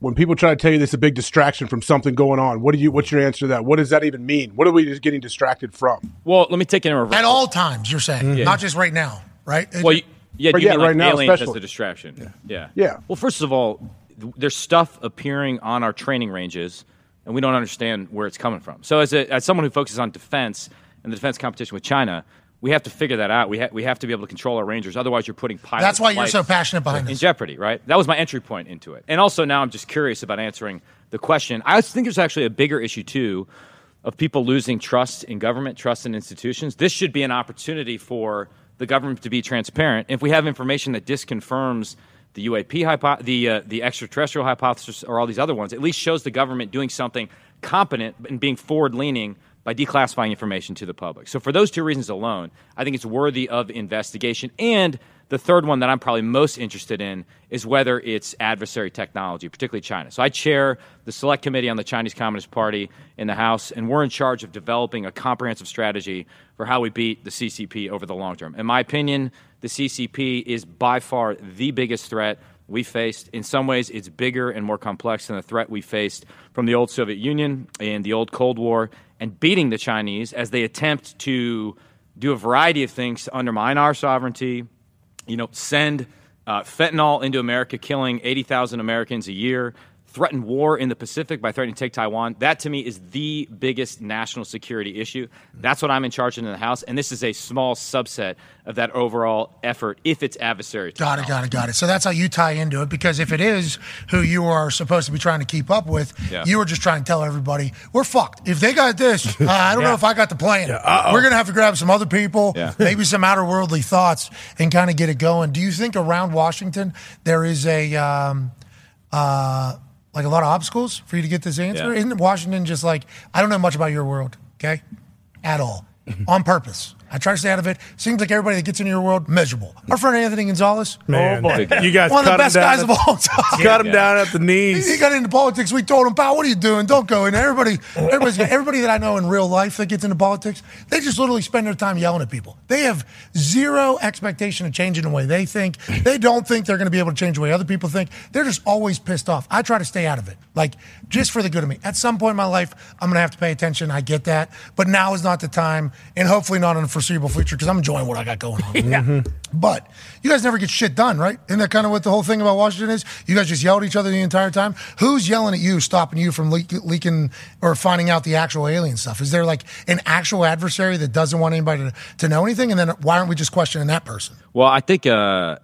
when people try to tell you this is a big distraction from something going on. What do you? What's your answer to that? What does that even mean? What are we just getting distracted from? Well, let me take it in reverse. At all times, you're saying, Yeah. not just right now, right? Well, you, yeah, But you yeah, mean like right now aliens as especially. a distraction. Yeah. yeah. Yeah. Well, first of all, th- there's stuff appearing on our training ranges, and we don't understand where it's coming from. So, as, a, as someone who focuses on defense and the defense competition with China, we have to figure that out. We, ha- we have to be able to control our rangers. Otherwise, you're putting pilots. That's why you're so lives- passionate behind in this. jeopardy, right? That was my entry point into it. And also now I'm just curious about answering the question. I also think there's actually a bigger issue too of people losing trust in government, trust in institutions. This should be an opportunity for the government to be transparent. If we have information that disconfirms the UAP hypo- the uh, the extraterrestrial hypothesis or all these other ones, at least shows the government doing something competent and being forward leaning by declassifying information to the public. So for those two reasons alone, I think it's worthy of investigation and the third one that I'm probably most interested in is whether it's adversary technology, particularly China. So I chair the Select Committee on the Chinese Communist Party in the House, and we're in charge of developing a comprehensive strategy for how we beat the CCP over the long term. In my opinion, the CCP is by far the biggest threat we faced. In some ways, it's bigger and more complex than the threat we faced from the old Soviet Union and the old Cold War, and beating the Chinese as they attempt to do a variety of things to undermine our sovereignty you know, send uh, fentanyl into America, killing 80,000 Americans a year, threaten war in the Pacific by threatening to take Taiwan. That to me is the biggest national security issue. That's what I'm in charge of in the House, and this is a small subset of that overall effort if it's adversary. Got it, got it, got it. So that's how you tie into it because if it is who you are supposed to be trying to keep up with, Yeah. you were just trying to tell everybody, we're fucked. If they got this, uh, I don't know Yeah. if I got the plan. uh-oh. We're going to have to grab some other people, Yeah. maybe some outerworldly thoughts, and kind of get it going. Do you think around Washington there is a. Um, uh, like a lot of obstacles for you to get this answer. Yeah. Isn't Washington just like I don't know much about your world, okay, at all, on purpose? I trust out of it. Seems like everybody that gets into your world, miserable. Our friend Anthony Gonzalez. Man, oh boy. you guys One of the cut him best down guys at- of all time. Cut him down at the knees. He, he got into politics. We told him, pal, what are you doing? Don't go in. Everybody, everybody's, everybody that I know in real life that gets into politics, they just literally spend their time yelling at people. They have zero expectation of changing the way they think. They don't think they're going to be able to change the way other people think. They're just always pissed off. I try to stay out of it, like just for the good of me. At some point in my life, I'm going to have to pay attention. I get that, but now is not the time, and hopefully not in the foreseeable future because I'm enjoying what I got going on. Yeah. But you guys never get shit done, right? Isn't that kind of what the whole thing about Washington is? You guys just yell at each other the entire time. Who's yelling at you, stopping you from leak, leaking or finding out the actual alien stuff? Is there like an actual adversary that doesn't want anybody to, to know anything? And then why aren't we just questioning that person? Well, I think uh,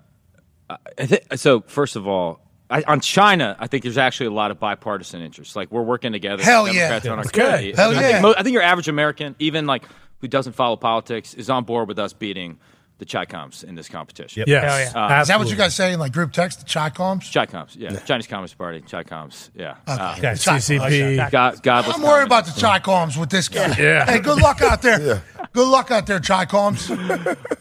I th- so. First of all, I, on China, I think there's actually a lot of bipartisan interest. Like we're working together. Hell yeah. Democrats are on our That's good. committee. Hell And I yeah. Think mo- I think your average American, even like who doesn't follow politics, is on board with us beating the Chi Coms in this competition. Yes. Uh, Is that what you guys say in like group text, the Chi Coms? Chi Coms, yeah. Chinese Communist Party, Chi Coms, yeah. Okay. Uh, Yeah, CCP. God, godless. I'm worried about the Chi Coms with this guy. Yeah. Hey, good luck out there. Good luck out there, Chi Coms.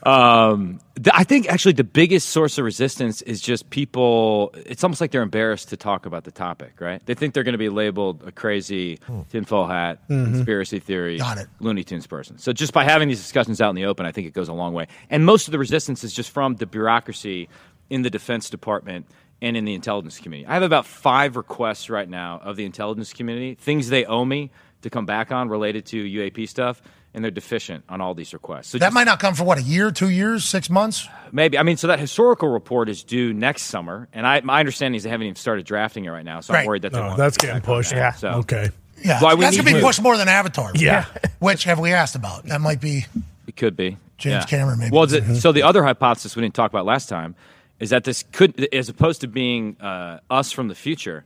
Um, th- I think actually the biggest source of resistance is just people. It's almost like they're embarrassed to talk about the topic, right? They think they're going to be labeled a crazy Hmm. tinfoil hat, Mm-hmm. Mhm. conspiracy theory, Got it. Looney Tunes person. So just by having these discussions out in the open, I think it goes a long way. And most of the resistance is just from the bureaucracy in the Defense Department and in the intelligence community. I have about five requests right now of the intelligence community, things they owe me to come back on related to UAP stuff, and they're deficient on all these requests. So that just- might not come for what, a year, two years, six months? Maybe. I mean, so that historical report is due next summer, and I, my understanding is they haven't even started drafting it right now, so I'm Right. worried that they No, won't. that's getting pushed. Yeah. Yeah. So- Okay. Yeah, Why we that's gonna need be to- pushed more than Avatar. Yeah. which have we asked about? That might be. It could be. James Cameron, maybe. Mm-hmm. Well, the, so the other hypothesis we didn't talk about last time is that this could, as opposed to being uh, us from the future,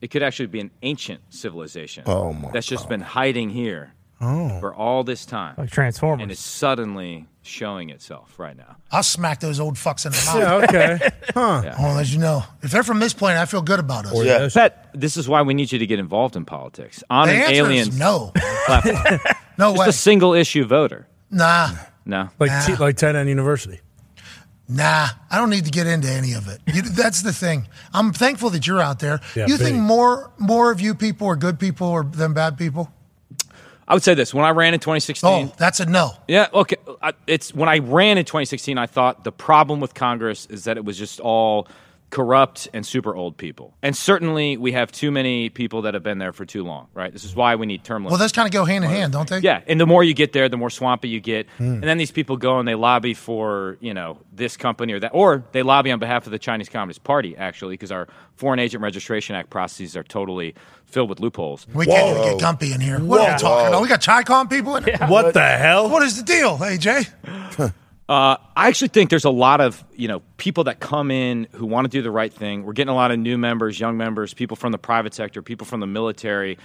it could actually be an ancient civilization Oh, my that's just been hiding here Oh. for all this time, Like Transformers. and is suddenly showing itself right now. I'll smack those old fucks in the Yeah, mouth. okay. Huh. Yeah. I'll let you know. If they're from this planet, I feel good about us. yeah. Pat, this is why we need you to get involved in politics on The an answer is alien no. platform. No just way. a single issue voter. Nah, No, Like t- like 10N University. nah. I don't need to get into any of it. You, that's the thing. I'm thankful that you're out there. Yeah, you think big. more more of you people are good people or than bad people? I would say this: when I ran in 2016, Oh, that's a no. yeah, okay, I, it's when I ran in 2016. I thought the problem with Congress is that it was just all corrupt and super old people, and certainly we have too many people that have been there for too long. Right? This is why we need term limits. Well, those kind of go hand in hand, don't they? Hmm. Yeah, and the more you get there, the more swampy you get. And then these people go and they lobby for you know this company or that, or they lobby on behalf of the Chinese Communist Party actually, because our Foreign Agent Registration Act processes are totally filled with loopholes. We can't even get gumpy in here. What are Whoa. we talking about? We got Chi-Con people in here? What the hell? What is the deal, AJ? Uh, I actually think there's a lot of you know people that come in who want to do the right thing. We're getting a lot of new members, young members, people from the private sector, people from the military,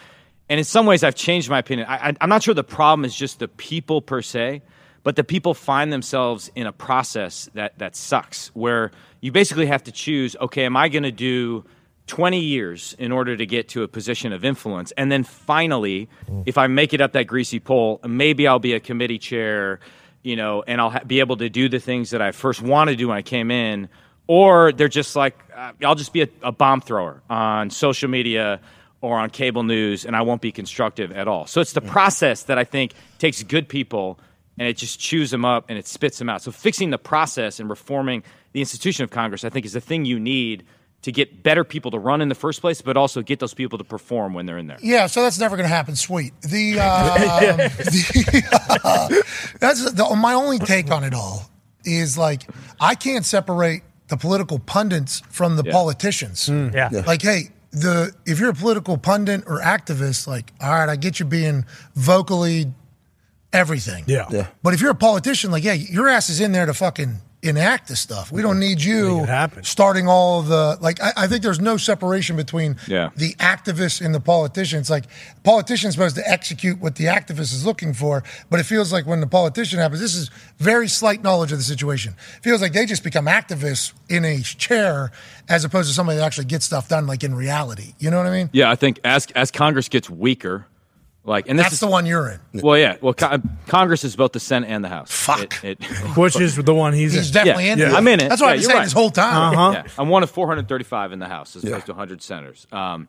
and in some ways, I've changed my opinion. I, I, I'm not sure the problem is just the people per se, but the people find themselves in a process that that sucks, where you basically have to choose: okay, am I going to do 20 years in order to get to a position of influence. And then finally, if I make it up that greasy pole, maybe I'll be a committee chair, you know, and I'll ha- be able to do the things that I first wanted to do when I came in. Or they're just like, uh, I'll just be a, a bomb thrower on social media or on cable news and I won't be constructive at all. So it's the process that I think takes good people and it just chews them up and it spits them out. So fixing the process and reforming the institution of Congress, I think, is the thing you need to get better people to run in the first place, but also get those people to perform when they're in there. Yeah, so that's never going to happen. Sweet. The, um, the that's the, my only take on it all is like I can't separate the political pundits from the Yeah. Mm. politicians. Yeah. Yeah. like hey. The if you're a political pundit or activist, like, all right, I get you being vocally everything. Yeah. Yeah. But if you're a politician, like, yeah, your ass is in there to fucking enact this stuff. We don't need you starting all the like. I, I think there's no separation between Yeah. the activists and the politicians. Like, politicians supposed to execute what the activist is looking for, but it feels like when the politician happens, this is very slight knowledge of the situation. feels like they just become activists in a chair as opposed to somebody that actually gets stuff done, like in reality. You know what I mean? Yeah, I think as as Congress gets weaker, Like, and this That's is the one you're in. Well, yeah. Well, co- Congress is both the Senate and the House. Fuck. Which is the one he's, Uh-huh. He's definitely in it. I'm in it. That's what Yeah, I've been you're saying right. this whole time. Yeah. I'm one of 435 in the House as opposed to 100 senators. Um,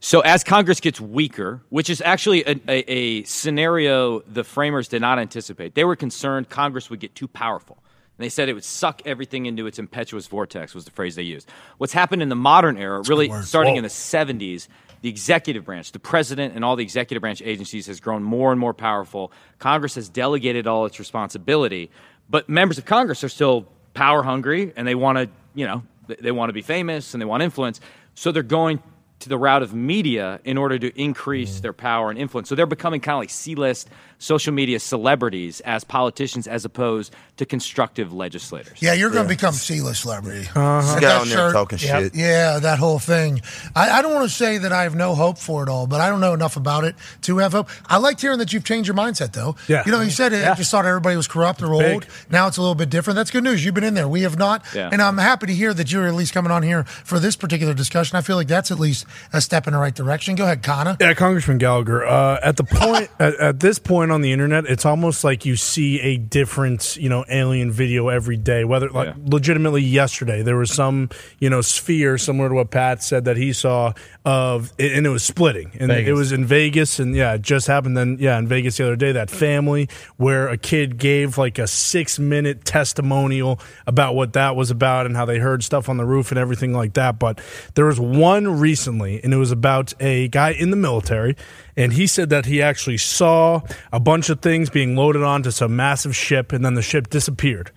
so as Congress gets weaker, which is actually a, a, a scenario the framers did not anticipate, they were concerned Congress would get too powerful. And they said it would suck everything into its impetuous vortex, was the phrase they used. What's happened in the modern era, really starting in the 70s, the executive branch, the president and all the executive branch agencies has grown more and more powerful. Congress has delegated all its responsibility, but members of Congress are still power hungry and they want to, you know, th- they want to be famous and they want influence. So they're going to the route of media in order to increase their power and influence. So they're becoming kind of like C-list social media celebrities as politicians as opposed to constructive legislators. Yeah, you're going to become C-list celebrity. Uh-huh. Get Guy that on there talking yeah. shit. Yeah, that whole thing. I, I don't want to say that I have no hope for it all, but I don't know enough about it to have hope. I liked hearing that you've changed your mindset, though. Yeah. You know, you said it. I just thought everybody was corrupt or Big. old. Now it's a little bit different. That's good news. You've been in there. We have not. Yeah. And I'm happy to hear that you're at least coming on here for this particular discussion. I feel like that's at least a step in the right direction. Go ahead, Kana. Yeah, Congressman Gallagher. Uh, at the point, at, at this point on the internet, it's almost like you see a different, you know, alien video every day. Whether like legitimately yesterday, there was some, you know, sphere similar to what Pat said that he saw of, and it was splitting, and it Vegas. was in Vegas, and yeah, it just happened. Then yeah, in Vegas the other day, that family where a kid gave like a six minute testimonial about what that was about and how they heard stuff on the roof and everything like that. But there was one recently, and it was about a guy in the military, and he said that he actually saw a bunch of things being loaded onto some massive ship, and then the ship disappeared.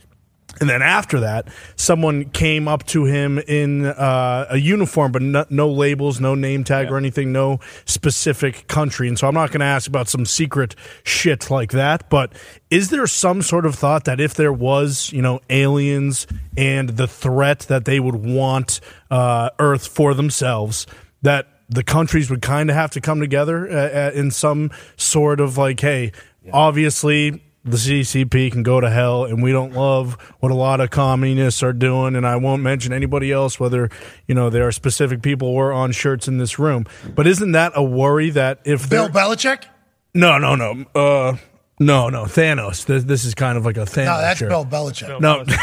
And then after that, someone came up to him in uh, a uniform, but no, no labels, no name tag or anything, no specific country. And so I'm not going to ask about some secret shit like that. But is there some sort of thought that if there was, you know, aliens and the threat that they would want uh, Earth for themselves, that the countries would kind of have to come together uh, uh, in some sort of like, hey, obviously the CCP can go to hell, and we don't love what a lot of communists are doing. And I won't mention anybody else, whether you know there are specific people or on shirts in this room. But isn't that a worry that if Bill Belichick? No, no, no, uh, no, no, Thanos. This, this is kind of like a Thanos. No, that's shirt. Bill Belichick. No, no,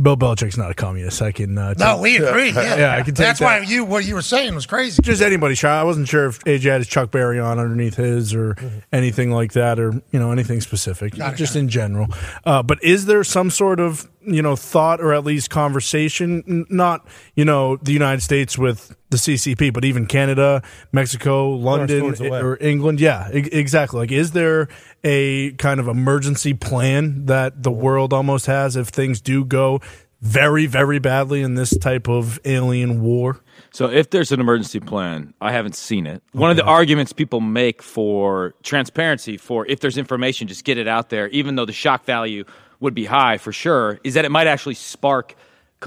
Bill Belichick's not a communist. I can. Uh, No, tell- we agree. Yeah, yeah, I can take That's that. why you what you were saying was crazy. just anybody shot. I wasn't sure if AJ had his Chuck Berry on underneath his or anything like that, or you know anything specific. Mm-hmm. Got it, just in general. Uh, but is there some sort of you know thought or at least conversation? N- Not you know the United States with the CCP, but even Canada, Mexico, London, towards the i- west. or England. Yeah, e- exactly. Like, is there a kind of emergency plan that the world almost has if things do go? Very, very badly in this type of alien war. So if there's an emergency plan, I haven't seen it. One of the arguments people make for transparency, for if there's information, just get it out there, even though the shock value would be high for sure, is that it might actually spark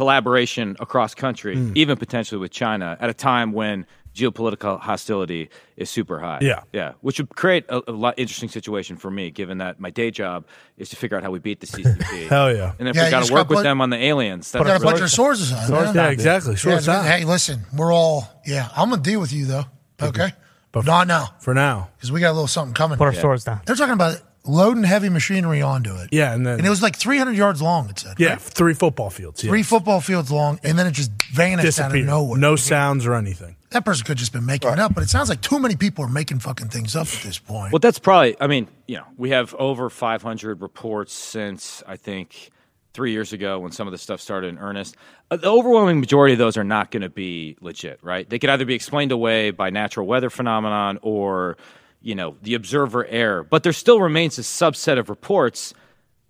collaboration across country, Hmm. Mm. even potentially with China, at a time when geopolitical hostility is super high. Yeah. Yeah. Which would create a, a lot interesting situation for me, given that my day job is to figure out how we beat the CCP. Hell yeah. And if Yeah, we you got just to work gotta with put- them on the aliens, You gotta put your swords aside. Swords down, exactly. Swords yeah, down. Hey, listen, we're all yeah. I'm gonna deal with you though. Okay, but not now for now because we got a little something coming. Put our Yeah. swords down. They're talking about loading heavy machinery onto it. Yeah, and then And it was like 300 yards long. It said yeah, three football fields, yeah. three football fields long, and then it just vanished out of Disappeared. nowhere. No sounds or anything. That person could have just been making it up, but it sounds like too many people are making fucking things up at this point. Well, that's probably. I mean, you know, we have over 500 reports since I think three years ago when some of this stuff started in earnest. Uh, The overwhelming majority of those are not going to be legit, right? They could either be explained away by natural weather phenomenon or, you know, the observer error. But there still remains a subset of reports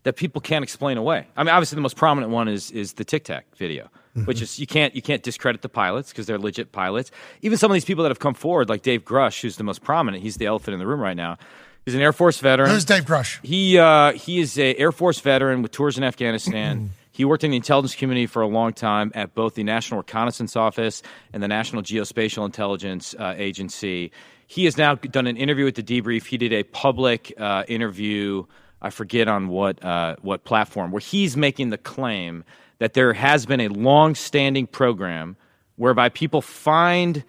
that people can't explain away. I mean, obviously the most prominent one is is the Tic Tac video, Mm-hmm. which is you can't you can't discredit the pilots because they're legit pilots. Even some of these people that have come forward, like Dave Grush, who's the most prominent, he's the elephant in the room right now. He's an Air Force veteran. Who's Dave Grush? He uh, he is a Air Force veteran with tours in Afghanistan. he worked in the intelligence community for a long time at both the National Reconnaissance Office and the National Geospatial Intelligence uh, Agency. He has now done an interview with the debrief. He did a public uh, interview. I forget on what uh, what platform where he's making the claim that there has been a long-standing program whereby people find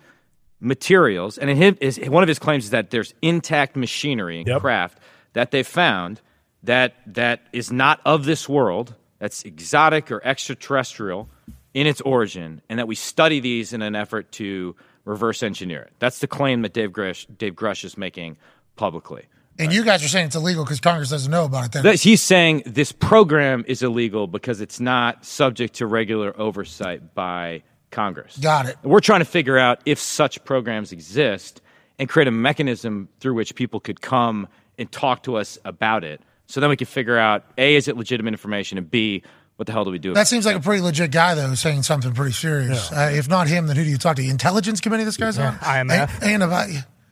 materials, and in his, his, one of his claims is that there's intact machinery and craft that they found that that is not of this world, that's exotic or extraterrestrial in its origin, and that we study these in an effort to reverse engineer it. That's the claim that Dave Grush, Dave Grush is making publicly. And you guys are saying it's illegal because Congress doesn't know about it. Then This- He's saying this program is illegal because it's not subject to regular oversight by Congress. Got it. We're trying to figure out if such programs exist and create a mechanism through which people could come and talk to us about it. So then we can figure out A, is it legitimate information? And B, what the hell do we do? about That seems like a pretty legit guy, though, saying something pretty serious. Uh, if not him, then who do you talk to? The Intelligence Committee. This guy's on IMF. and, and about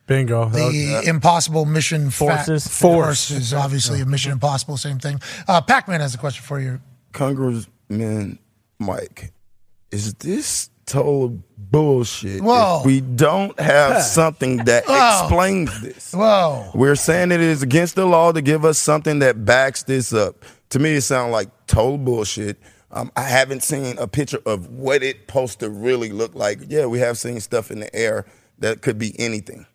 Bingo. the Impossible Mission Fa- Forces. Force Force. is obviously a Mission Impossible. Same thing. Uh, Pac Man has a question for you. Congressman Mike, is this total bullshit? if Whoa. we don't have something that Whoa. explains Uh, this. Whoa. We're saying it is against the law to give us something that backs this up. To me, it sounds like total bullshit. Um, I haven't seen a picture of what it's supposed to really look like. Yeah, we have seen stuff in the air that could be anything.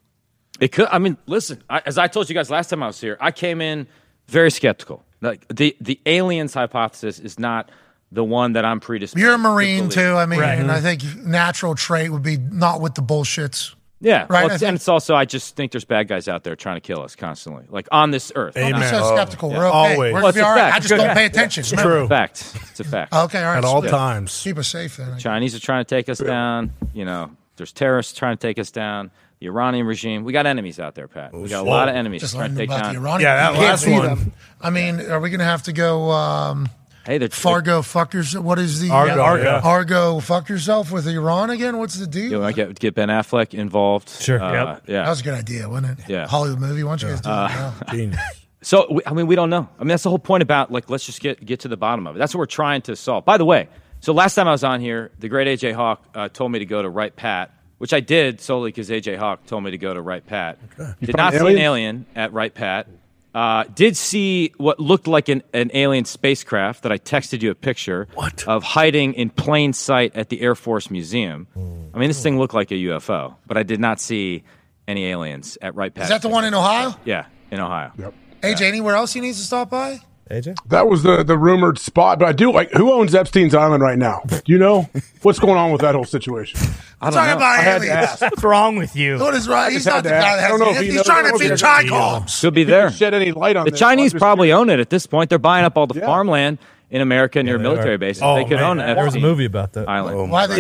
It could. I mean, listen. I, as I told you guys last time I was here, I came in very skeptical. Like the the aliens hypothesis is not the one that I'm predisposed. You're a Marine, to believe. too. I mean, and I Mm-hmm. think natural trait would be not with the bullshits. yeah, Right, well, I it's- and it's also I just think there's bad guys out there trying to kill us constantly, like on this earth. I'm Not- so skeptical. We're okay. Oh, Always. We're Well, gonna it's be a all right. fact. I just don't Yeah. pay attention. It's true. Fact. It's a fact. Okay, all right. At all times. Keep us safe then. Chinese are trying to take us down. You know, there's terrorists trying to take us down. The Iranian regime. We got enemies out there, Pat. We got a lot of enemies Just trying learning to take about down. the Iranian. You can't see them. I mean, are we going to have to go? Um, Hey, they're Fargo fuck yourse- What is the Argo, Yeah, Argo. Argo fuck yourself with Iran again? What's the deal? You want to get, get Ben Affleck involved? Sure. uh, Yeah. that was a good idea, wasn't it? Yeah. Uh, Hollywood movie. Why don't you guys do that? now? So we, I mean, we don't know. I mean, that's the whole point about like let's just get get to the bottom of it. That's what we're trying to solve. By the way, so last time I was on here, the great AJ Hawk uh, told me to go to Right Pat, which I did solely because AJ Hawk told me to go to Right Pat. You Did not found see an aliens? alien at Right Pat. Uh, did see what looked like an, an alien spacecraft that I texted you a picture of hiding in plain sight at the Air Force Museum. I mean, Hmm. this thing looked like a UFO, but I did not see any aliens at Right Pat. Is that the one in Ohio? Yeah, in Ohio. AJ, anywhere else he needs to stop by? AJ? That was the, the rumored spot, but I do like who owns Epstein's Island right now? Do you know what's going on with that whole situation? I Talking about I had to aliens. ask. What's wrong with you? What is right? I He's just not had the to guy ask. that I has don't know if the. he He's knows. trying I to don't know if feed he has a Chicago. Could be Oh, If you there. Shed any light on the this, Chinese I'm just probably own it at this point. They're buying up all the farmland in America near military bases. Oh, they could own man. it. There was a movie about that. Island. Oh, Why they,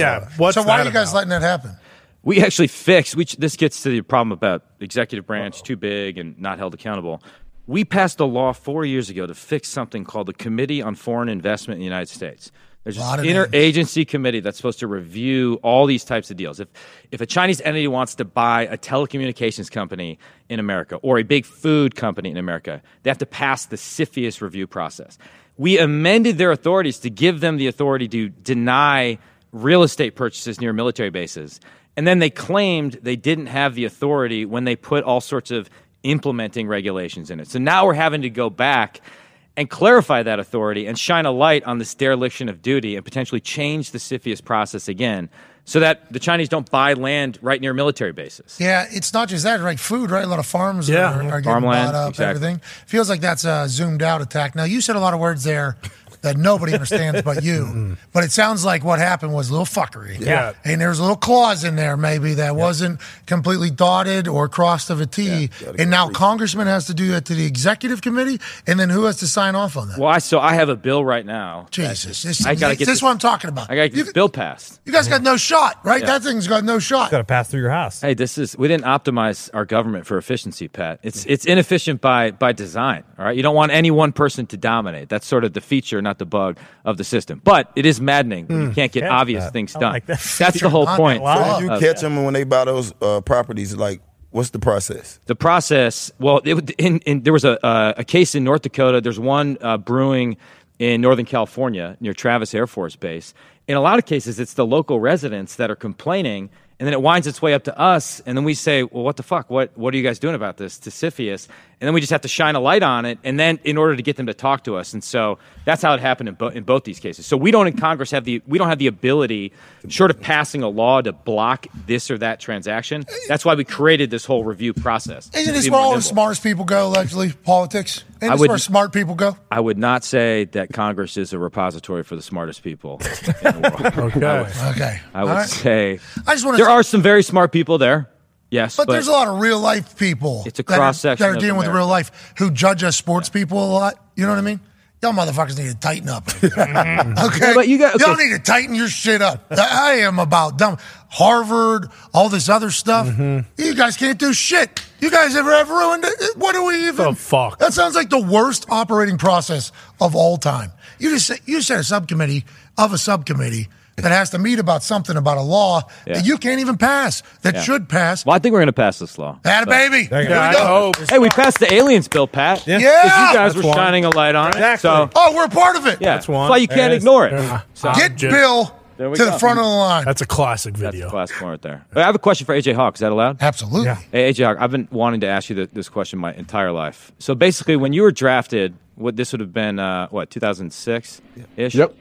so why are you guys letting that happen? We actually fixed. Which this gets to the problem about executive branch too big and not held accountable. We passed a law four years ago to fix something called the Committee on Foreign Investment in the United States. There's this Lot of interagency committee that's supposed to review all these types of deals. If if a Chinese entity wants to buy a telecommunications company in America or a big food company in America, they have to pass the CFIUS review process. We amended their authorities to give them the authority to deny real estate purchases near military bases. And then they claimed they didn't have the authority when they put all sorts of implementing regulations in it. So now we're having to go back and clarify that authority and shine a light on this dereliction of duty and potentially change the CFIUS process again so that the Chinese don't buy land right near military bases. Yeah, it's not just that, right? Food, right? A lot of farms Yeah. are, are getting Farmland, bought up, exactly. everything. Feels like that's a zoomed out attack. Now, you said a lot of words there that nobody understands but you, Mm-hmm. but it sounds like what happened was a little fuckery. Yeah. And there's a little clause in there, maybe, that wasn't completely dotted or crossed of a T. and now Congressman has to do that to the executive committee, and then who has to sign off on that? Well, I, so I have a bill right now. Jesus, this, I gotta this, get is this, what I'm talking about. I got to get this bill passed. You guys got no shot, right? Yeah. That thing's got no shot. Got to pass through your house. Hey, this is we didn't optimize our government for efficiency, Pat. It's it's inefficient by by design. All right, you don't want any one person to dominate. That's sort of the feature, not the bug of the system. But it is maddening. when you Mm. can't get Yeah. obvious Uh, things I done. like that. That's the whole point. So if you of- catch them when they buy those uh, properties, like what's the process? The process. Well, it, would- in, in, there was a, uh, a case in North Dakota. There's one uh, brewing in Northern California near Travis Air Force Base. In a lot of cases, it's the local residents that are complaining, and then it winds its way up to us, and then we say, "Well, what the fuck? What what are you guys doing about this?" To CFIUS, and then we just have to shine a light on it, and then in order to get them to talk to us, and so that's how it happened in, bo- in both these cases. So we don't in Congress have the we don't have the ability, short of passing a law, to block this or that transaction. That's why we created this whole review process. Isn't to this be where more all the nimble. smartest people go, allegedly, politics? I Isn't this where wouldn't- smart people go? I would not say that Congress is a repository for the smartest people. in the world. Okay. I would, Okay. I would All right. say I just wanna there say- are some very smart people there. Yes, But, there's a lot of real life people It's a that are- cross-section that are, of dealing with America. real life who judge us sports people a lot. You know what I mean? Y'all motherfuckers need to tighten up. okay, but you got, y'all need to tighten your shit up. I I am about dumb Harvard, all this other stuff. You guys can't do shit. You guys ever have ruined it? What do we even? fuck. That sounds like the worst operating process of all time. You just said- you said a subcommittee of a subcommittee that has to meet about something about a law Yeah. that you can't even pass that Yeah. should pass. Well, I think we're going to pass this law. Atta So- baby. There you Here go. we I go. hope. Hey, we passed the aliens bill, Pat. Yeah. 'Cause Yeah. You guys That's were one. shining a light on it. So, oh, we're a part of it. yeah. That's, why you can't ignore it. So- Get Bill to There we the go. front of the line. That's a classic video. That's a classic one right there. I have a question for AJ Hawk. Is that allowed? Absolutely. Hey, AJ Hawk, I've been wanting to ask you th- this question my entire life. So basically, when you were drafted, what this would have been, uh, what, 2006 ish? Yep.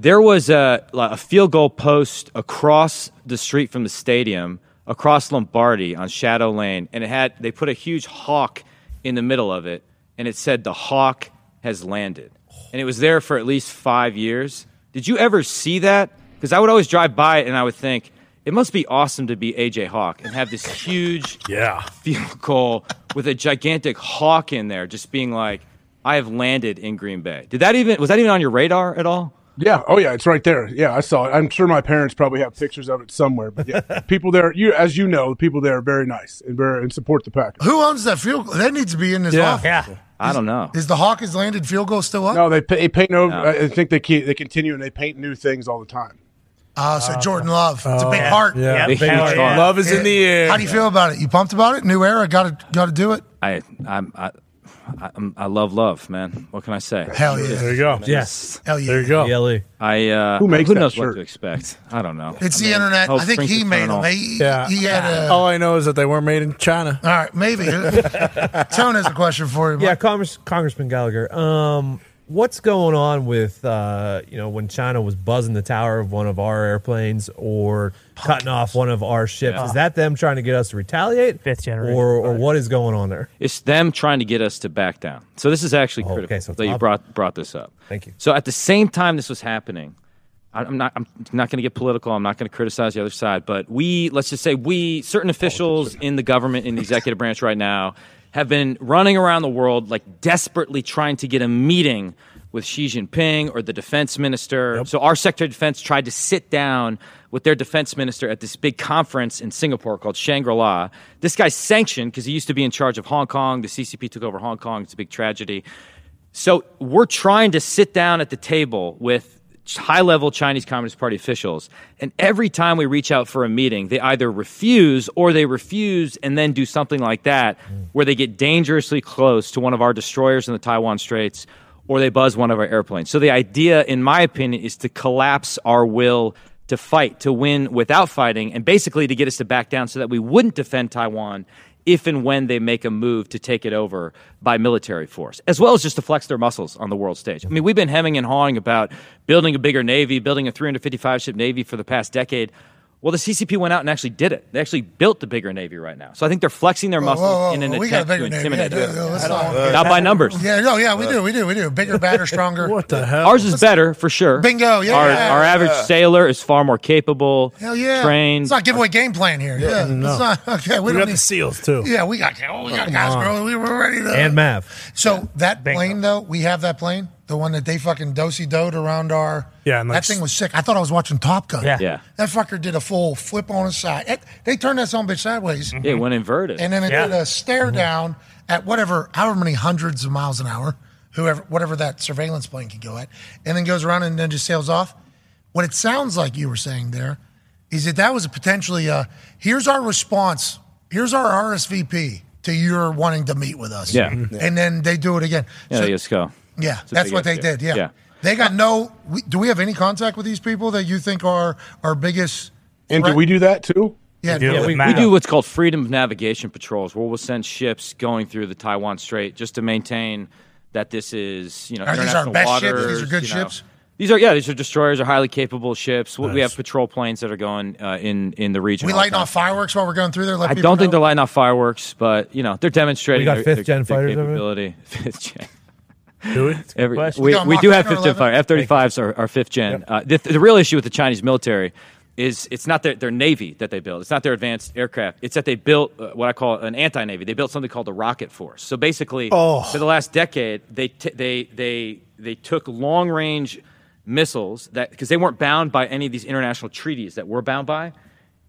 There was a, like, a field goal post across the street from the stadium, across Lombardi on Shadow Lane, and it had they put a huge hawk in the middle of it, and it said the hawk has landed, and it was there for at least five years. Did you ever see that? Because I would always drive by it, and I would think it must be awesome to be AJ Hawk and have this huge yeah. field goal with a gigantic hawk in there, just being like, I have landed in Green Bay. Did that even was that even on your radar at all? Yeah. Oh, yeah. It's right there. Yeah, I saw it. I'm sure my parents probably have pictures of it somewhere. But yeah, people there, you as you know, the people there are very nice and very and support the Packers. Who owns that field? goal? That needs to be in this office. I don't know. Is the Hawkins landed field goal still up? No, they pa- they paint over. No. I I think they keep, they continue and they paint new things all the time. Ah, so Jordan Love. It's a big Oh, heart. yeah, Big big heart. heart. Love is in the air. How do you feel about it? You pumped about it? New era. Got to got to do it. I I'm, I I- I'm, I love love, man. What can I say? Hell yeah. There you go. Yes. Hell yeah. There you go. Yelly. I uh, Who makes who that knows shirt? what to expect? I don't know. It's the internet. hope I think springs he made eternal. them. He, he had a. All I know is that they weren't made in China. All right, maybe. Tone has a question for you. Yeah, Congress, Congressman Gallagher. Um, what's going on with uh, you know when China was buzzing the tower of one of our airplanes or cutting off one of our ships? Yeah. Is that them trying to get us to retaliate? Fifth generation, or or what is going on there? It's them trying to get us to back down. So this is actually critical that you ob- brought brought this up. Thank you. So at the same time this was happening, I- I'm not I'm not going to get political. I'm not going to criticize the other side, but we let's just say we certain officials in the government in the executive branch right now have been running around the world like desperately trying to get a meeting with Xi Jinping or the defense minister. So our secretary of defense tried to sit down with their defense minister at this big conference in Singapore called Shangri-La. This guy's sanctioned because he used to be in charge of Hong Kong. The CCP took over Hong Kong. It's a big tragedy. So we're trying to sit down at the table with high level Chinese Communist Party officials. And every time we reach out for a meeting, they either refuse or they refuse and then do something like that, where they get dangerously close to one of our destroyers in the Taiwan Straits or they buzz one of our airplanes. So the idea, in my opinion, is to collapse our will to fight, to win without fighting, and basically to get us to back down so that we wouldn't defend Taiwan if and when they make a move to take it over by military force, as well as just to flex their muscles on the world stage. I mean, we've been hemming and hawing about building a bigger Navy, building a 355 ship Navy for the past decade. Well, the CCP went out and actually did it. They actually built the bigger Navy right now. So I think they're flexing their Whoa, muscles whoa, whoa, in an we got a attempt to bigger name. Yeah, intimidate. dude, no, let's not, Uh, Not by numbers. Yeah, no, yeah, we do, we do, we do. Bigger, badder, stronger. what the hell? Ours is better for sure. Bingo, yeah. Our, our average Yeah. sailor is far more capable. Hell yeah. Trained. It's not giveaway game plan here. Yeah, it's not. Okay, we, don't need seals too. Yeah, we got. Oh, we got Come guys, on. bro. We were ready to. And Mav. So that plane, though, we have that plane, the one that they fucking dosey doed around our. Yeah, and like that thing was sick. I thought I was watching Top Gun. Yeah. Yeah. That fucker did a full flip on his side. It- they turned that son of a bitch sideways. Yeah, it went inverted. Mm-hmm. Mm-hmm. And then it did a stare down at whatever, however many hundreds of miles an hour, whoever, whatever that surveillance plane could go at, and then goes around and then just sails off. What it sounds like you were saying there is that that was a potentially uh, here's our response, here's our RSVP to your wanting to meet with us. Yeah. Mhm. And then they do it again. Yeah, So- they just go. yeah, It's a that's big what they idea. did. Yeah. Yeah. They got no. We, do we have any contact with these people that you think are our biggest? And do threat? we do that too? Yeah, do it yeah, with we, we Matt. do what's called freedom of navigation patrols, where we'll send ships going through the Taiwan Strait just to maintain that this is you know Are these our international best ships? These waters. are good you know. ships? These are yeah, these are destroyers, are highly capable ships. We- We Nice. have patrol planes that are going uh, in in the region. We all the lighting time. off fireworks while we're going through there. Let I people don't think know. they're lighting off fireworks, but you know they're demonstrating We got their, their- fifth their gen fighters over there? capability. Fifth gen. Do we? Every, Question. we, We got we Mach do 10 have or fifth gen 11? fire. F thirty fives are, are fifth gen. Uh, the, the real issue with the Chinese military is it's not their, their navy that they built. It's not their advanced aircraft. It's that they built uh, what I call an anti navy. They built something called the rocket force. So basically, Oh. for the last decade, they t- they they they took long range missiles that because they weren't bound by any of these international treaties that we're bound by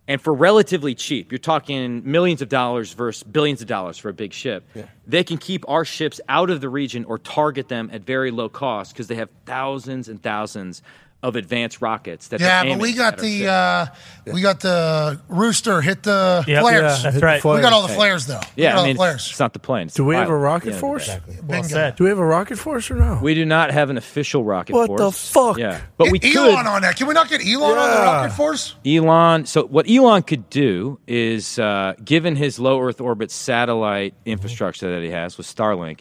and for relatively cheap, you're talking millions of dollars versus billions of dollars for a big ship. They can keep our ships out of the region or target them at very low cost because they have thousands and thousands of advanced rockets. That they're Yeah, but aiming we got at our the ships. uh, we got the rooster hit the Yep. Yeah, flares. that's Hit the right. We got all the flares. flares though. We Yeah, got all I the mean, flares. it's not the plane. Do we have a rocket force? Bingo. said. Do we have a rocket force or no? We do not have an official rocket What force. the fuck? Yeah, but we Get could. E- Elon on that. Can we not get Elon on the Yeah. rocket force? Elon. So what Elon could do is, uh, given his low Earth orbit satellite Mm-hmm. infrastructure that he has with Starlink,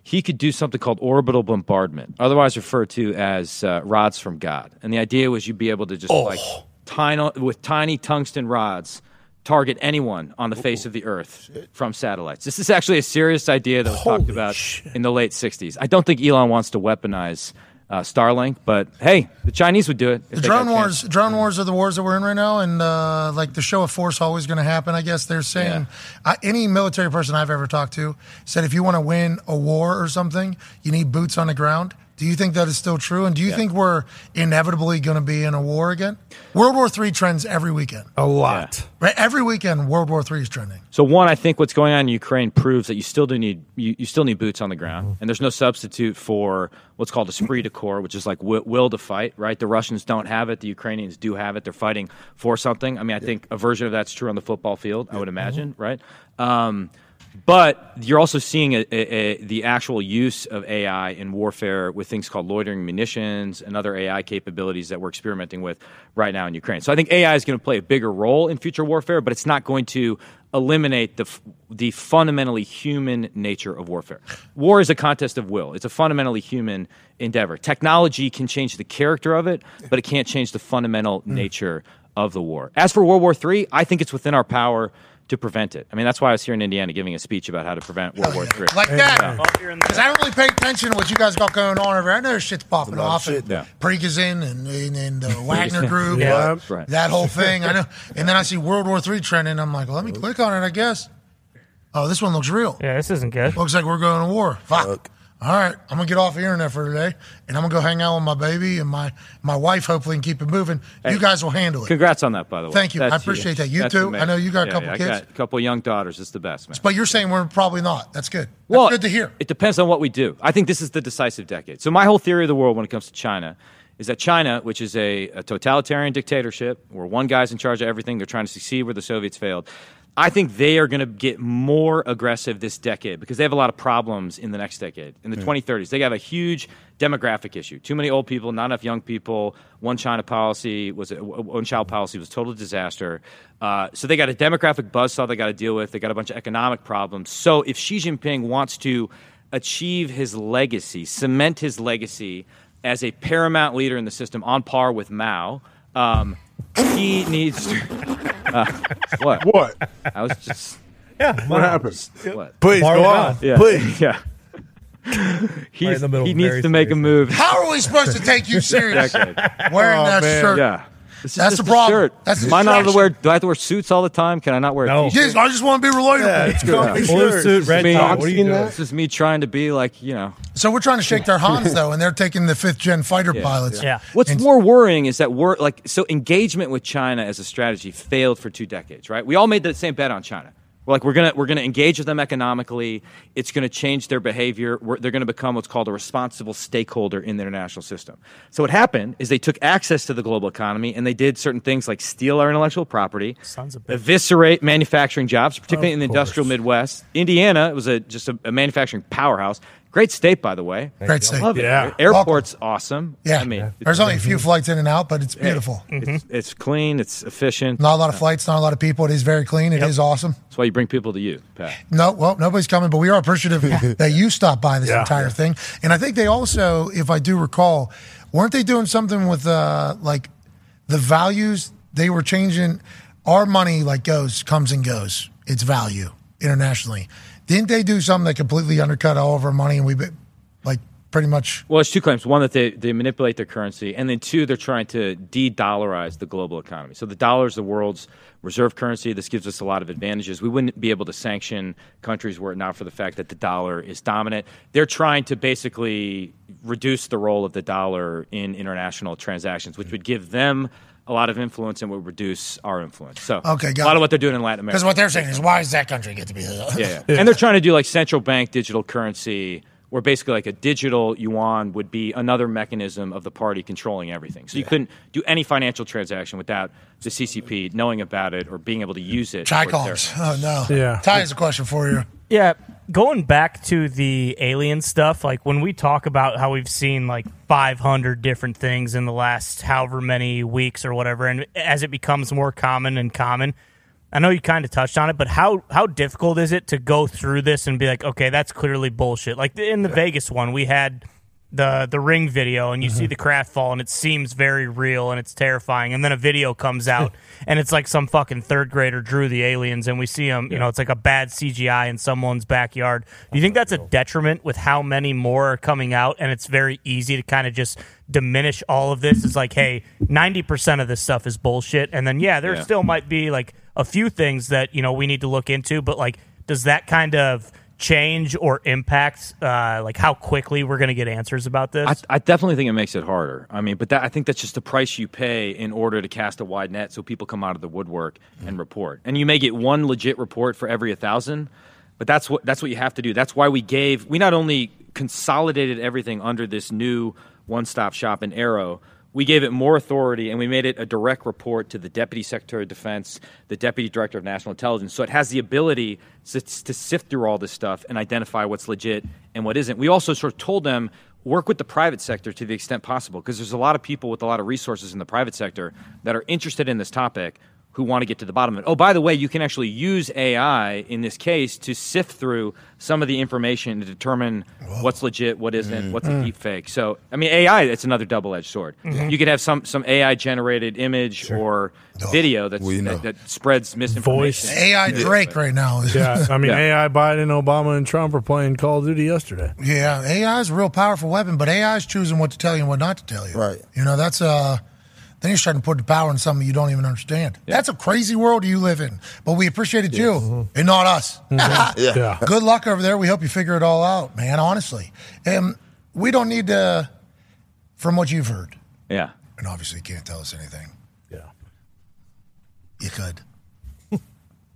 he could do something called orbital bombardment, otherwise referred to as uh, rods from God. And the idea was you'd be able to just like Oh. tiny with tiny tungsten rods. Target anyone on the face of the Earth from satellites. This is actually a serious idea that was talked about in the late '60s. I don't think Elon wants to weaponize uh, Starlink, but hey, the Chinese would do it. if The they got a drone chance. wars, drone wars are the wars that we're in right now, and uh, like the show of force always going to happen. I guess they're saying I, any military person I've ever talked to said if you want to win a war or something, you need boots on the ground. Do you think that is still true? And do you think we're inevitably going to be in a war again? World War Three trends every weekend, A lot. right? Every weekend, World War Three is trending. So one, I think what's going on in Ukraine proves that you still do need you, you still need boots on the ground, and there's no substitute for what's called esprit de corps, which is like w- will to fight. Right? The Russians don't have it. The Ukrainians do have it. They're fighting for something. I mean, I think a version of that's true on the football field. I would imagine, right? Um, but you're also seeing a, a, a, the actual use of AI in warfare with things called loitering munitions and other AI capabilities that we're experimenting with right now in Ukraine. So I think AI is going to play a bigger role in future warfare, but it's not going to eliminate the, f- the fundamentally human nature of warfare. War is a contest of will, it's a fundamentally human endeavor. Technology can change the character of it, but it can't change the fundamental Hmm. nature of the war. As for World War III, I think it's within our power to prevent it. I mean, that's why I was here in Indiana giving a speech about how to prevent World War III. Oh, Like that. Oh, Yeah. Because I don't really pay attention to what you guys got going on over. I know shit's popping off. and yeah. Prigazin and, and, and the Wagner group. Yeah, and right. That whole thing. I know. And then I see World War III trending. I'm like, let me click on it, I guess. Oh, this one looks real. Yeah, this isn't good. Looks like we're going to war. Fuck. All right, I'm gonna get off the internet for today, and I'm gonna go hang out with my baby and my my wife. Hopefully, and keep it moving. you guys will handle it. Congrats on that, by the way. Thank you. I That's appreciate huge. that. You That's too. amazing. I know you got a Yeah, couple yeah, I kids, got a couple young daughters. It's the best, man. but you're saying we're probably not. That's good. well, good to hear. It depends on what we do. I think this is the decisive decade. So my whole theory of the world when it comes to China is that China, which is a, a totalitarian dictatorship where one guy's in charge of everything, they're trying to succeed where the Soviets failed. I think they are going to get more aggressive this decade because they have a lot of problems in the next decade. In the 2030s, they have a huge demographic issue. Too many old people, not enough young people. One China policy was one child policy was a total disaster. Uh, so they got a demographic buzzsaw they got to deal with. They got a bunch of economic problems. So if Xi Jinping wants to achieve his legacy, cement his legacy as a paramount leader in the system on par with Mao, um, he needs to. Uh, what? What? I was just. Yeah, what happened? What? Please, go on. Yeah. Please. Yeah. He's- in the middle he of needs very to make a move. How are we supposed to take you serious? Decade. Wearing Oh, Oh, that shirt. Yeah. This is That's just the problem. Shirt. That's the Am I not allowed to distraction. wear? Do I have to wear suits all the time? Can I not wear? A t-shirt? Yes, I just want to be relatable. This is me- This is me trying to be like you know. So we're trying to shake their Hans though, and they're taking the fifth gen fighter pilots. What's more worrying is that we're like so engagement with China as a strategy failed for two decades, right? We all made the same bet on China. We're like we're gonna we're gonna engage with them economically. It's gonna change their behavior. We're, they're gonna become what's called a responsible stakeholder in the international system. So what happened is they took access to the global economy and they did certain things like steal our intellectual property, Sons of bitches. eviscerate manufacturing jobs, particularly in Of the industrial Midwest. Indiana was a just a, a manufacturing powerhouse. Great state, by the way. Great state. Love it. Yeah. Airport's awesome. Yeah. I mean, There's only a few flights in and out, but it's beautiful. It's, it's clean. It's efficient. Not a lot of flights, not a lot of people. It is very clean. It is awesome. That's why you bring people to you, Pat. No, well, nobody's coming, but we are appreciative that you stopped by this entire thing. And I think they also, if I do recall, weren't they doing something with uh, like the values? They were changing our money, like goes, comes and goes. It's value internationally. Didn't they do something that completely undercut all of our money and we be- like pretty much? Well, it's two claims. One, that they, they manipulate their currency, and then two, they're trying to de dollarize the global economy. So the dollar is the world's reserve currency. This gives us a lot of advantages. We wouldn't be able to sanction countries were it not for the fact that the dollar is dominant. They're trying to basically reduce the role of the dollar in international transactions, which would give them a lot of influence and would reduce our influence. So Okay, got a lot it. of what they're doing in Latin America. Because what they're saying is, why does that country get to be? Yeah, yeah, yeah. And they're trying to do like central bank digital currency, where basically like a digital yuan would be another mechanism of the party controlling everything. So you couldn't do any financial transaction without the CCP knowing about it or being able to use it. Ty for calls. their- Oh no. Yeah. Ty has a question for you. Yeah, going back to the alien stuff, like when we talk about how we've seen like 500 different things in the last however many weeks or whatever, and as it becomes more common and common, I know you kind of touched on it, but how how difficult is it to go through this and be like, okay, that's clearly bullshit? Like in the Vegas one, we had the the ring video and you see the craft fall and it seems very real and it's terrifying and then a video comes out and it's like some fucking third grader drew the aliens and we see them you know it's like a bad CGI in someone's backyard do you think that's a detriment with how many more are coming out and it's very easy to kind of just diminish all of this it's like hey 90% of this stuff is bullshit and then yeah there Yeah. still might be like a few things that you know we need to look into but like does that kind of change or impact uh, like how quickly we're going to get answers about this? I, I definitely think it makes it harder. I mean, but that, I think that's just the price you pay in order to cast a wide net so people come out of the woodwork and report. And you may get one legit report for every 1,000, but that's what, that's what you have to do. That's why we gave, we not only consolidated everything under this new one stop shop in Arrow, we gave it more authority and we made it a direct report to the Deputy Secretary of Defense, the Deputy Director of National Intelligence. So it has the ability to, to sift through all this stuff and identify what's legit and what isn't. We also sort of told them work with the private sector to the extent possible because there's a lot of people with a lot of resources in the private sector that are interested in this topic who want to get to the bottom of it. Oh, by the way, you can actually use AI in this case to sift through some of the information to determine what's legit, what isn't, what's a Mm. deep fake. So, I mean, AI, that's another double edged sword. Mm-hmm. Mhm. You could have some, some AI generated image or video that's, that, that spreads misinformation. AI Drake right now. yeah, I mean, Yeah. AI, Biden, Obama, and Trump are playing Call of Duty yesterday. Yeah, AI is a real powerful weapon, but AI is choosing what to tell you and what not to tell you. Right. You know, that's uh then you're starting to put the power in something you don't even understand. That's a crazy world you live in. But we appreciated you Mm-hmm. and not us. Mm-hmm. Yeah. Good luck over there. We hope you figure it all out, man, honestly. And we don't need to from what you've heard, Yeah. and obviously you can't tell us anything. Yeah. You could.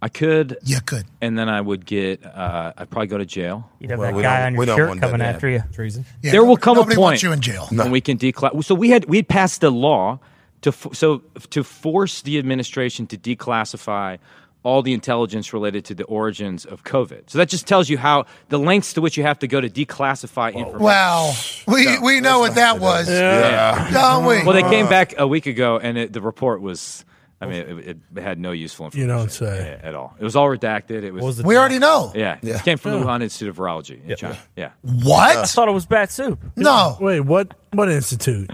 I could. You could. And then I would get, uh, I'd probably go to jail. You'd have Well, that we guy don't- on your we don't shirt want that coming to after happen. you. Treason. Yeah, there will nobody- come a nobody point wants you in jail. when we can declassify. So we had we had passed the law to f- so to force the administration to declassify all the intelligence related to the origins of COVID. So that just tells you how the lengths to which you have to go to declassify information. Well, we we know what that was. Don't we? Uh. Well, they came back a week ago, and it, the report was. I mean, it, it had no useful You information don't say. at all. It was all redacted. It was. We already know. yeah, it came from the Wuhan Institute of Virology in China. Yeah. What? I thought it was bat soup. No. Wait, what? What institute?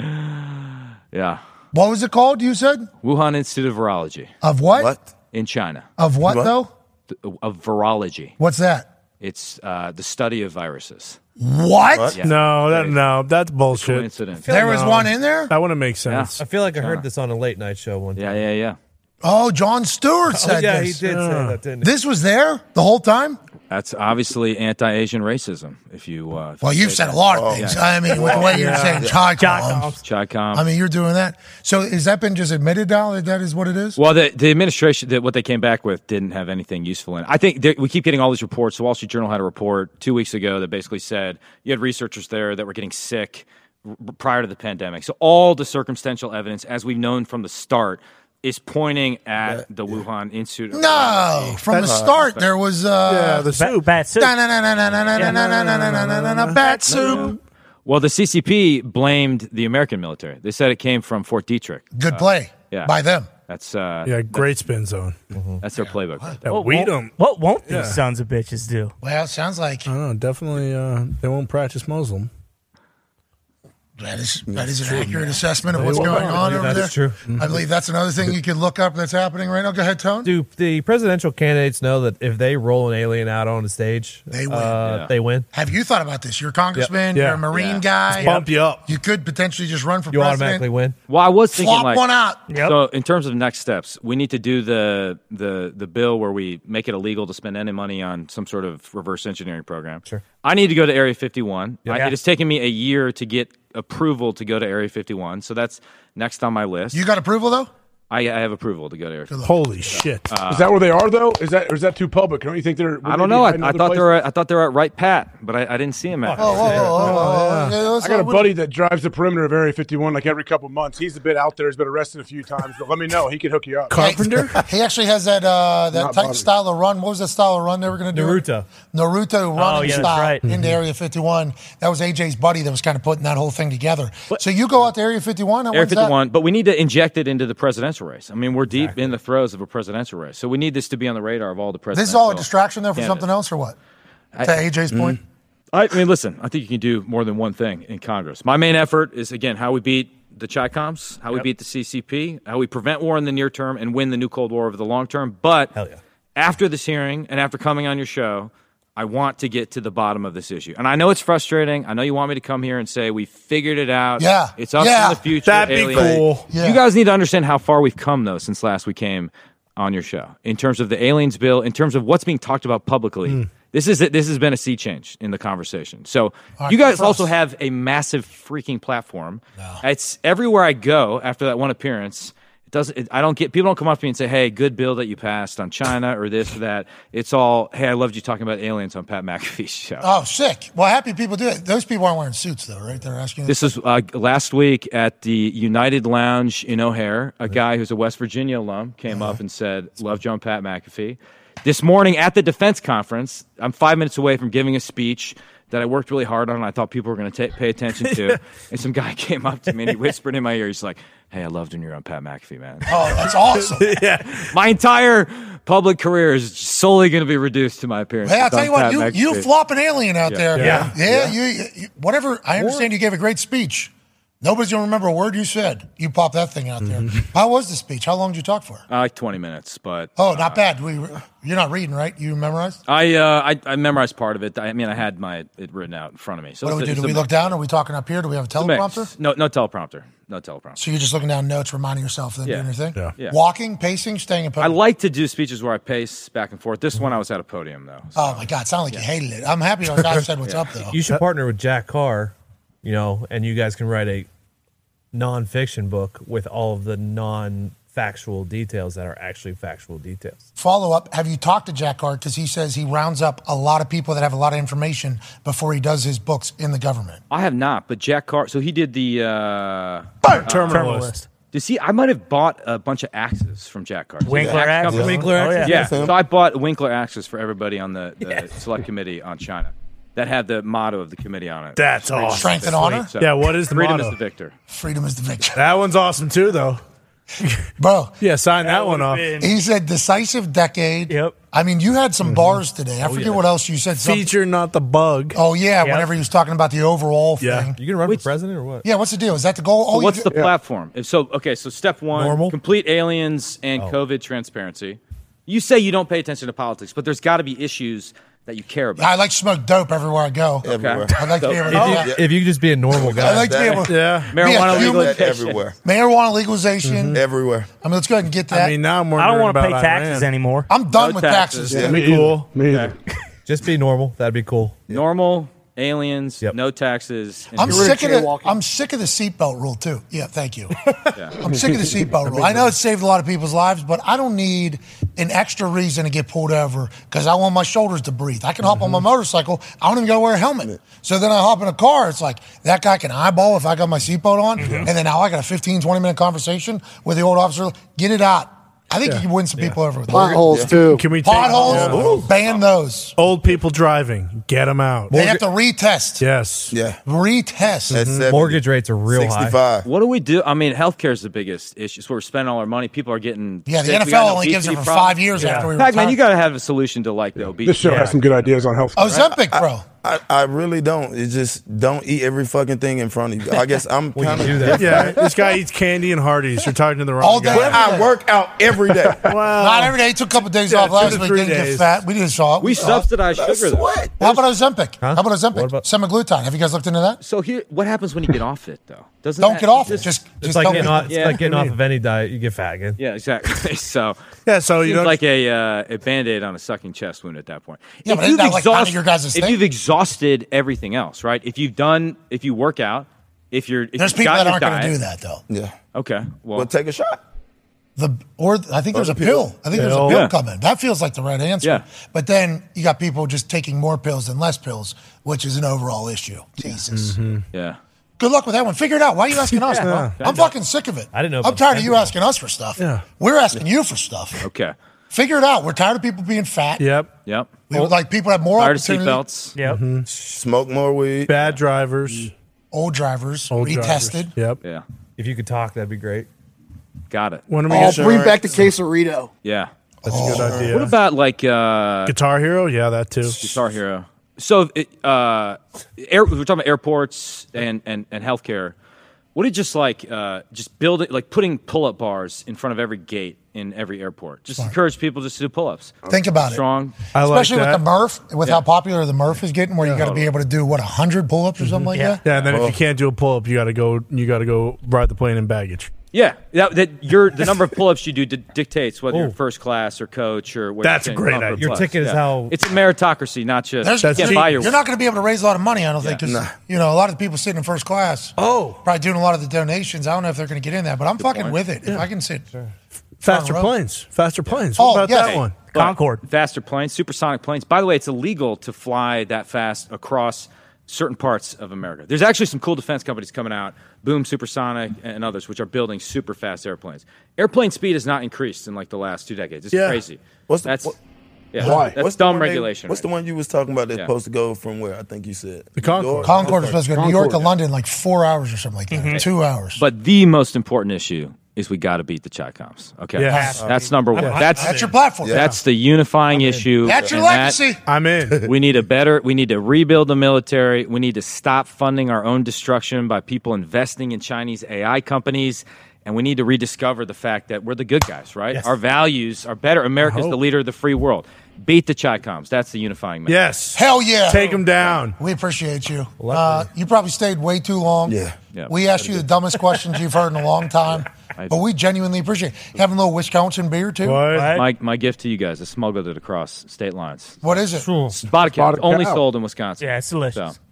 Yeah. What was it called? You said Wuhan Institute of Virology. Of what? In China. Of what, What? though? Th- Of virology. What's that? It's uh, the study of viruses. What? What? Yeah. No, that no, that's bullshit. coincidence. There was No. one in there? That wouldn't make sense. I feel like I heard this on a late night show one time. Yeah, yeah, yeah. Oh, John Stewart said yeah, he this. did say that, didn't he? This was there the whole time. That's obviously anti-Asian racism. If you uh, if Well, you you've say said a that. lot of things. I mean, with the way you're Yeah. saying chai column. Chi com. I mean, you're doing that. So, has that been just admitted now that that is what it is? Well, the, the administration, that what they came back with didn't have anything useful in it. I think that we keep getting all these reports. The Wall Street Journal had a report two weeks ago that basically said you had researchers there that were getting sick r- prior to the pandemic. So all the circumstantial evidence, as we've known from the start, is pointing at the Wuhan Institute. of No, Virology. from the start there was uh, Yeah, the soup. Bat- bat soup. Na- na- na- na- na- na- na- na- na- na- na- na- na- na- Bat soup. Well, the CCP blamed the American military. They said it came from Fort Detrick. Good Uh, play yeah. by them. That's uh, Yeah, great spin zone. That's their playbook. That What weed won't- 'em. What won't these Yeah. sons of bitches do? Well, it sounds like I don't know. Definitely, uh, they won't practice Muslim. That is that is an True. accurate assessment of They what's will. going I on believe over there. that's true. I believe that's another thing you could look up that's happening right now. Go ahead, Tone. Do the presidential candidates know that if they roll an alien out on the stage, They win. uh, They win. Have you thought about this? You're a congressman. Yeah. You're a Marine Yeah. guy. Let's bump you up. You could potentially just run for You president. automatically win. Well, I was thinking Flop like one out. So, in terms of next steps, we need to do the the the bill where we make it illegal to spend any money on some sort of reverse engineering program. Sure. I need to go to Area 51. Yeah. I, It has taken me a year to get approval to go to Area 51, so that's next on my list. You got approval though? I, I have approval to go to Area 51. Holy shit! Uh, is that where they are though? Is that or is that too public? Don't you think they're? I don't know. I, I thought they were. At, I thought they were at Right Pat, but I, I didn't see him at. Oh, Right Pat. I got a buddy that drives the perimeter of Area 51 like every couple months. He's a bit out there. He's been arrested a few times, but let me know. He could hook you up. Carpenter? He actually has that uh, that Not type bothered. style of run. What was that style of run they were going to do? Naruto. Naruto running Oh, yeah, that's style right. into Mhm. Area 51. That was AJ's buddy that was kind of putting that whole thing together. so you go out to Area 51. and Air when's that? 51, but we need to inject it into the presidential race. I mean, we're deep in the throes of a presidential race, so we need this to be on the radar of all the presidential. This is all a distraction there for candidates. something else or what? I- to AJ's point? Mm. I, I mean, listen, I think you can do more than one thing in Congress. My main effort is, again, how we beat the CHICOMs, how we beat the CCP, how we prevent war in the near term and win the new Cold War over the long term. But after this hearing and after coming on your show, I want to get to the bottom of this issue. And I know it's frustrating. I know you want me to come here and say, we figured it out. Yeah. It's up Yeah. in the future. That'd be aliens." cool. Yeah. You guys need to understand how far we've come, though, since last we came on your show in terms of the aliens bill, in terms of what's being talked about publicly. Mm. This is this has been a sea change in the conversation. So right, you guys for us. also have a massive freaking platform. It's everywhere I go after that one appearance. It doesn't. It, I don't get people don't come up to me and say, "Hey, good bill that you passed on China or this or that." It's all, "Hey, I loved you talking about aliens on Pat McAfee's show." Oh, sick. Well, happy people do it. Those people aren't wearing suits, though, right? They're asking. This was uh, last week at the United Lounge in O'Hare. A guy who's a West Virginia alum came up and said, Love John Pat McAfee. This morning at the defense conference, I'm five minutes away from giving a speech that I worked really hard on and I thought people were going to pay attention to. and some guy came up to me and he whispered in my ear, He's like, Hey, I loved when you were on Pat McAfee, man. Oh, that's awesome. my entire public career is solely going to be reduced to my appearance. Hey, I'll tell you what, you, you flop an alien out Yeah. there. Yeah. Yeah, You, you- whatever. I understand you gave a great speech. Nobody's going to remember a word you said. You popped that thing out there. How was the speech? How long did you talk for? Uh, like 20 minutes, but. Oh, not bad. We, you're not reading, right? You memorized? I, uh, I I memorized part of it. I mean, I had my it written out in front of me. So what do we it's do? a- Do it's a we look down? Are we talking up here? Do we have a it's a mix. teleprompter? No, no teleprompter. No teleprompter. So you're just looking down notes, reminding yourself that Yeah. doing your thing? Yeah. Yeah. Walking, pacing, staying in I public. like to do speeches where I pace back and forth. This one I was at a podium though. oh, my God. Sound like you hated it. I'm happy our guy said what's up, though. You should partner with Jack Carr, you know, and you guys can write a nonfiction book with all of the non-factual details that are actually factual details. Follow up. Have you talked to Jack Hart? Because he says he rounds up a lot of people that have a lot of information before he does his books in the government. I have not, but Jack Carr. So he did the uh, Burn Terminal List. List. You see, I might have bought a bunch of axes from Jack Carr. Winkler Axe axes? company. Winkler Oh, axes, Yeah. yes. So I bought Winkler axes for everybody on the, the select committee on China that had the motto of the committee on it. That's Freedom is awesome. the Strength and victor. honor? Yeah, what is the freedom is motto? the victor? Freedom is the victor. That one's awesome too, though. Bro. Yeah, sign that, one off. He said decisive decade. Yep. I mean, you had some bars today. I Oh, forget yeah. what else you said. Something. Feature, not the bug. Oh, yeah. Yep. Whenever he was talking about the overall Yeah. thing. You gonna run for president or what? Yeah, what's the deal? Is that the goal? So Oh, you what's do- the platform? If so, okay, so step one: complete aliens and Oh. COVID transparency. You say you don't pay attention to politics, but there's got to be issues that you care about. I like to smoke dope everywhere I go. I'd like to be able to do that. If you could just be a normal guy, I'd like to be able to be a Marijuana human- legalization. Marijuana legalization. Mm-hmm. Everywhere. I mean, let's go ahead and get that. I mean, now I'm I don't wondering want to wanna pay about taxes Iran. anymore. I'm done with taxes. That'd be cool. Just be normal. That'd be cool. Normal aliens, no taxes. and I'm you're sick of the jaywalking. I'm sick of the seatbelt rule too. Yeah, thank you. Yeah. I'm sick of the seatbelt rule. I know it saved a lot of people's lives, but I don't need an extra reason to get pulled over because I want my shoulders to breathe. I can hop on my motorcycle. I don't even got to wear a helmet. So then I hop in a car. It's like that guy can eyeball if I got my seatbelt on, and then now I got a 15, 20 minute conversation with the old officer. Get it out. I think you can win some people over with that. Potholes, too. Can we take- potholes? Yeah. Ban those. Old people driving, get them out. They have to retest. Yes. Yeah. Retest. Mortgage rates are real high. Mm-hmm. What do we do? I mean, healthcare is the biggest issue. It's where we're spending all our money. People are getting Yeah, the sick. We NFL got an only gives obesity it for problem. five years after we Pac-Man, retire. you got to have a solution to like the obesity. This show has some good ideas on health. Ozempic, Oh, bro. I, I really don't. It's just don't eat every fucking thing in front of you. I guess I'm Well, kind you of do that. yeah, this guy eats candy and Hardee's. You're talking to the wrong guy. But I work out every day. wow. Not every day. He Took a couple days Yeah, off two last to week. three Didn't days. get fat. We didn't saw. We subsidize sugar, though. What? How about Ozempic? How about Ozempic? Semaglutide. Have you guys looked into that? So here, what happens when you get off it though? Doesn't Don't that- get off it. Just, It's just like don't getting get- off, it's Yeah. like getting off of any diet. You get fat again. Yeah, exactly. So yeah, so you don't- like a uh, a band aid on a sucking chest wound at that point. Yeah, If but isn't you've that, like, kinda exhaust- your guys' if thing? you've exhausted everything else, right? If you've done, if you work out, if you're, if There's you've people got that your aren't going to diet- do that though. Yeah. Okay. Well, Well, take a shot. The or I think Or there's a the pill. pill. I think there's a Pill. pill Yeah. coming. That feels like the right answer. Yeah. But then you got people just taking more pills than less pills, which is an overall issue. Jesus. yeah. Good luck with that one. Figure it out. Why are you asking us, Yeah. bro? Yeah. I'm fucking sick of it. I didn't know I'm about tired of you Pepto. asking us for stuff. Yeah. We're asking you for stuff. Okay. Figure it out. We're tired of people being fat. Yep. Yep. We would like people to have more Tired of opportunity. seatbelts. Yep. Smoke more weed. Bad drivers. Old drivers. Old retested. drivers. Yep. Yeah. If you could talk, that'd be great. Got it. When are we Oh, gonna- bring back the quesarito. Yeah. That's a good idea. What about like uh, Guitar Hero? Yeah, that too. Guitar Hero. So it, uh, air, we're talking about airports and, and, and healthcare. What did just like uh, just building like putting pull up bars in front of every gate in every airport? Just encourage people just to do pull ups. Think about it. Strong. Especially with the Murph, with Yeah. how popular the Murph is getting, where you got to be able to do what hundred pull-ups or something like that. Yeah, and then if Oh. you can't do a pull up, you gotta go. You gotta go ride the plane in baggage. Yeah, that, that your the number of pull ups you do di- dictates whether you're first class or coach or where. That's you're a great comfort idea. Your plus. ticket is Yeah. how- it's a meritocracy, not just There's- you can't buy your. you're not going to be able to raise a lot of money, I don't think, Yeah. 'cause, Nah. you know a lot of the people sitting in first class. Oh, probably doing a lot of the donations. I don't know if they're going to get in that, but I'm fucking point. with it. If I can sit Faster Front row. planes. Faster planes. What Oh, about yes. that one? But Faster planes, supersonic planes. By the way, it's illegal to fly that fast across certain parts of America. There's actually some cool defense companies coming out, Boom Supersonic and others, which are building super fast airplanes. Airplane speed has not increased in like the last two decades. It's Yeah. crazy. What's the- that's what- yeah, Why? that's What's the dumb one they- regulation. what's right the one you was talking about that's Yeah. supposed to go from where? I think you said the Concord. Concord is supposed to go to New York to London like four hours or something like Mm-hmm. that. Two hours. But the most important issue is we got to beat the chi comps. Okay, Yes. that's, that's number one. I'm- I'm- that's That's your platform. That's the unifying issue. That's your and that- legacy. I'm in. we need a better. We need to rebuild the military. We need to stop funding our own destruction by people investing in Chinese AI companies. And we need to rediscover the fact that we're the good guys, right? Yes. Our values are better. America's hope. the leader of the free world. Beat the chi coms. That's the unifying message. Yes. Hell yeah. Take them down. We appreciate you. Uh, you probably stayed way too long. Yeah. Yeah. We asked you the dumbest questions you've heard in a long time, but we genuinely appreciate it. Having a little Wisconsin beer, too. My, my gift to you guys is smuggled it across state lines. What is it? Spotted cow. It's Only sold in Wisconsin. Yeah, it's delicious. So,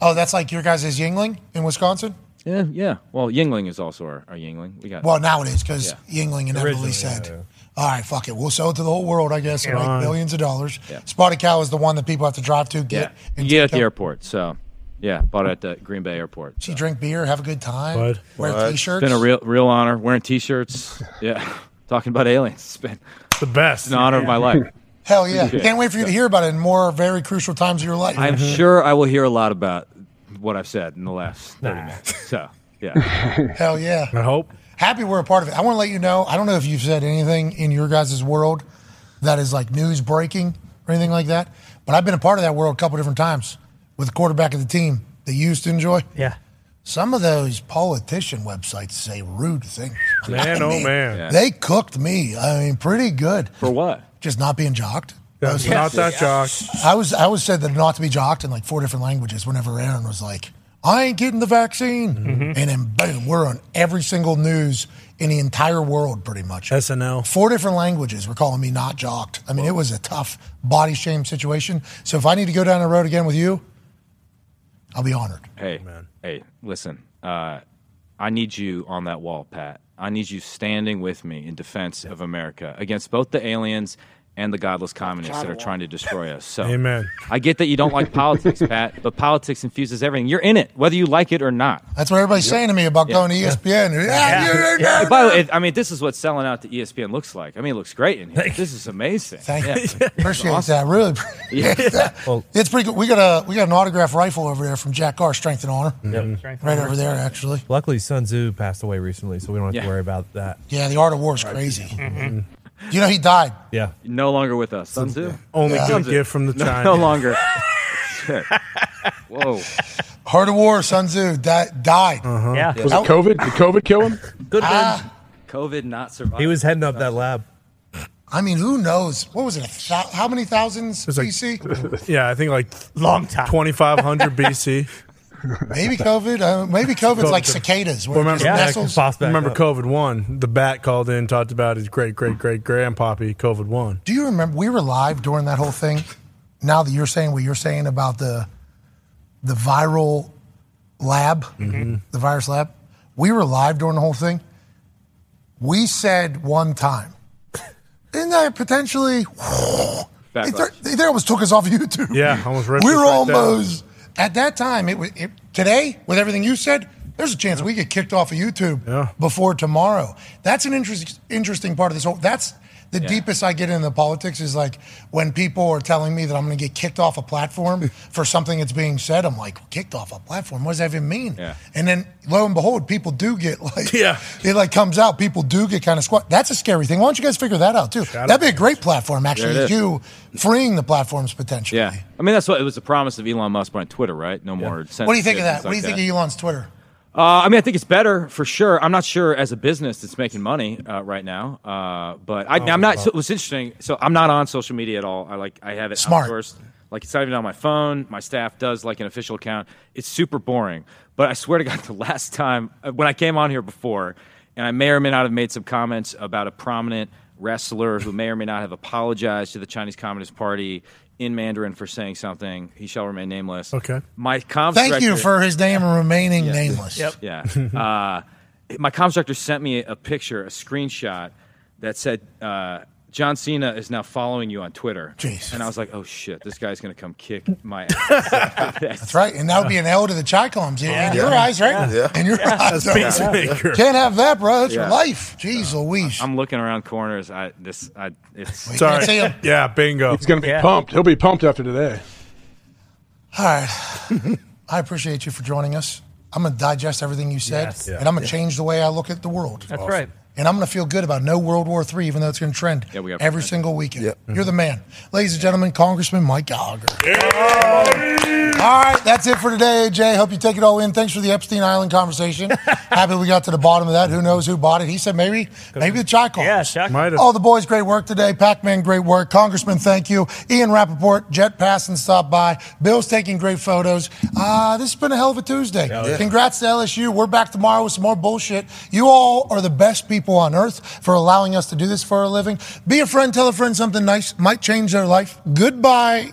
Oh, that's like your guys' Yingling in Wisconsin? yeah, yeah. Well, Yingling is also our, our Yingling. We got Well, now it is because Yeah. Yingling inevitably Originally, said, all right, fuck it. We'll sell it to the whole world, I guess, and Yeah. make billions of dollars. Yeah. Spotted Cow is the one that people have to drive to, get. You get at the airport. So, yeah, bought it at the Green Bay Airport. She drink beer, have a good time, wear t-shirts. It's been a real, real honor wearing t-shirts. Yeah, talking about aliens. It's been the best. An honor of my life. Hell yeah. Appreciate it. Can't wait for you to hear about it in more very crucial times of your life. Mm-hmm. I'm Mm-hmm. sure I will hear a lot about what I've said in the last thirty minutes. So, yeah. Hell yeah. I hope. Happy we're a part of it. I want to let you know. I don't know if you've said anything in your guys' world that is like news breaking or anything like that, but I've been a part of that world a couple different times with the quarterback of the team that you used to enjoy. Yeah. Some of those politician websites say rude things. Man, I oh mean, man. Yeah. They cooked me. I mean, pretty good. For what? Just not being jocked. I was- not that jocked. I was I was said that not to be jocked in like four different languages. Whenever Aaron was like, "I ain't getting the vaccine," and then boom, we're on every single news in the entire world, pretty much. SNL. Four different languages were calling me not jocked. I mean, it was a tough body shame situation. So if I need to go down the road again with you, I'll be honored. Hey, hey, listen. Uh, I need you on that wall, Pat. I need you standing with me in defense of America against both the aliens and the godless communists that are trying to destroy us. So, Amen. I get that you don't like politics, Pat, but politics infuses everything. You're in it, whether you like it or not. That's what everybody's saying to me about Yeah. going to E ESPN. Yeah, you're- Yeah. By the way, I mean, this is what selling out to E ESPN looks like. I mean, it looks great in here. This is amazing. Thank Yeah. you. Appreciate that. Really appreciate Yeah. that. Well- it's pretty good. We got a we got an autograph rifle over there from Jack Carr, Strength and Honor. Strength Mm-hmm. Right and over Honor. there, actually. Luckily, Sun Tzu passed away recently, so we don't have Yeah. to worry about that. Yeah, the art of war is crazy. Mm-hmm. You know he died. Yeah. No longer with us. Sun Tzu? Only Yeah. good Sun Tzu. gift from the No- Chinese. No, longer. Shit. Whoa. Heart of War, Sun Tzu di- died. Ah. Uh-huh. Was it COVID? Did COVID kill him? Good COVID not survived. He was heading up that lab. I mean, who knows? What was it? A thou- how many thousands BC? yeah, I think like long time, twenty five hundred BC. maybe COVID. Uh, maybe COVID's like cicadas. Where it remember, just nestles. remember COVID one. The bat called in, talked about his great great great grandpappy. COVID one. Do you remember we were live during that whole thing? Now that you're saying what you're saying about the the viral lab, the virus lab, we were live during the whole thing. We said one time, isn't that potentially? They, Backlash. they- they almost took us off YouTube. Yeah, almost ripped We us were right down. almost at that time. It, was- it today with everything you said. There's a chance we get kicked off of YouTube before tomorrow. That's an interest, interesting part of this whole. That's the deepest I get into politics is like when people are telling me that I'm going to get kicked off a platform for something that's being said. I'm like, kicked off a platform? What does that even mean? Yeah. And then lo and behold, people do get like Yeah. it like comes out. People do get kind of squat. That's a scary thing. Why don't you guys figure that out too? That'd be a great platform actually. There it is. You freeing the platforms potentially. Yeah. I mean, that's what it was the promise of Elon Musk on Twitter, right? No more. What do you think of that? What do you think of Elon's Twitter? Uh, I mean, I think it's better for sure. I'm not sure as a business it's making money uh, right now, uh, but I, Oh, I'm not. well. So it was interesting. So I'm not on social media at all. I like I have it Smart. outsourced. Like it's not even on my phone. My staff does like an official account. It's super boring. But I swear to God, the last time uh, when I came on here before, and I may or may not have made some comments about a prominent wrestler who may or may not have apologized to the Chinese Communist Party in Mandarin for saying something. He shall remain nameless. Okay. My comms Thank you director- for his name remaining nameless. yeah. Uh, my comms director sent me a picture, a screenshot that said, uh, John Cena is now following you on Twitter. And I was like, oh shit, this guy's going to come kick my ass. That's right. And that would be an L to the Chi columns. Yeah. In your eyes, right? Yeah. In your Yeah. eyes. That's peacemaker. Can't have that, bro. That's your Yeah. life. Jeez Louise. I'm looking around corners. I, this, I, it's, Sorry. Yeah, bingo. He's going to be pumped. He'll be pumped after today. All right. I appreciate you for joining us. I'm going to digest everything you said, Yes. Yeah. and I'm going to Yeah. change the way I look at the world. That's Awesome. right. And I'm going to feel good about no World War III, even though it's going to trend Yeah, we got- every single weekend. You're the man. Ladies and gentlemen, Congressman Mike Gallagher. All right, that's it for today, AJ. Hope you take it all in. Thanks for the Epstein Island conversation. Happy we got to the bottom of that. Who knows who bought it? He said maybe maybe the Chi Yeah, Might have. All the boys, great work today. Pac Man, great work. Congressman, thank you. Ian Rappaport, Jet Passon stopped by. Bill's taking great photos. Uh, this has been a hell of a Tuesday. yeah. Congrats to LSU. We're back tomorrow with some more bullshit. You all are the best people on earth for allowing us to do this for a living. Be a friend, tell a friend something nice, might change their life. Goodbye.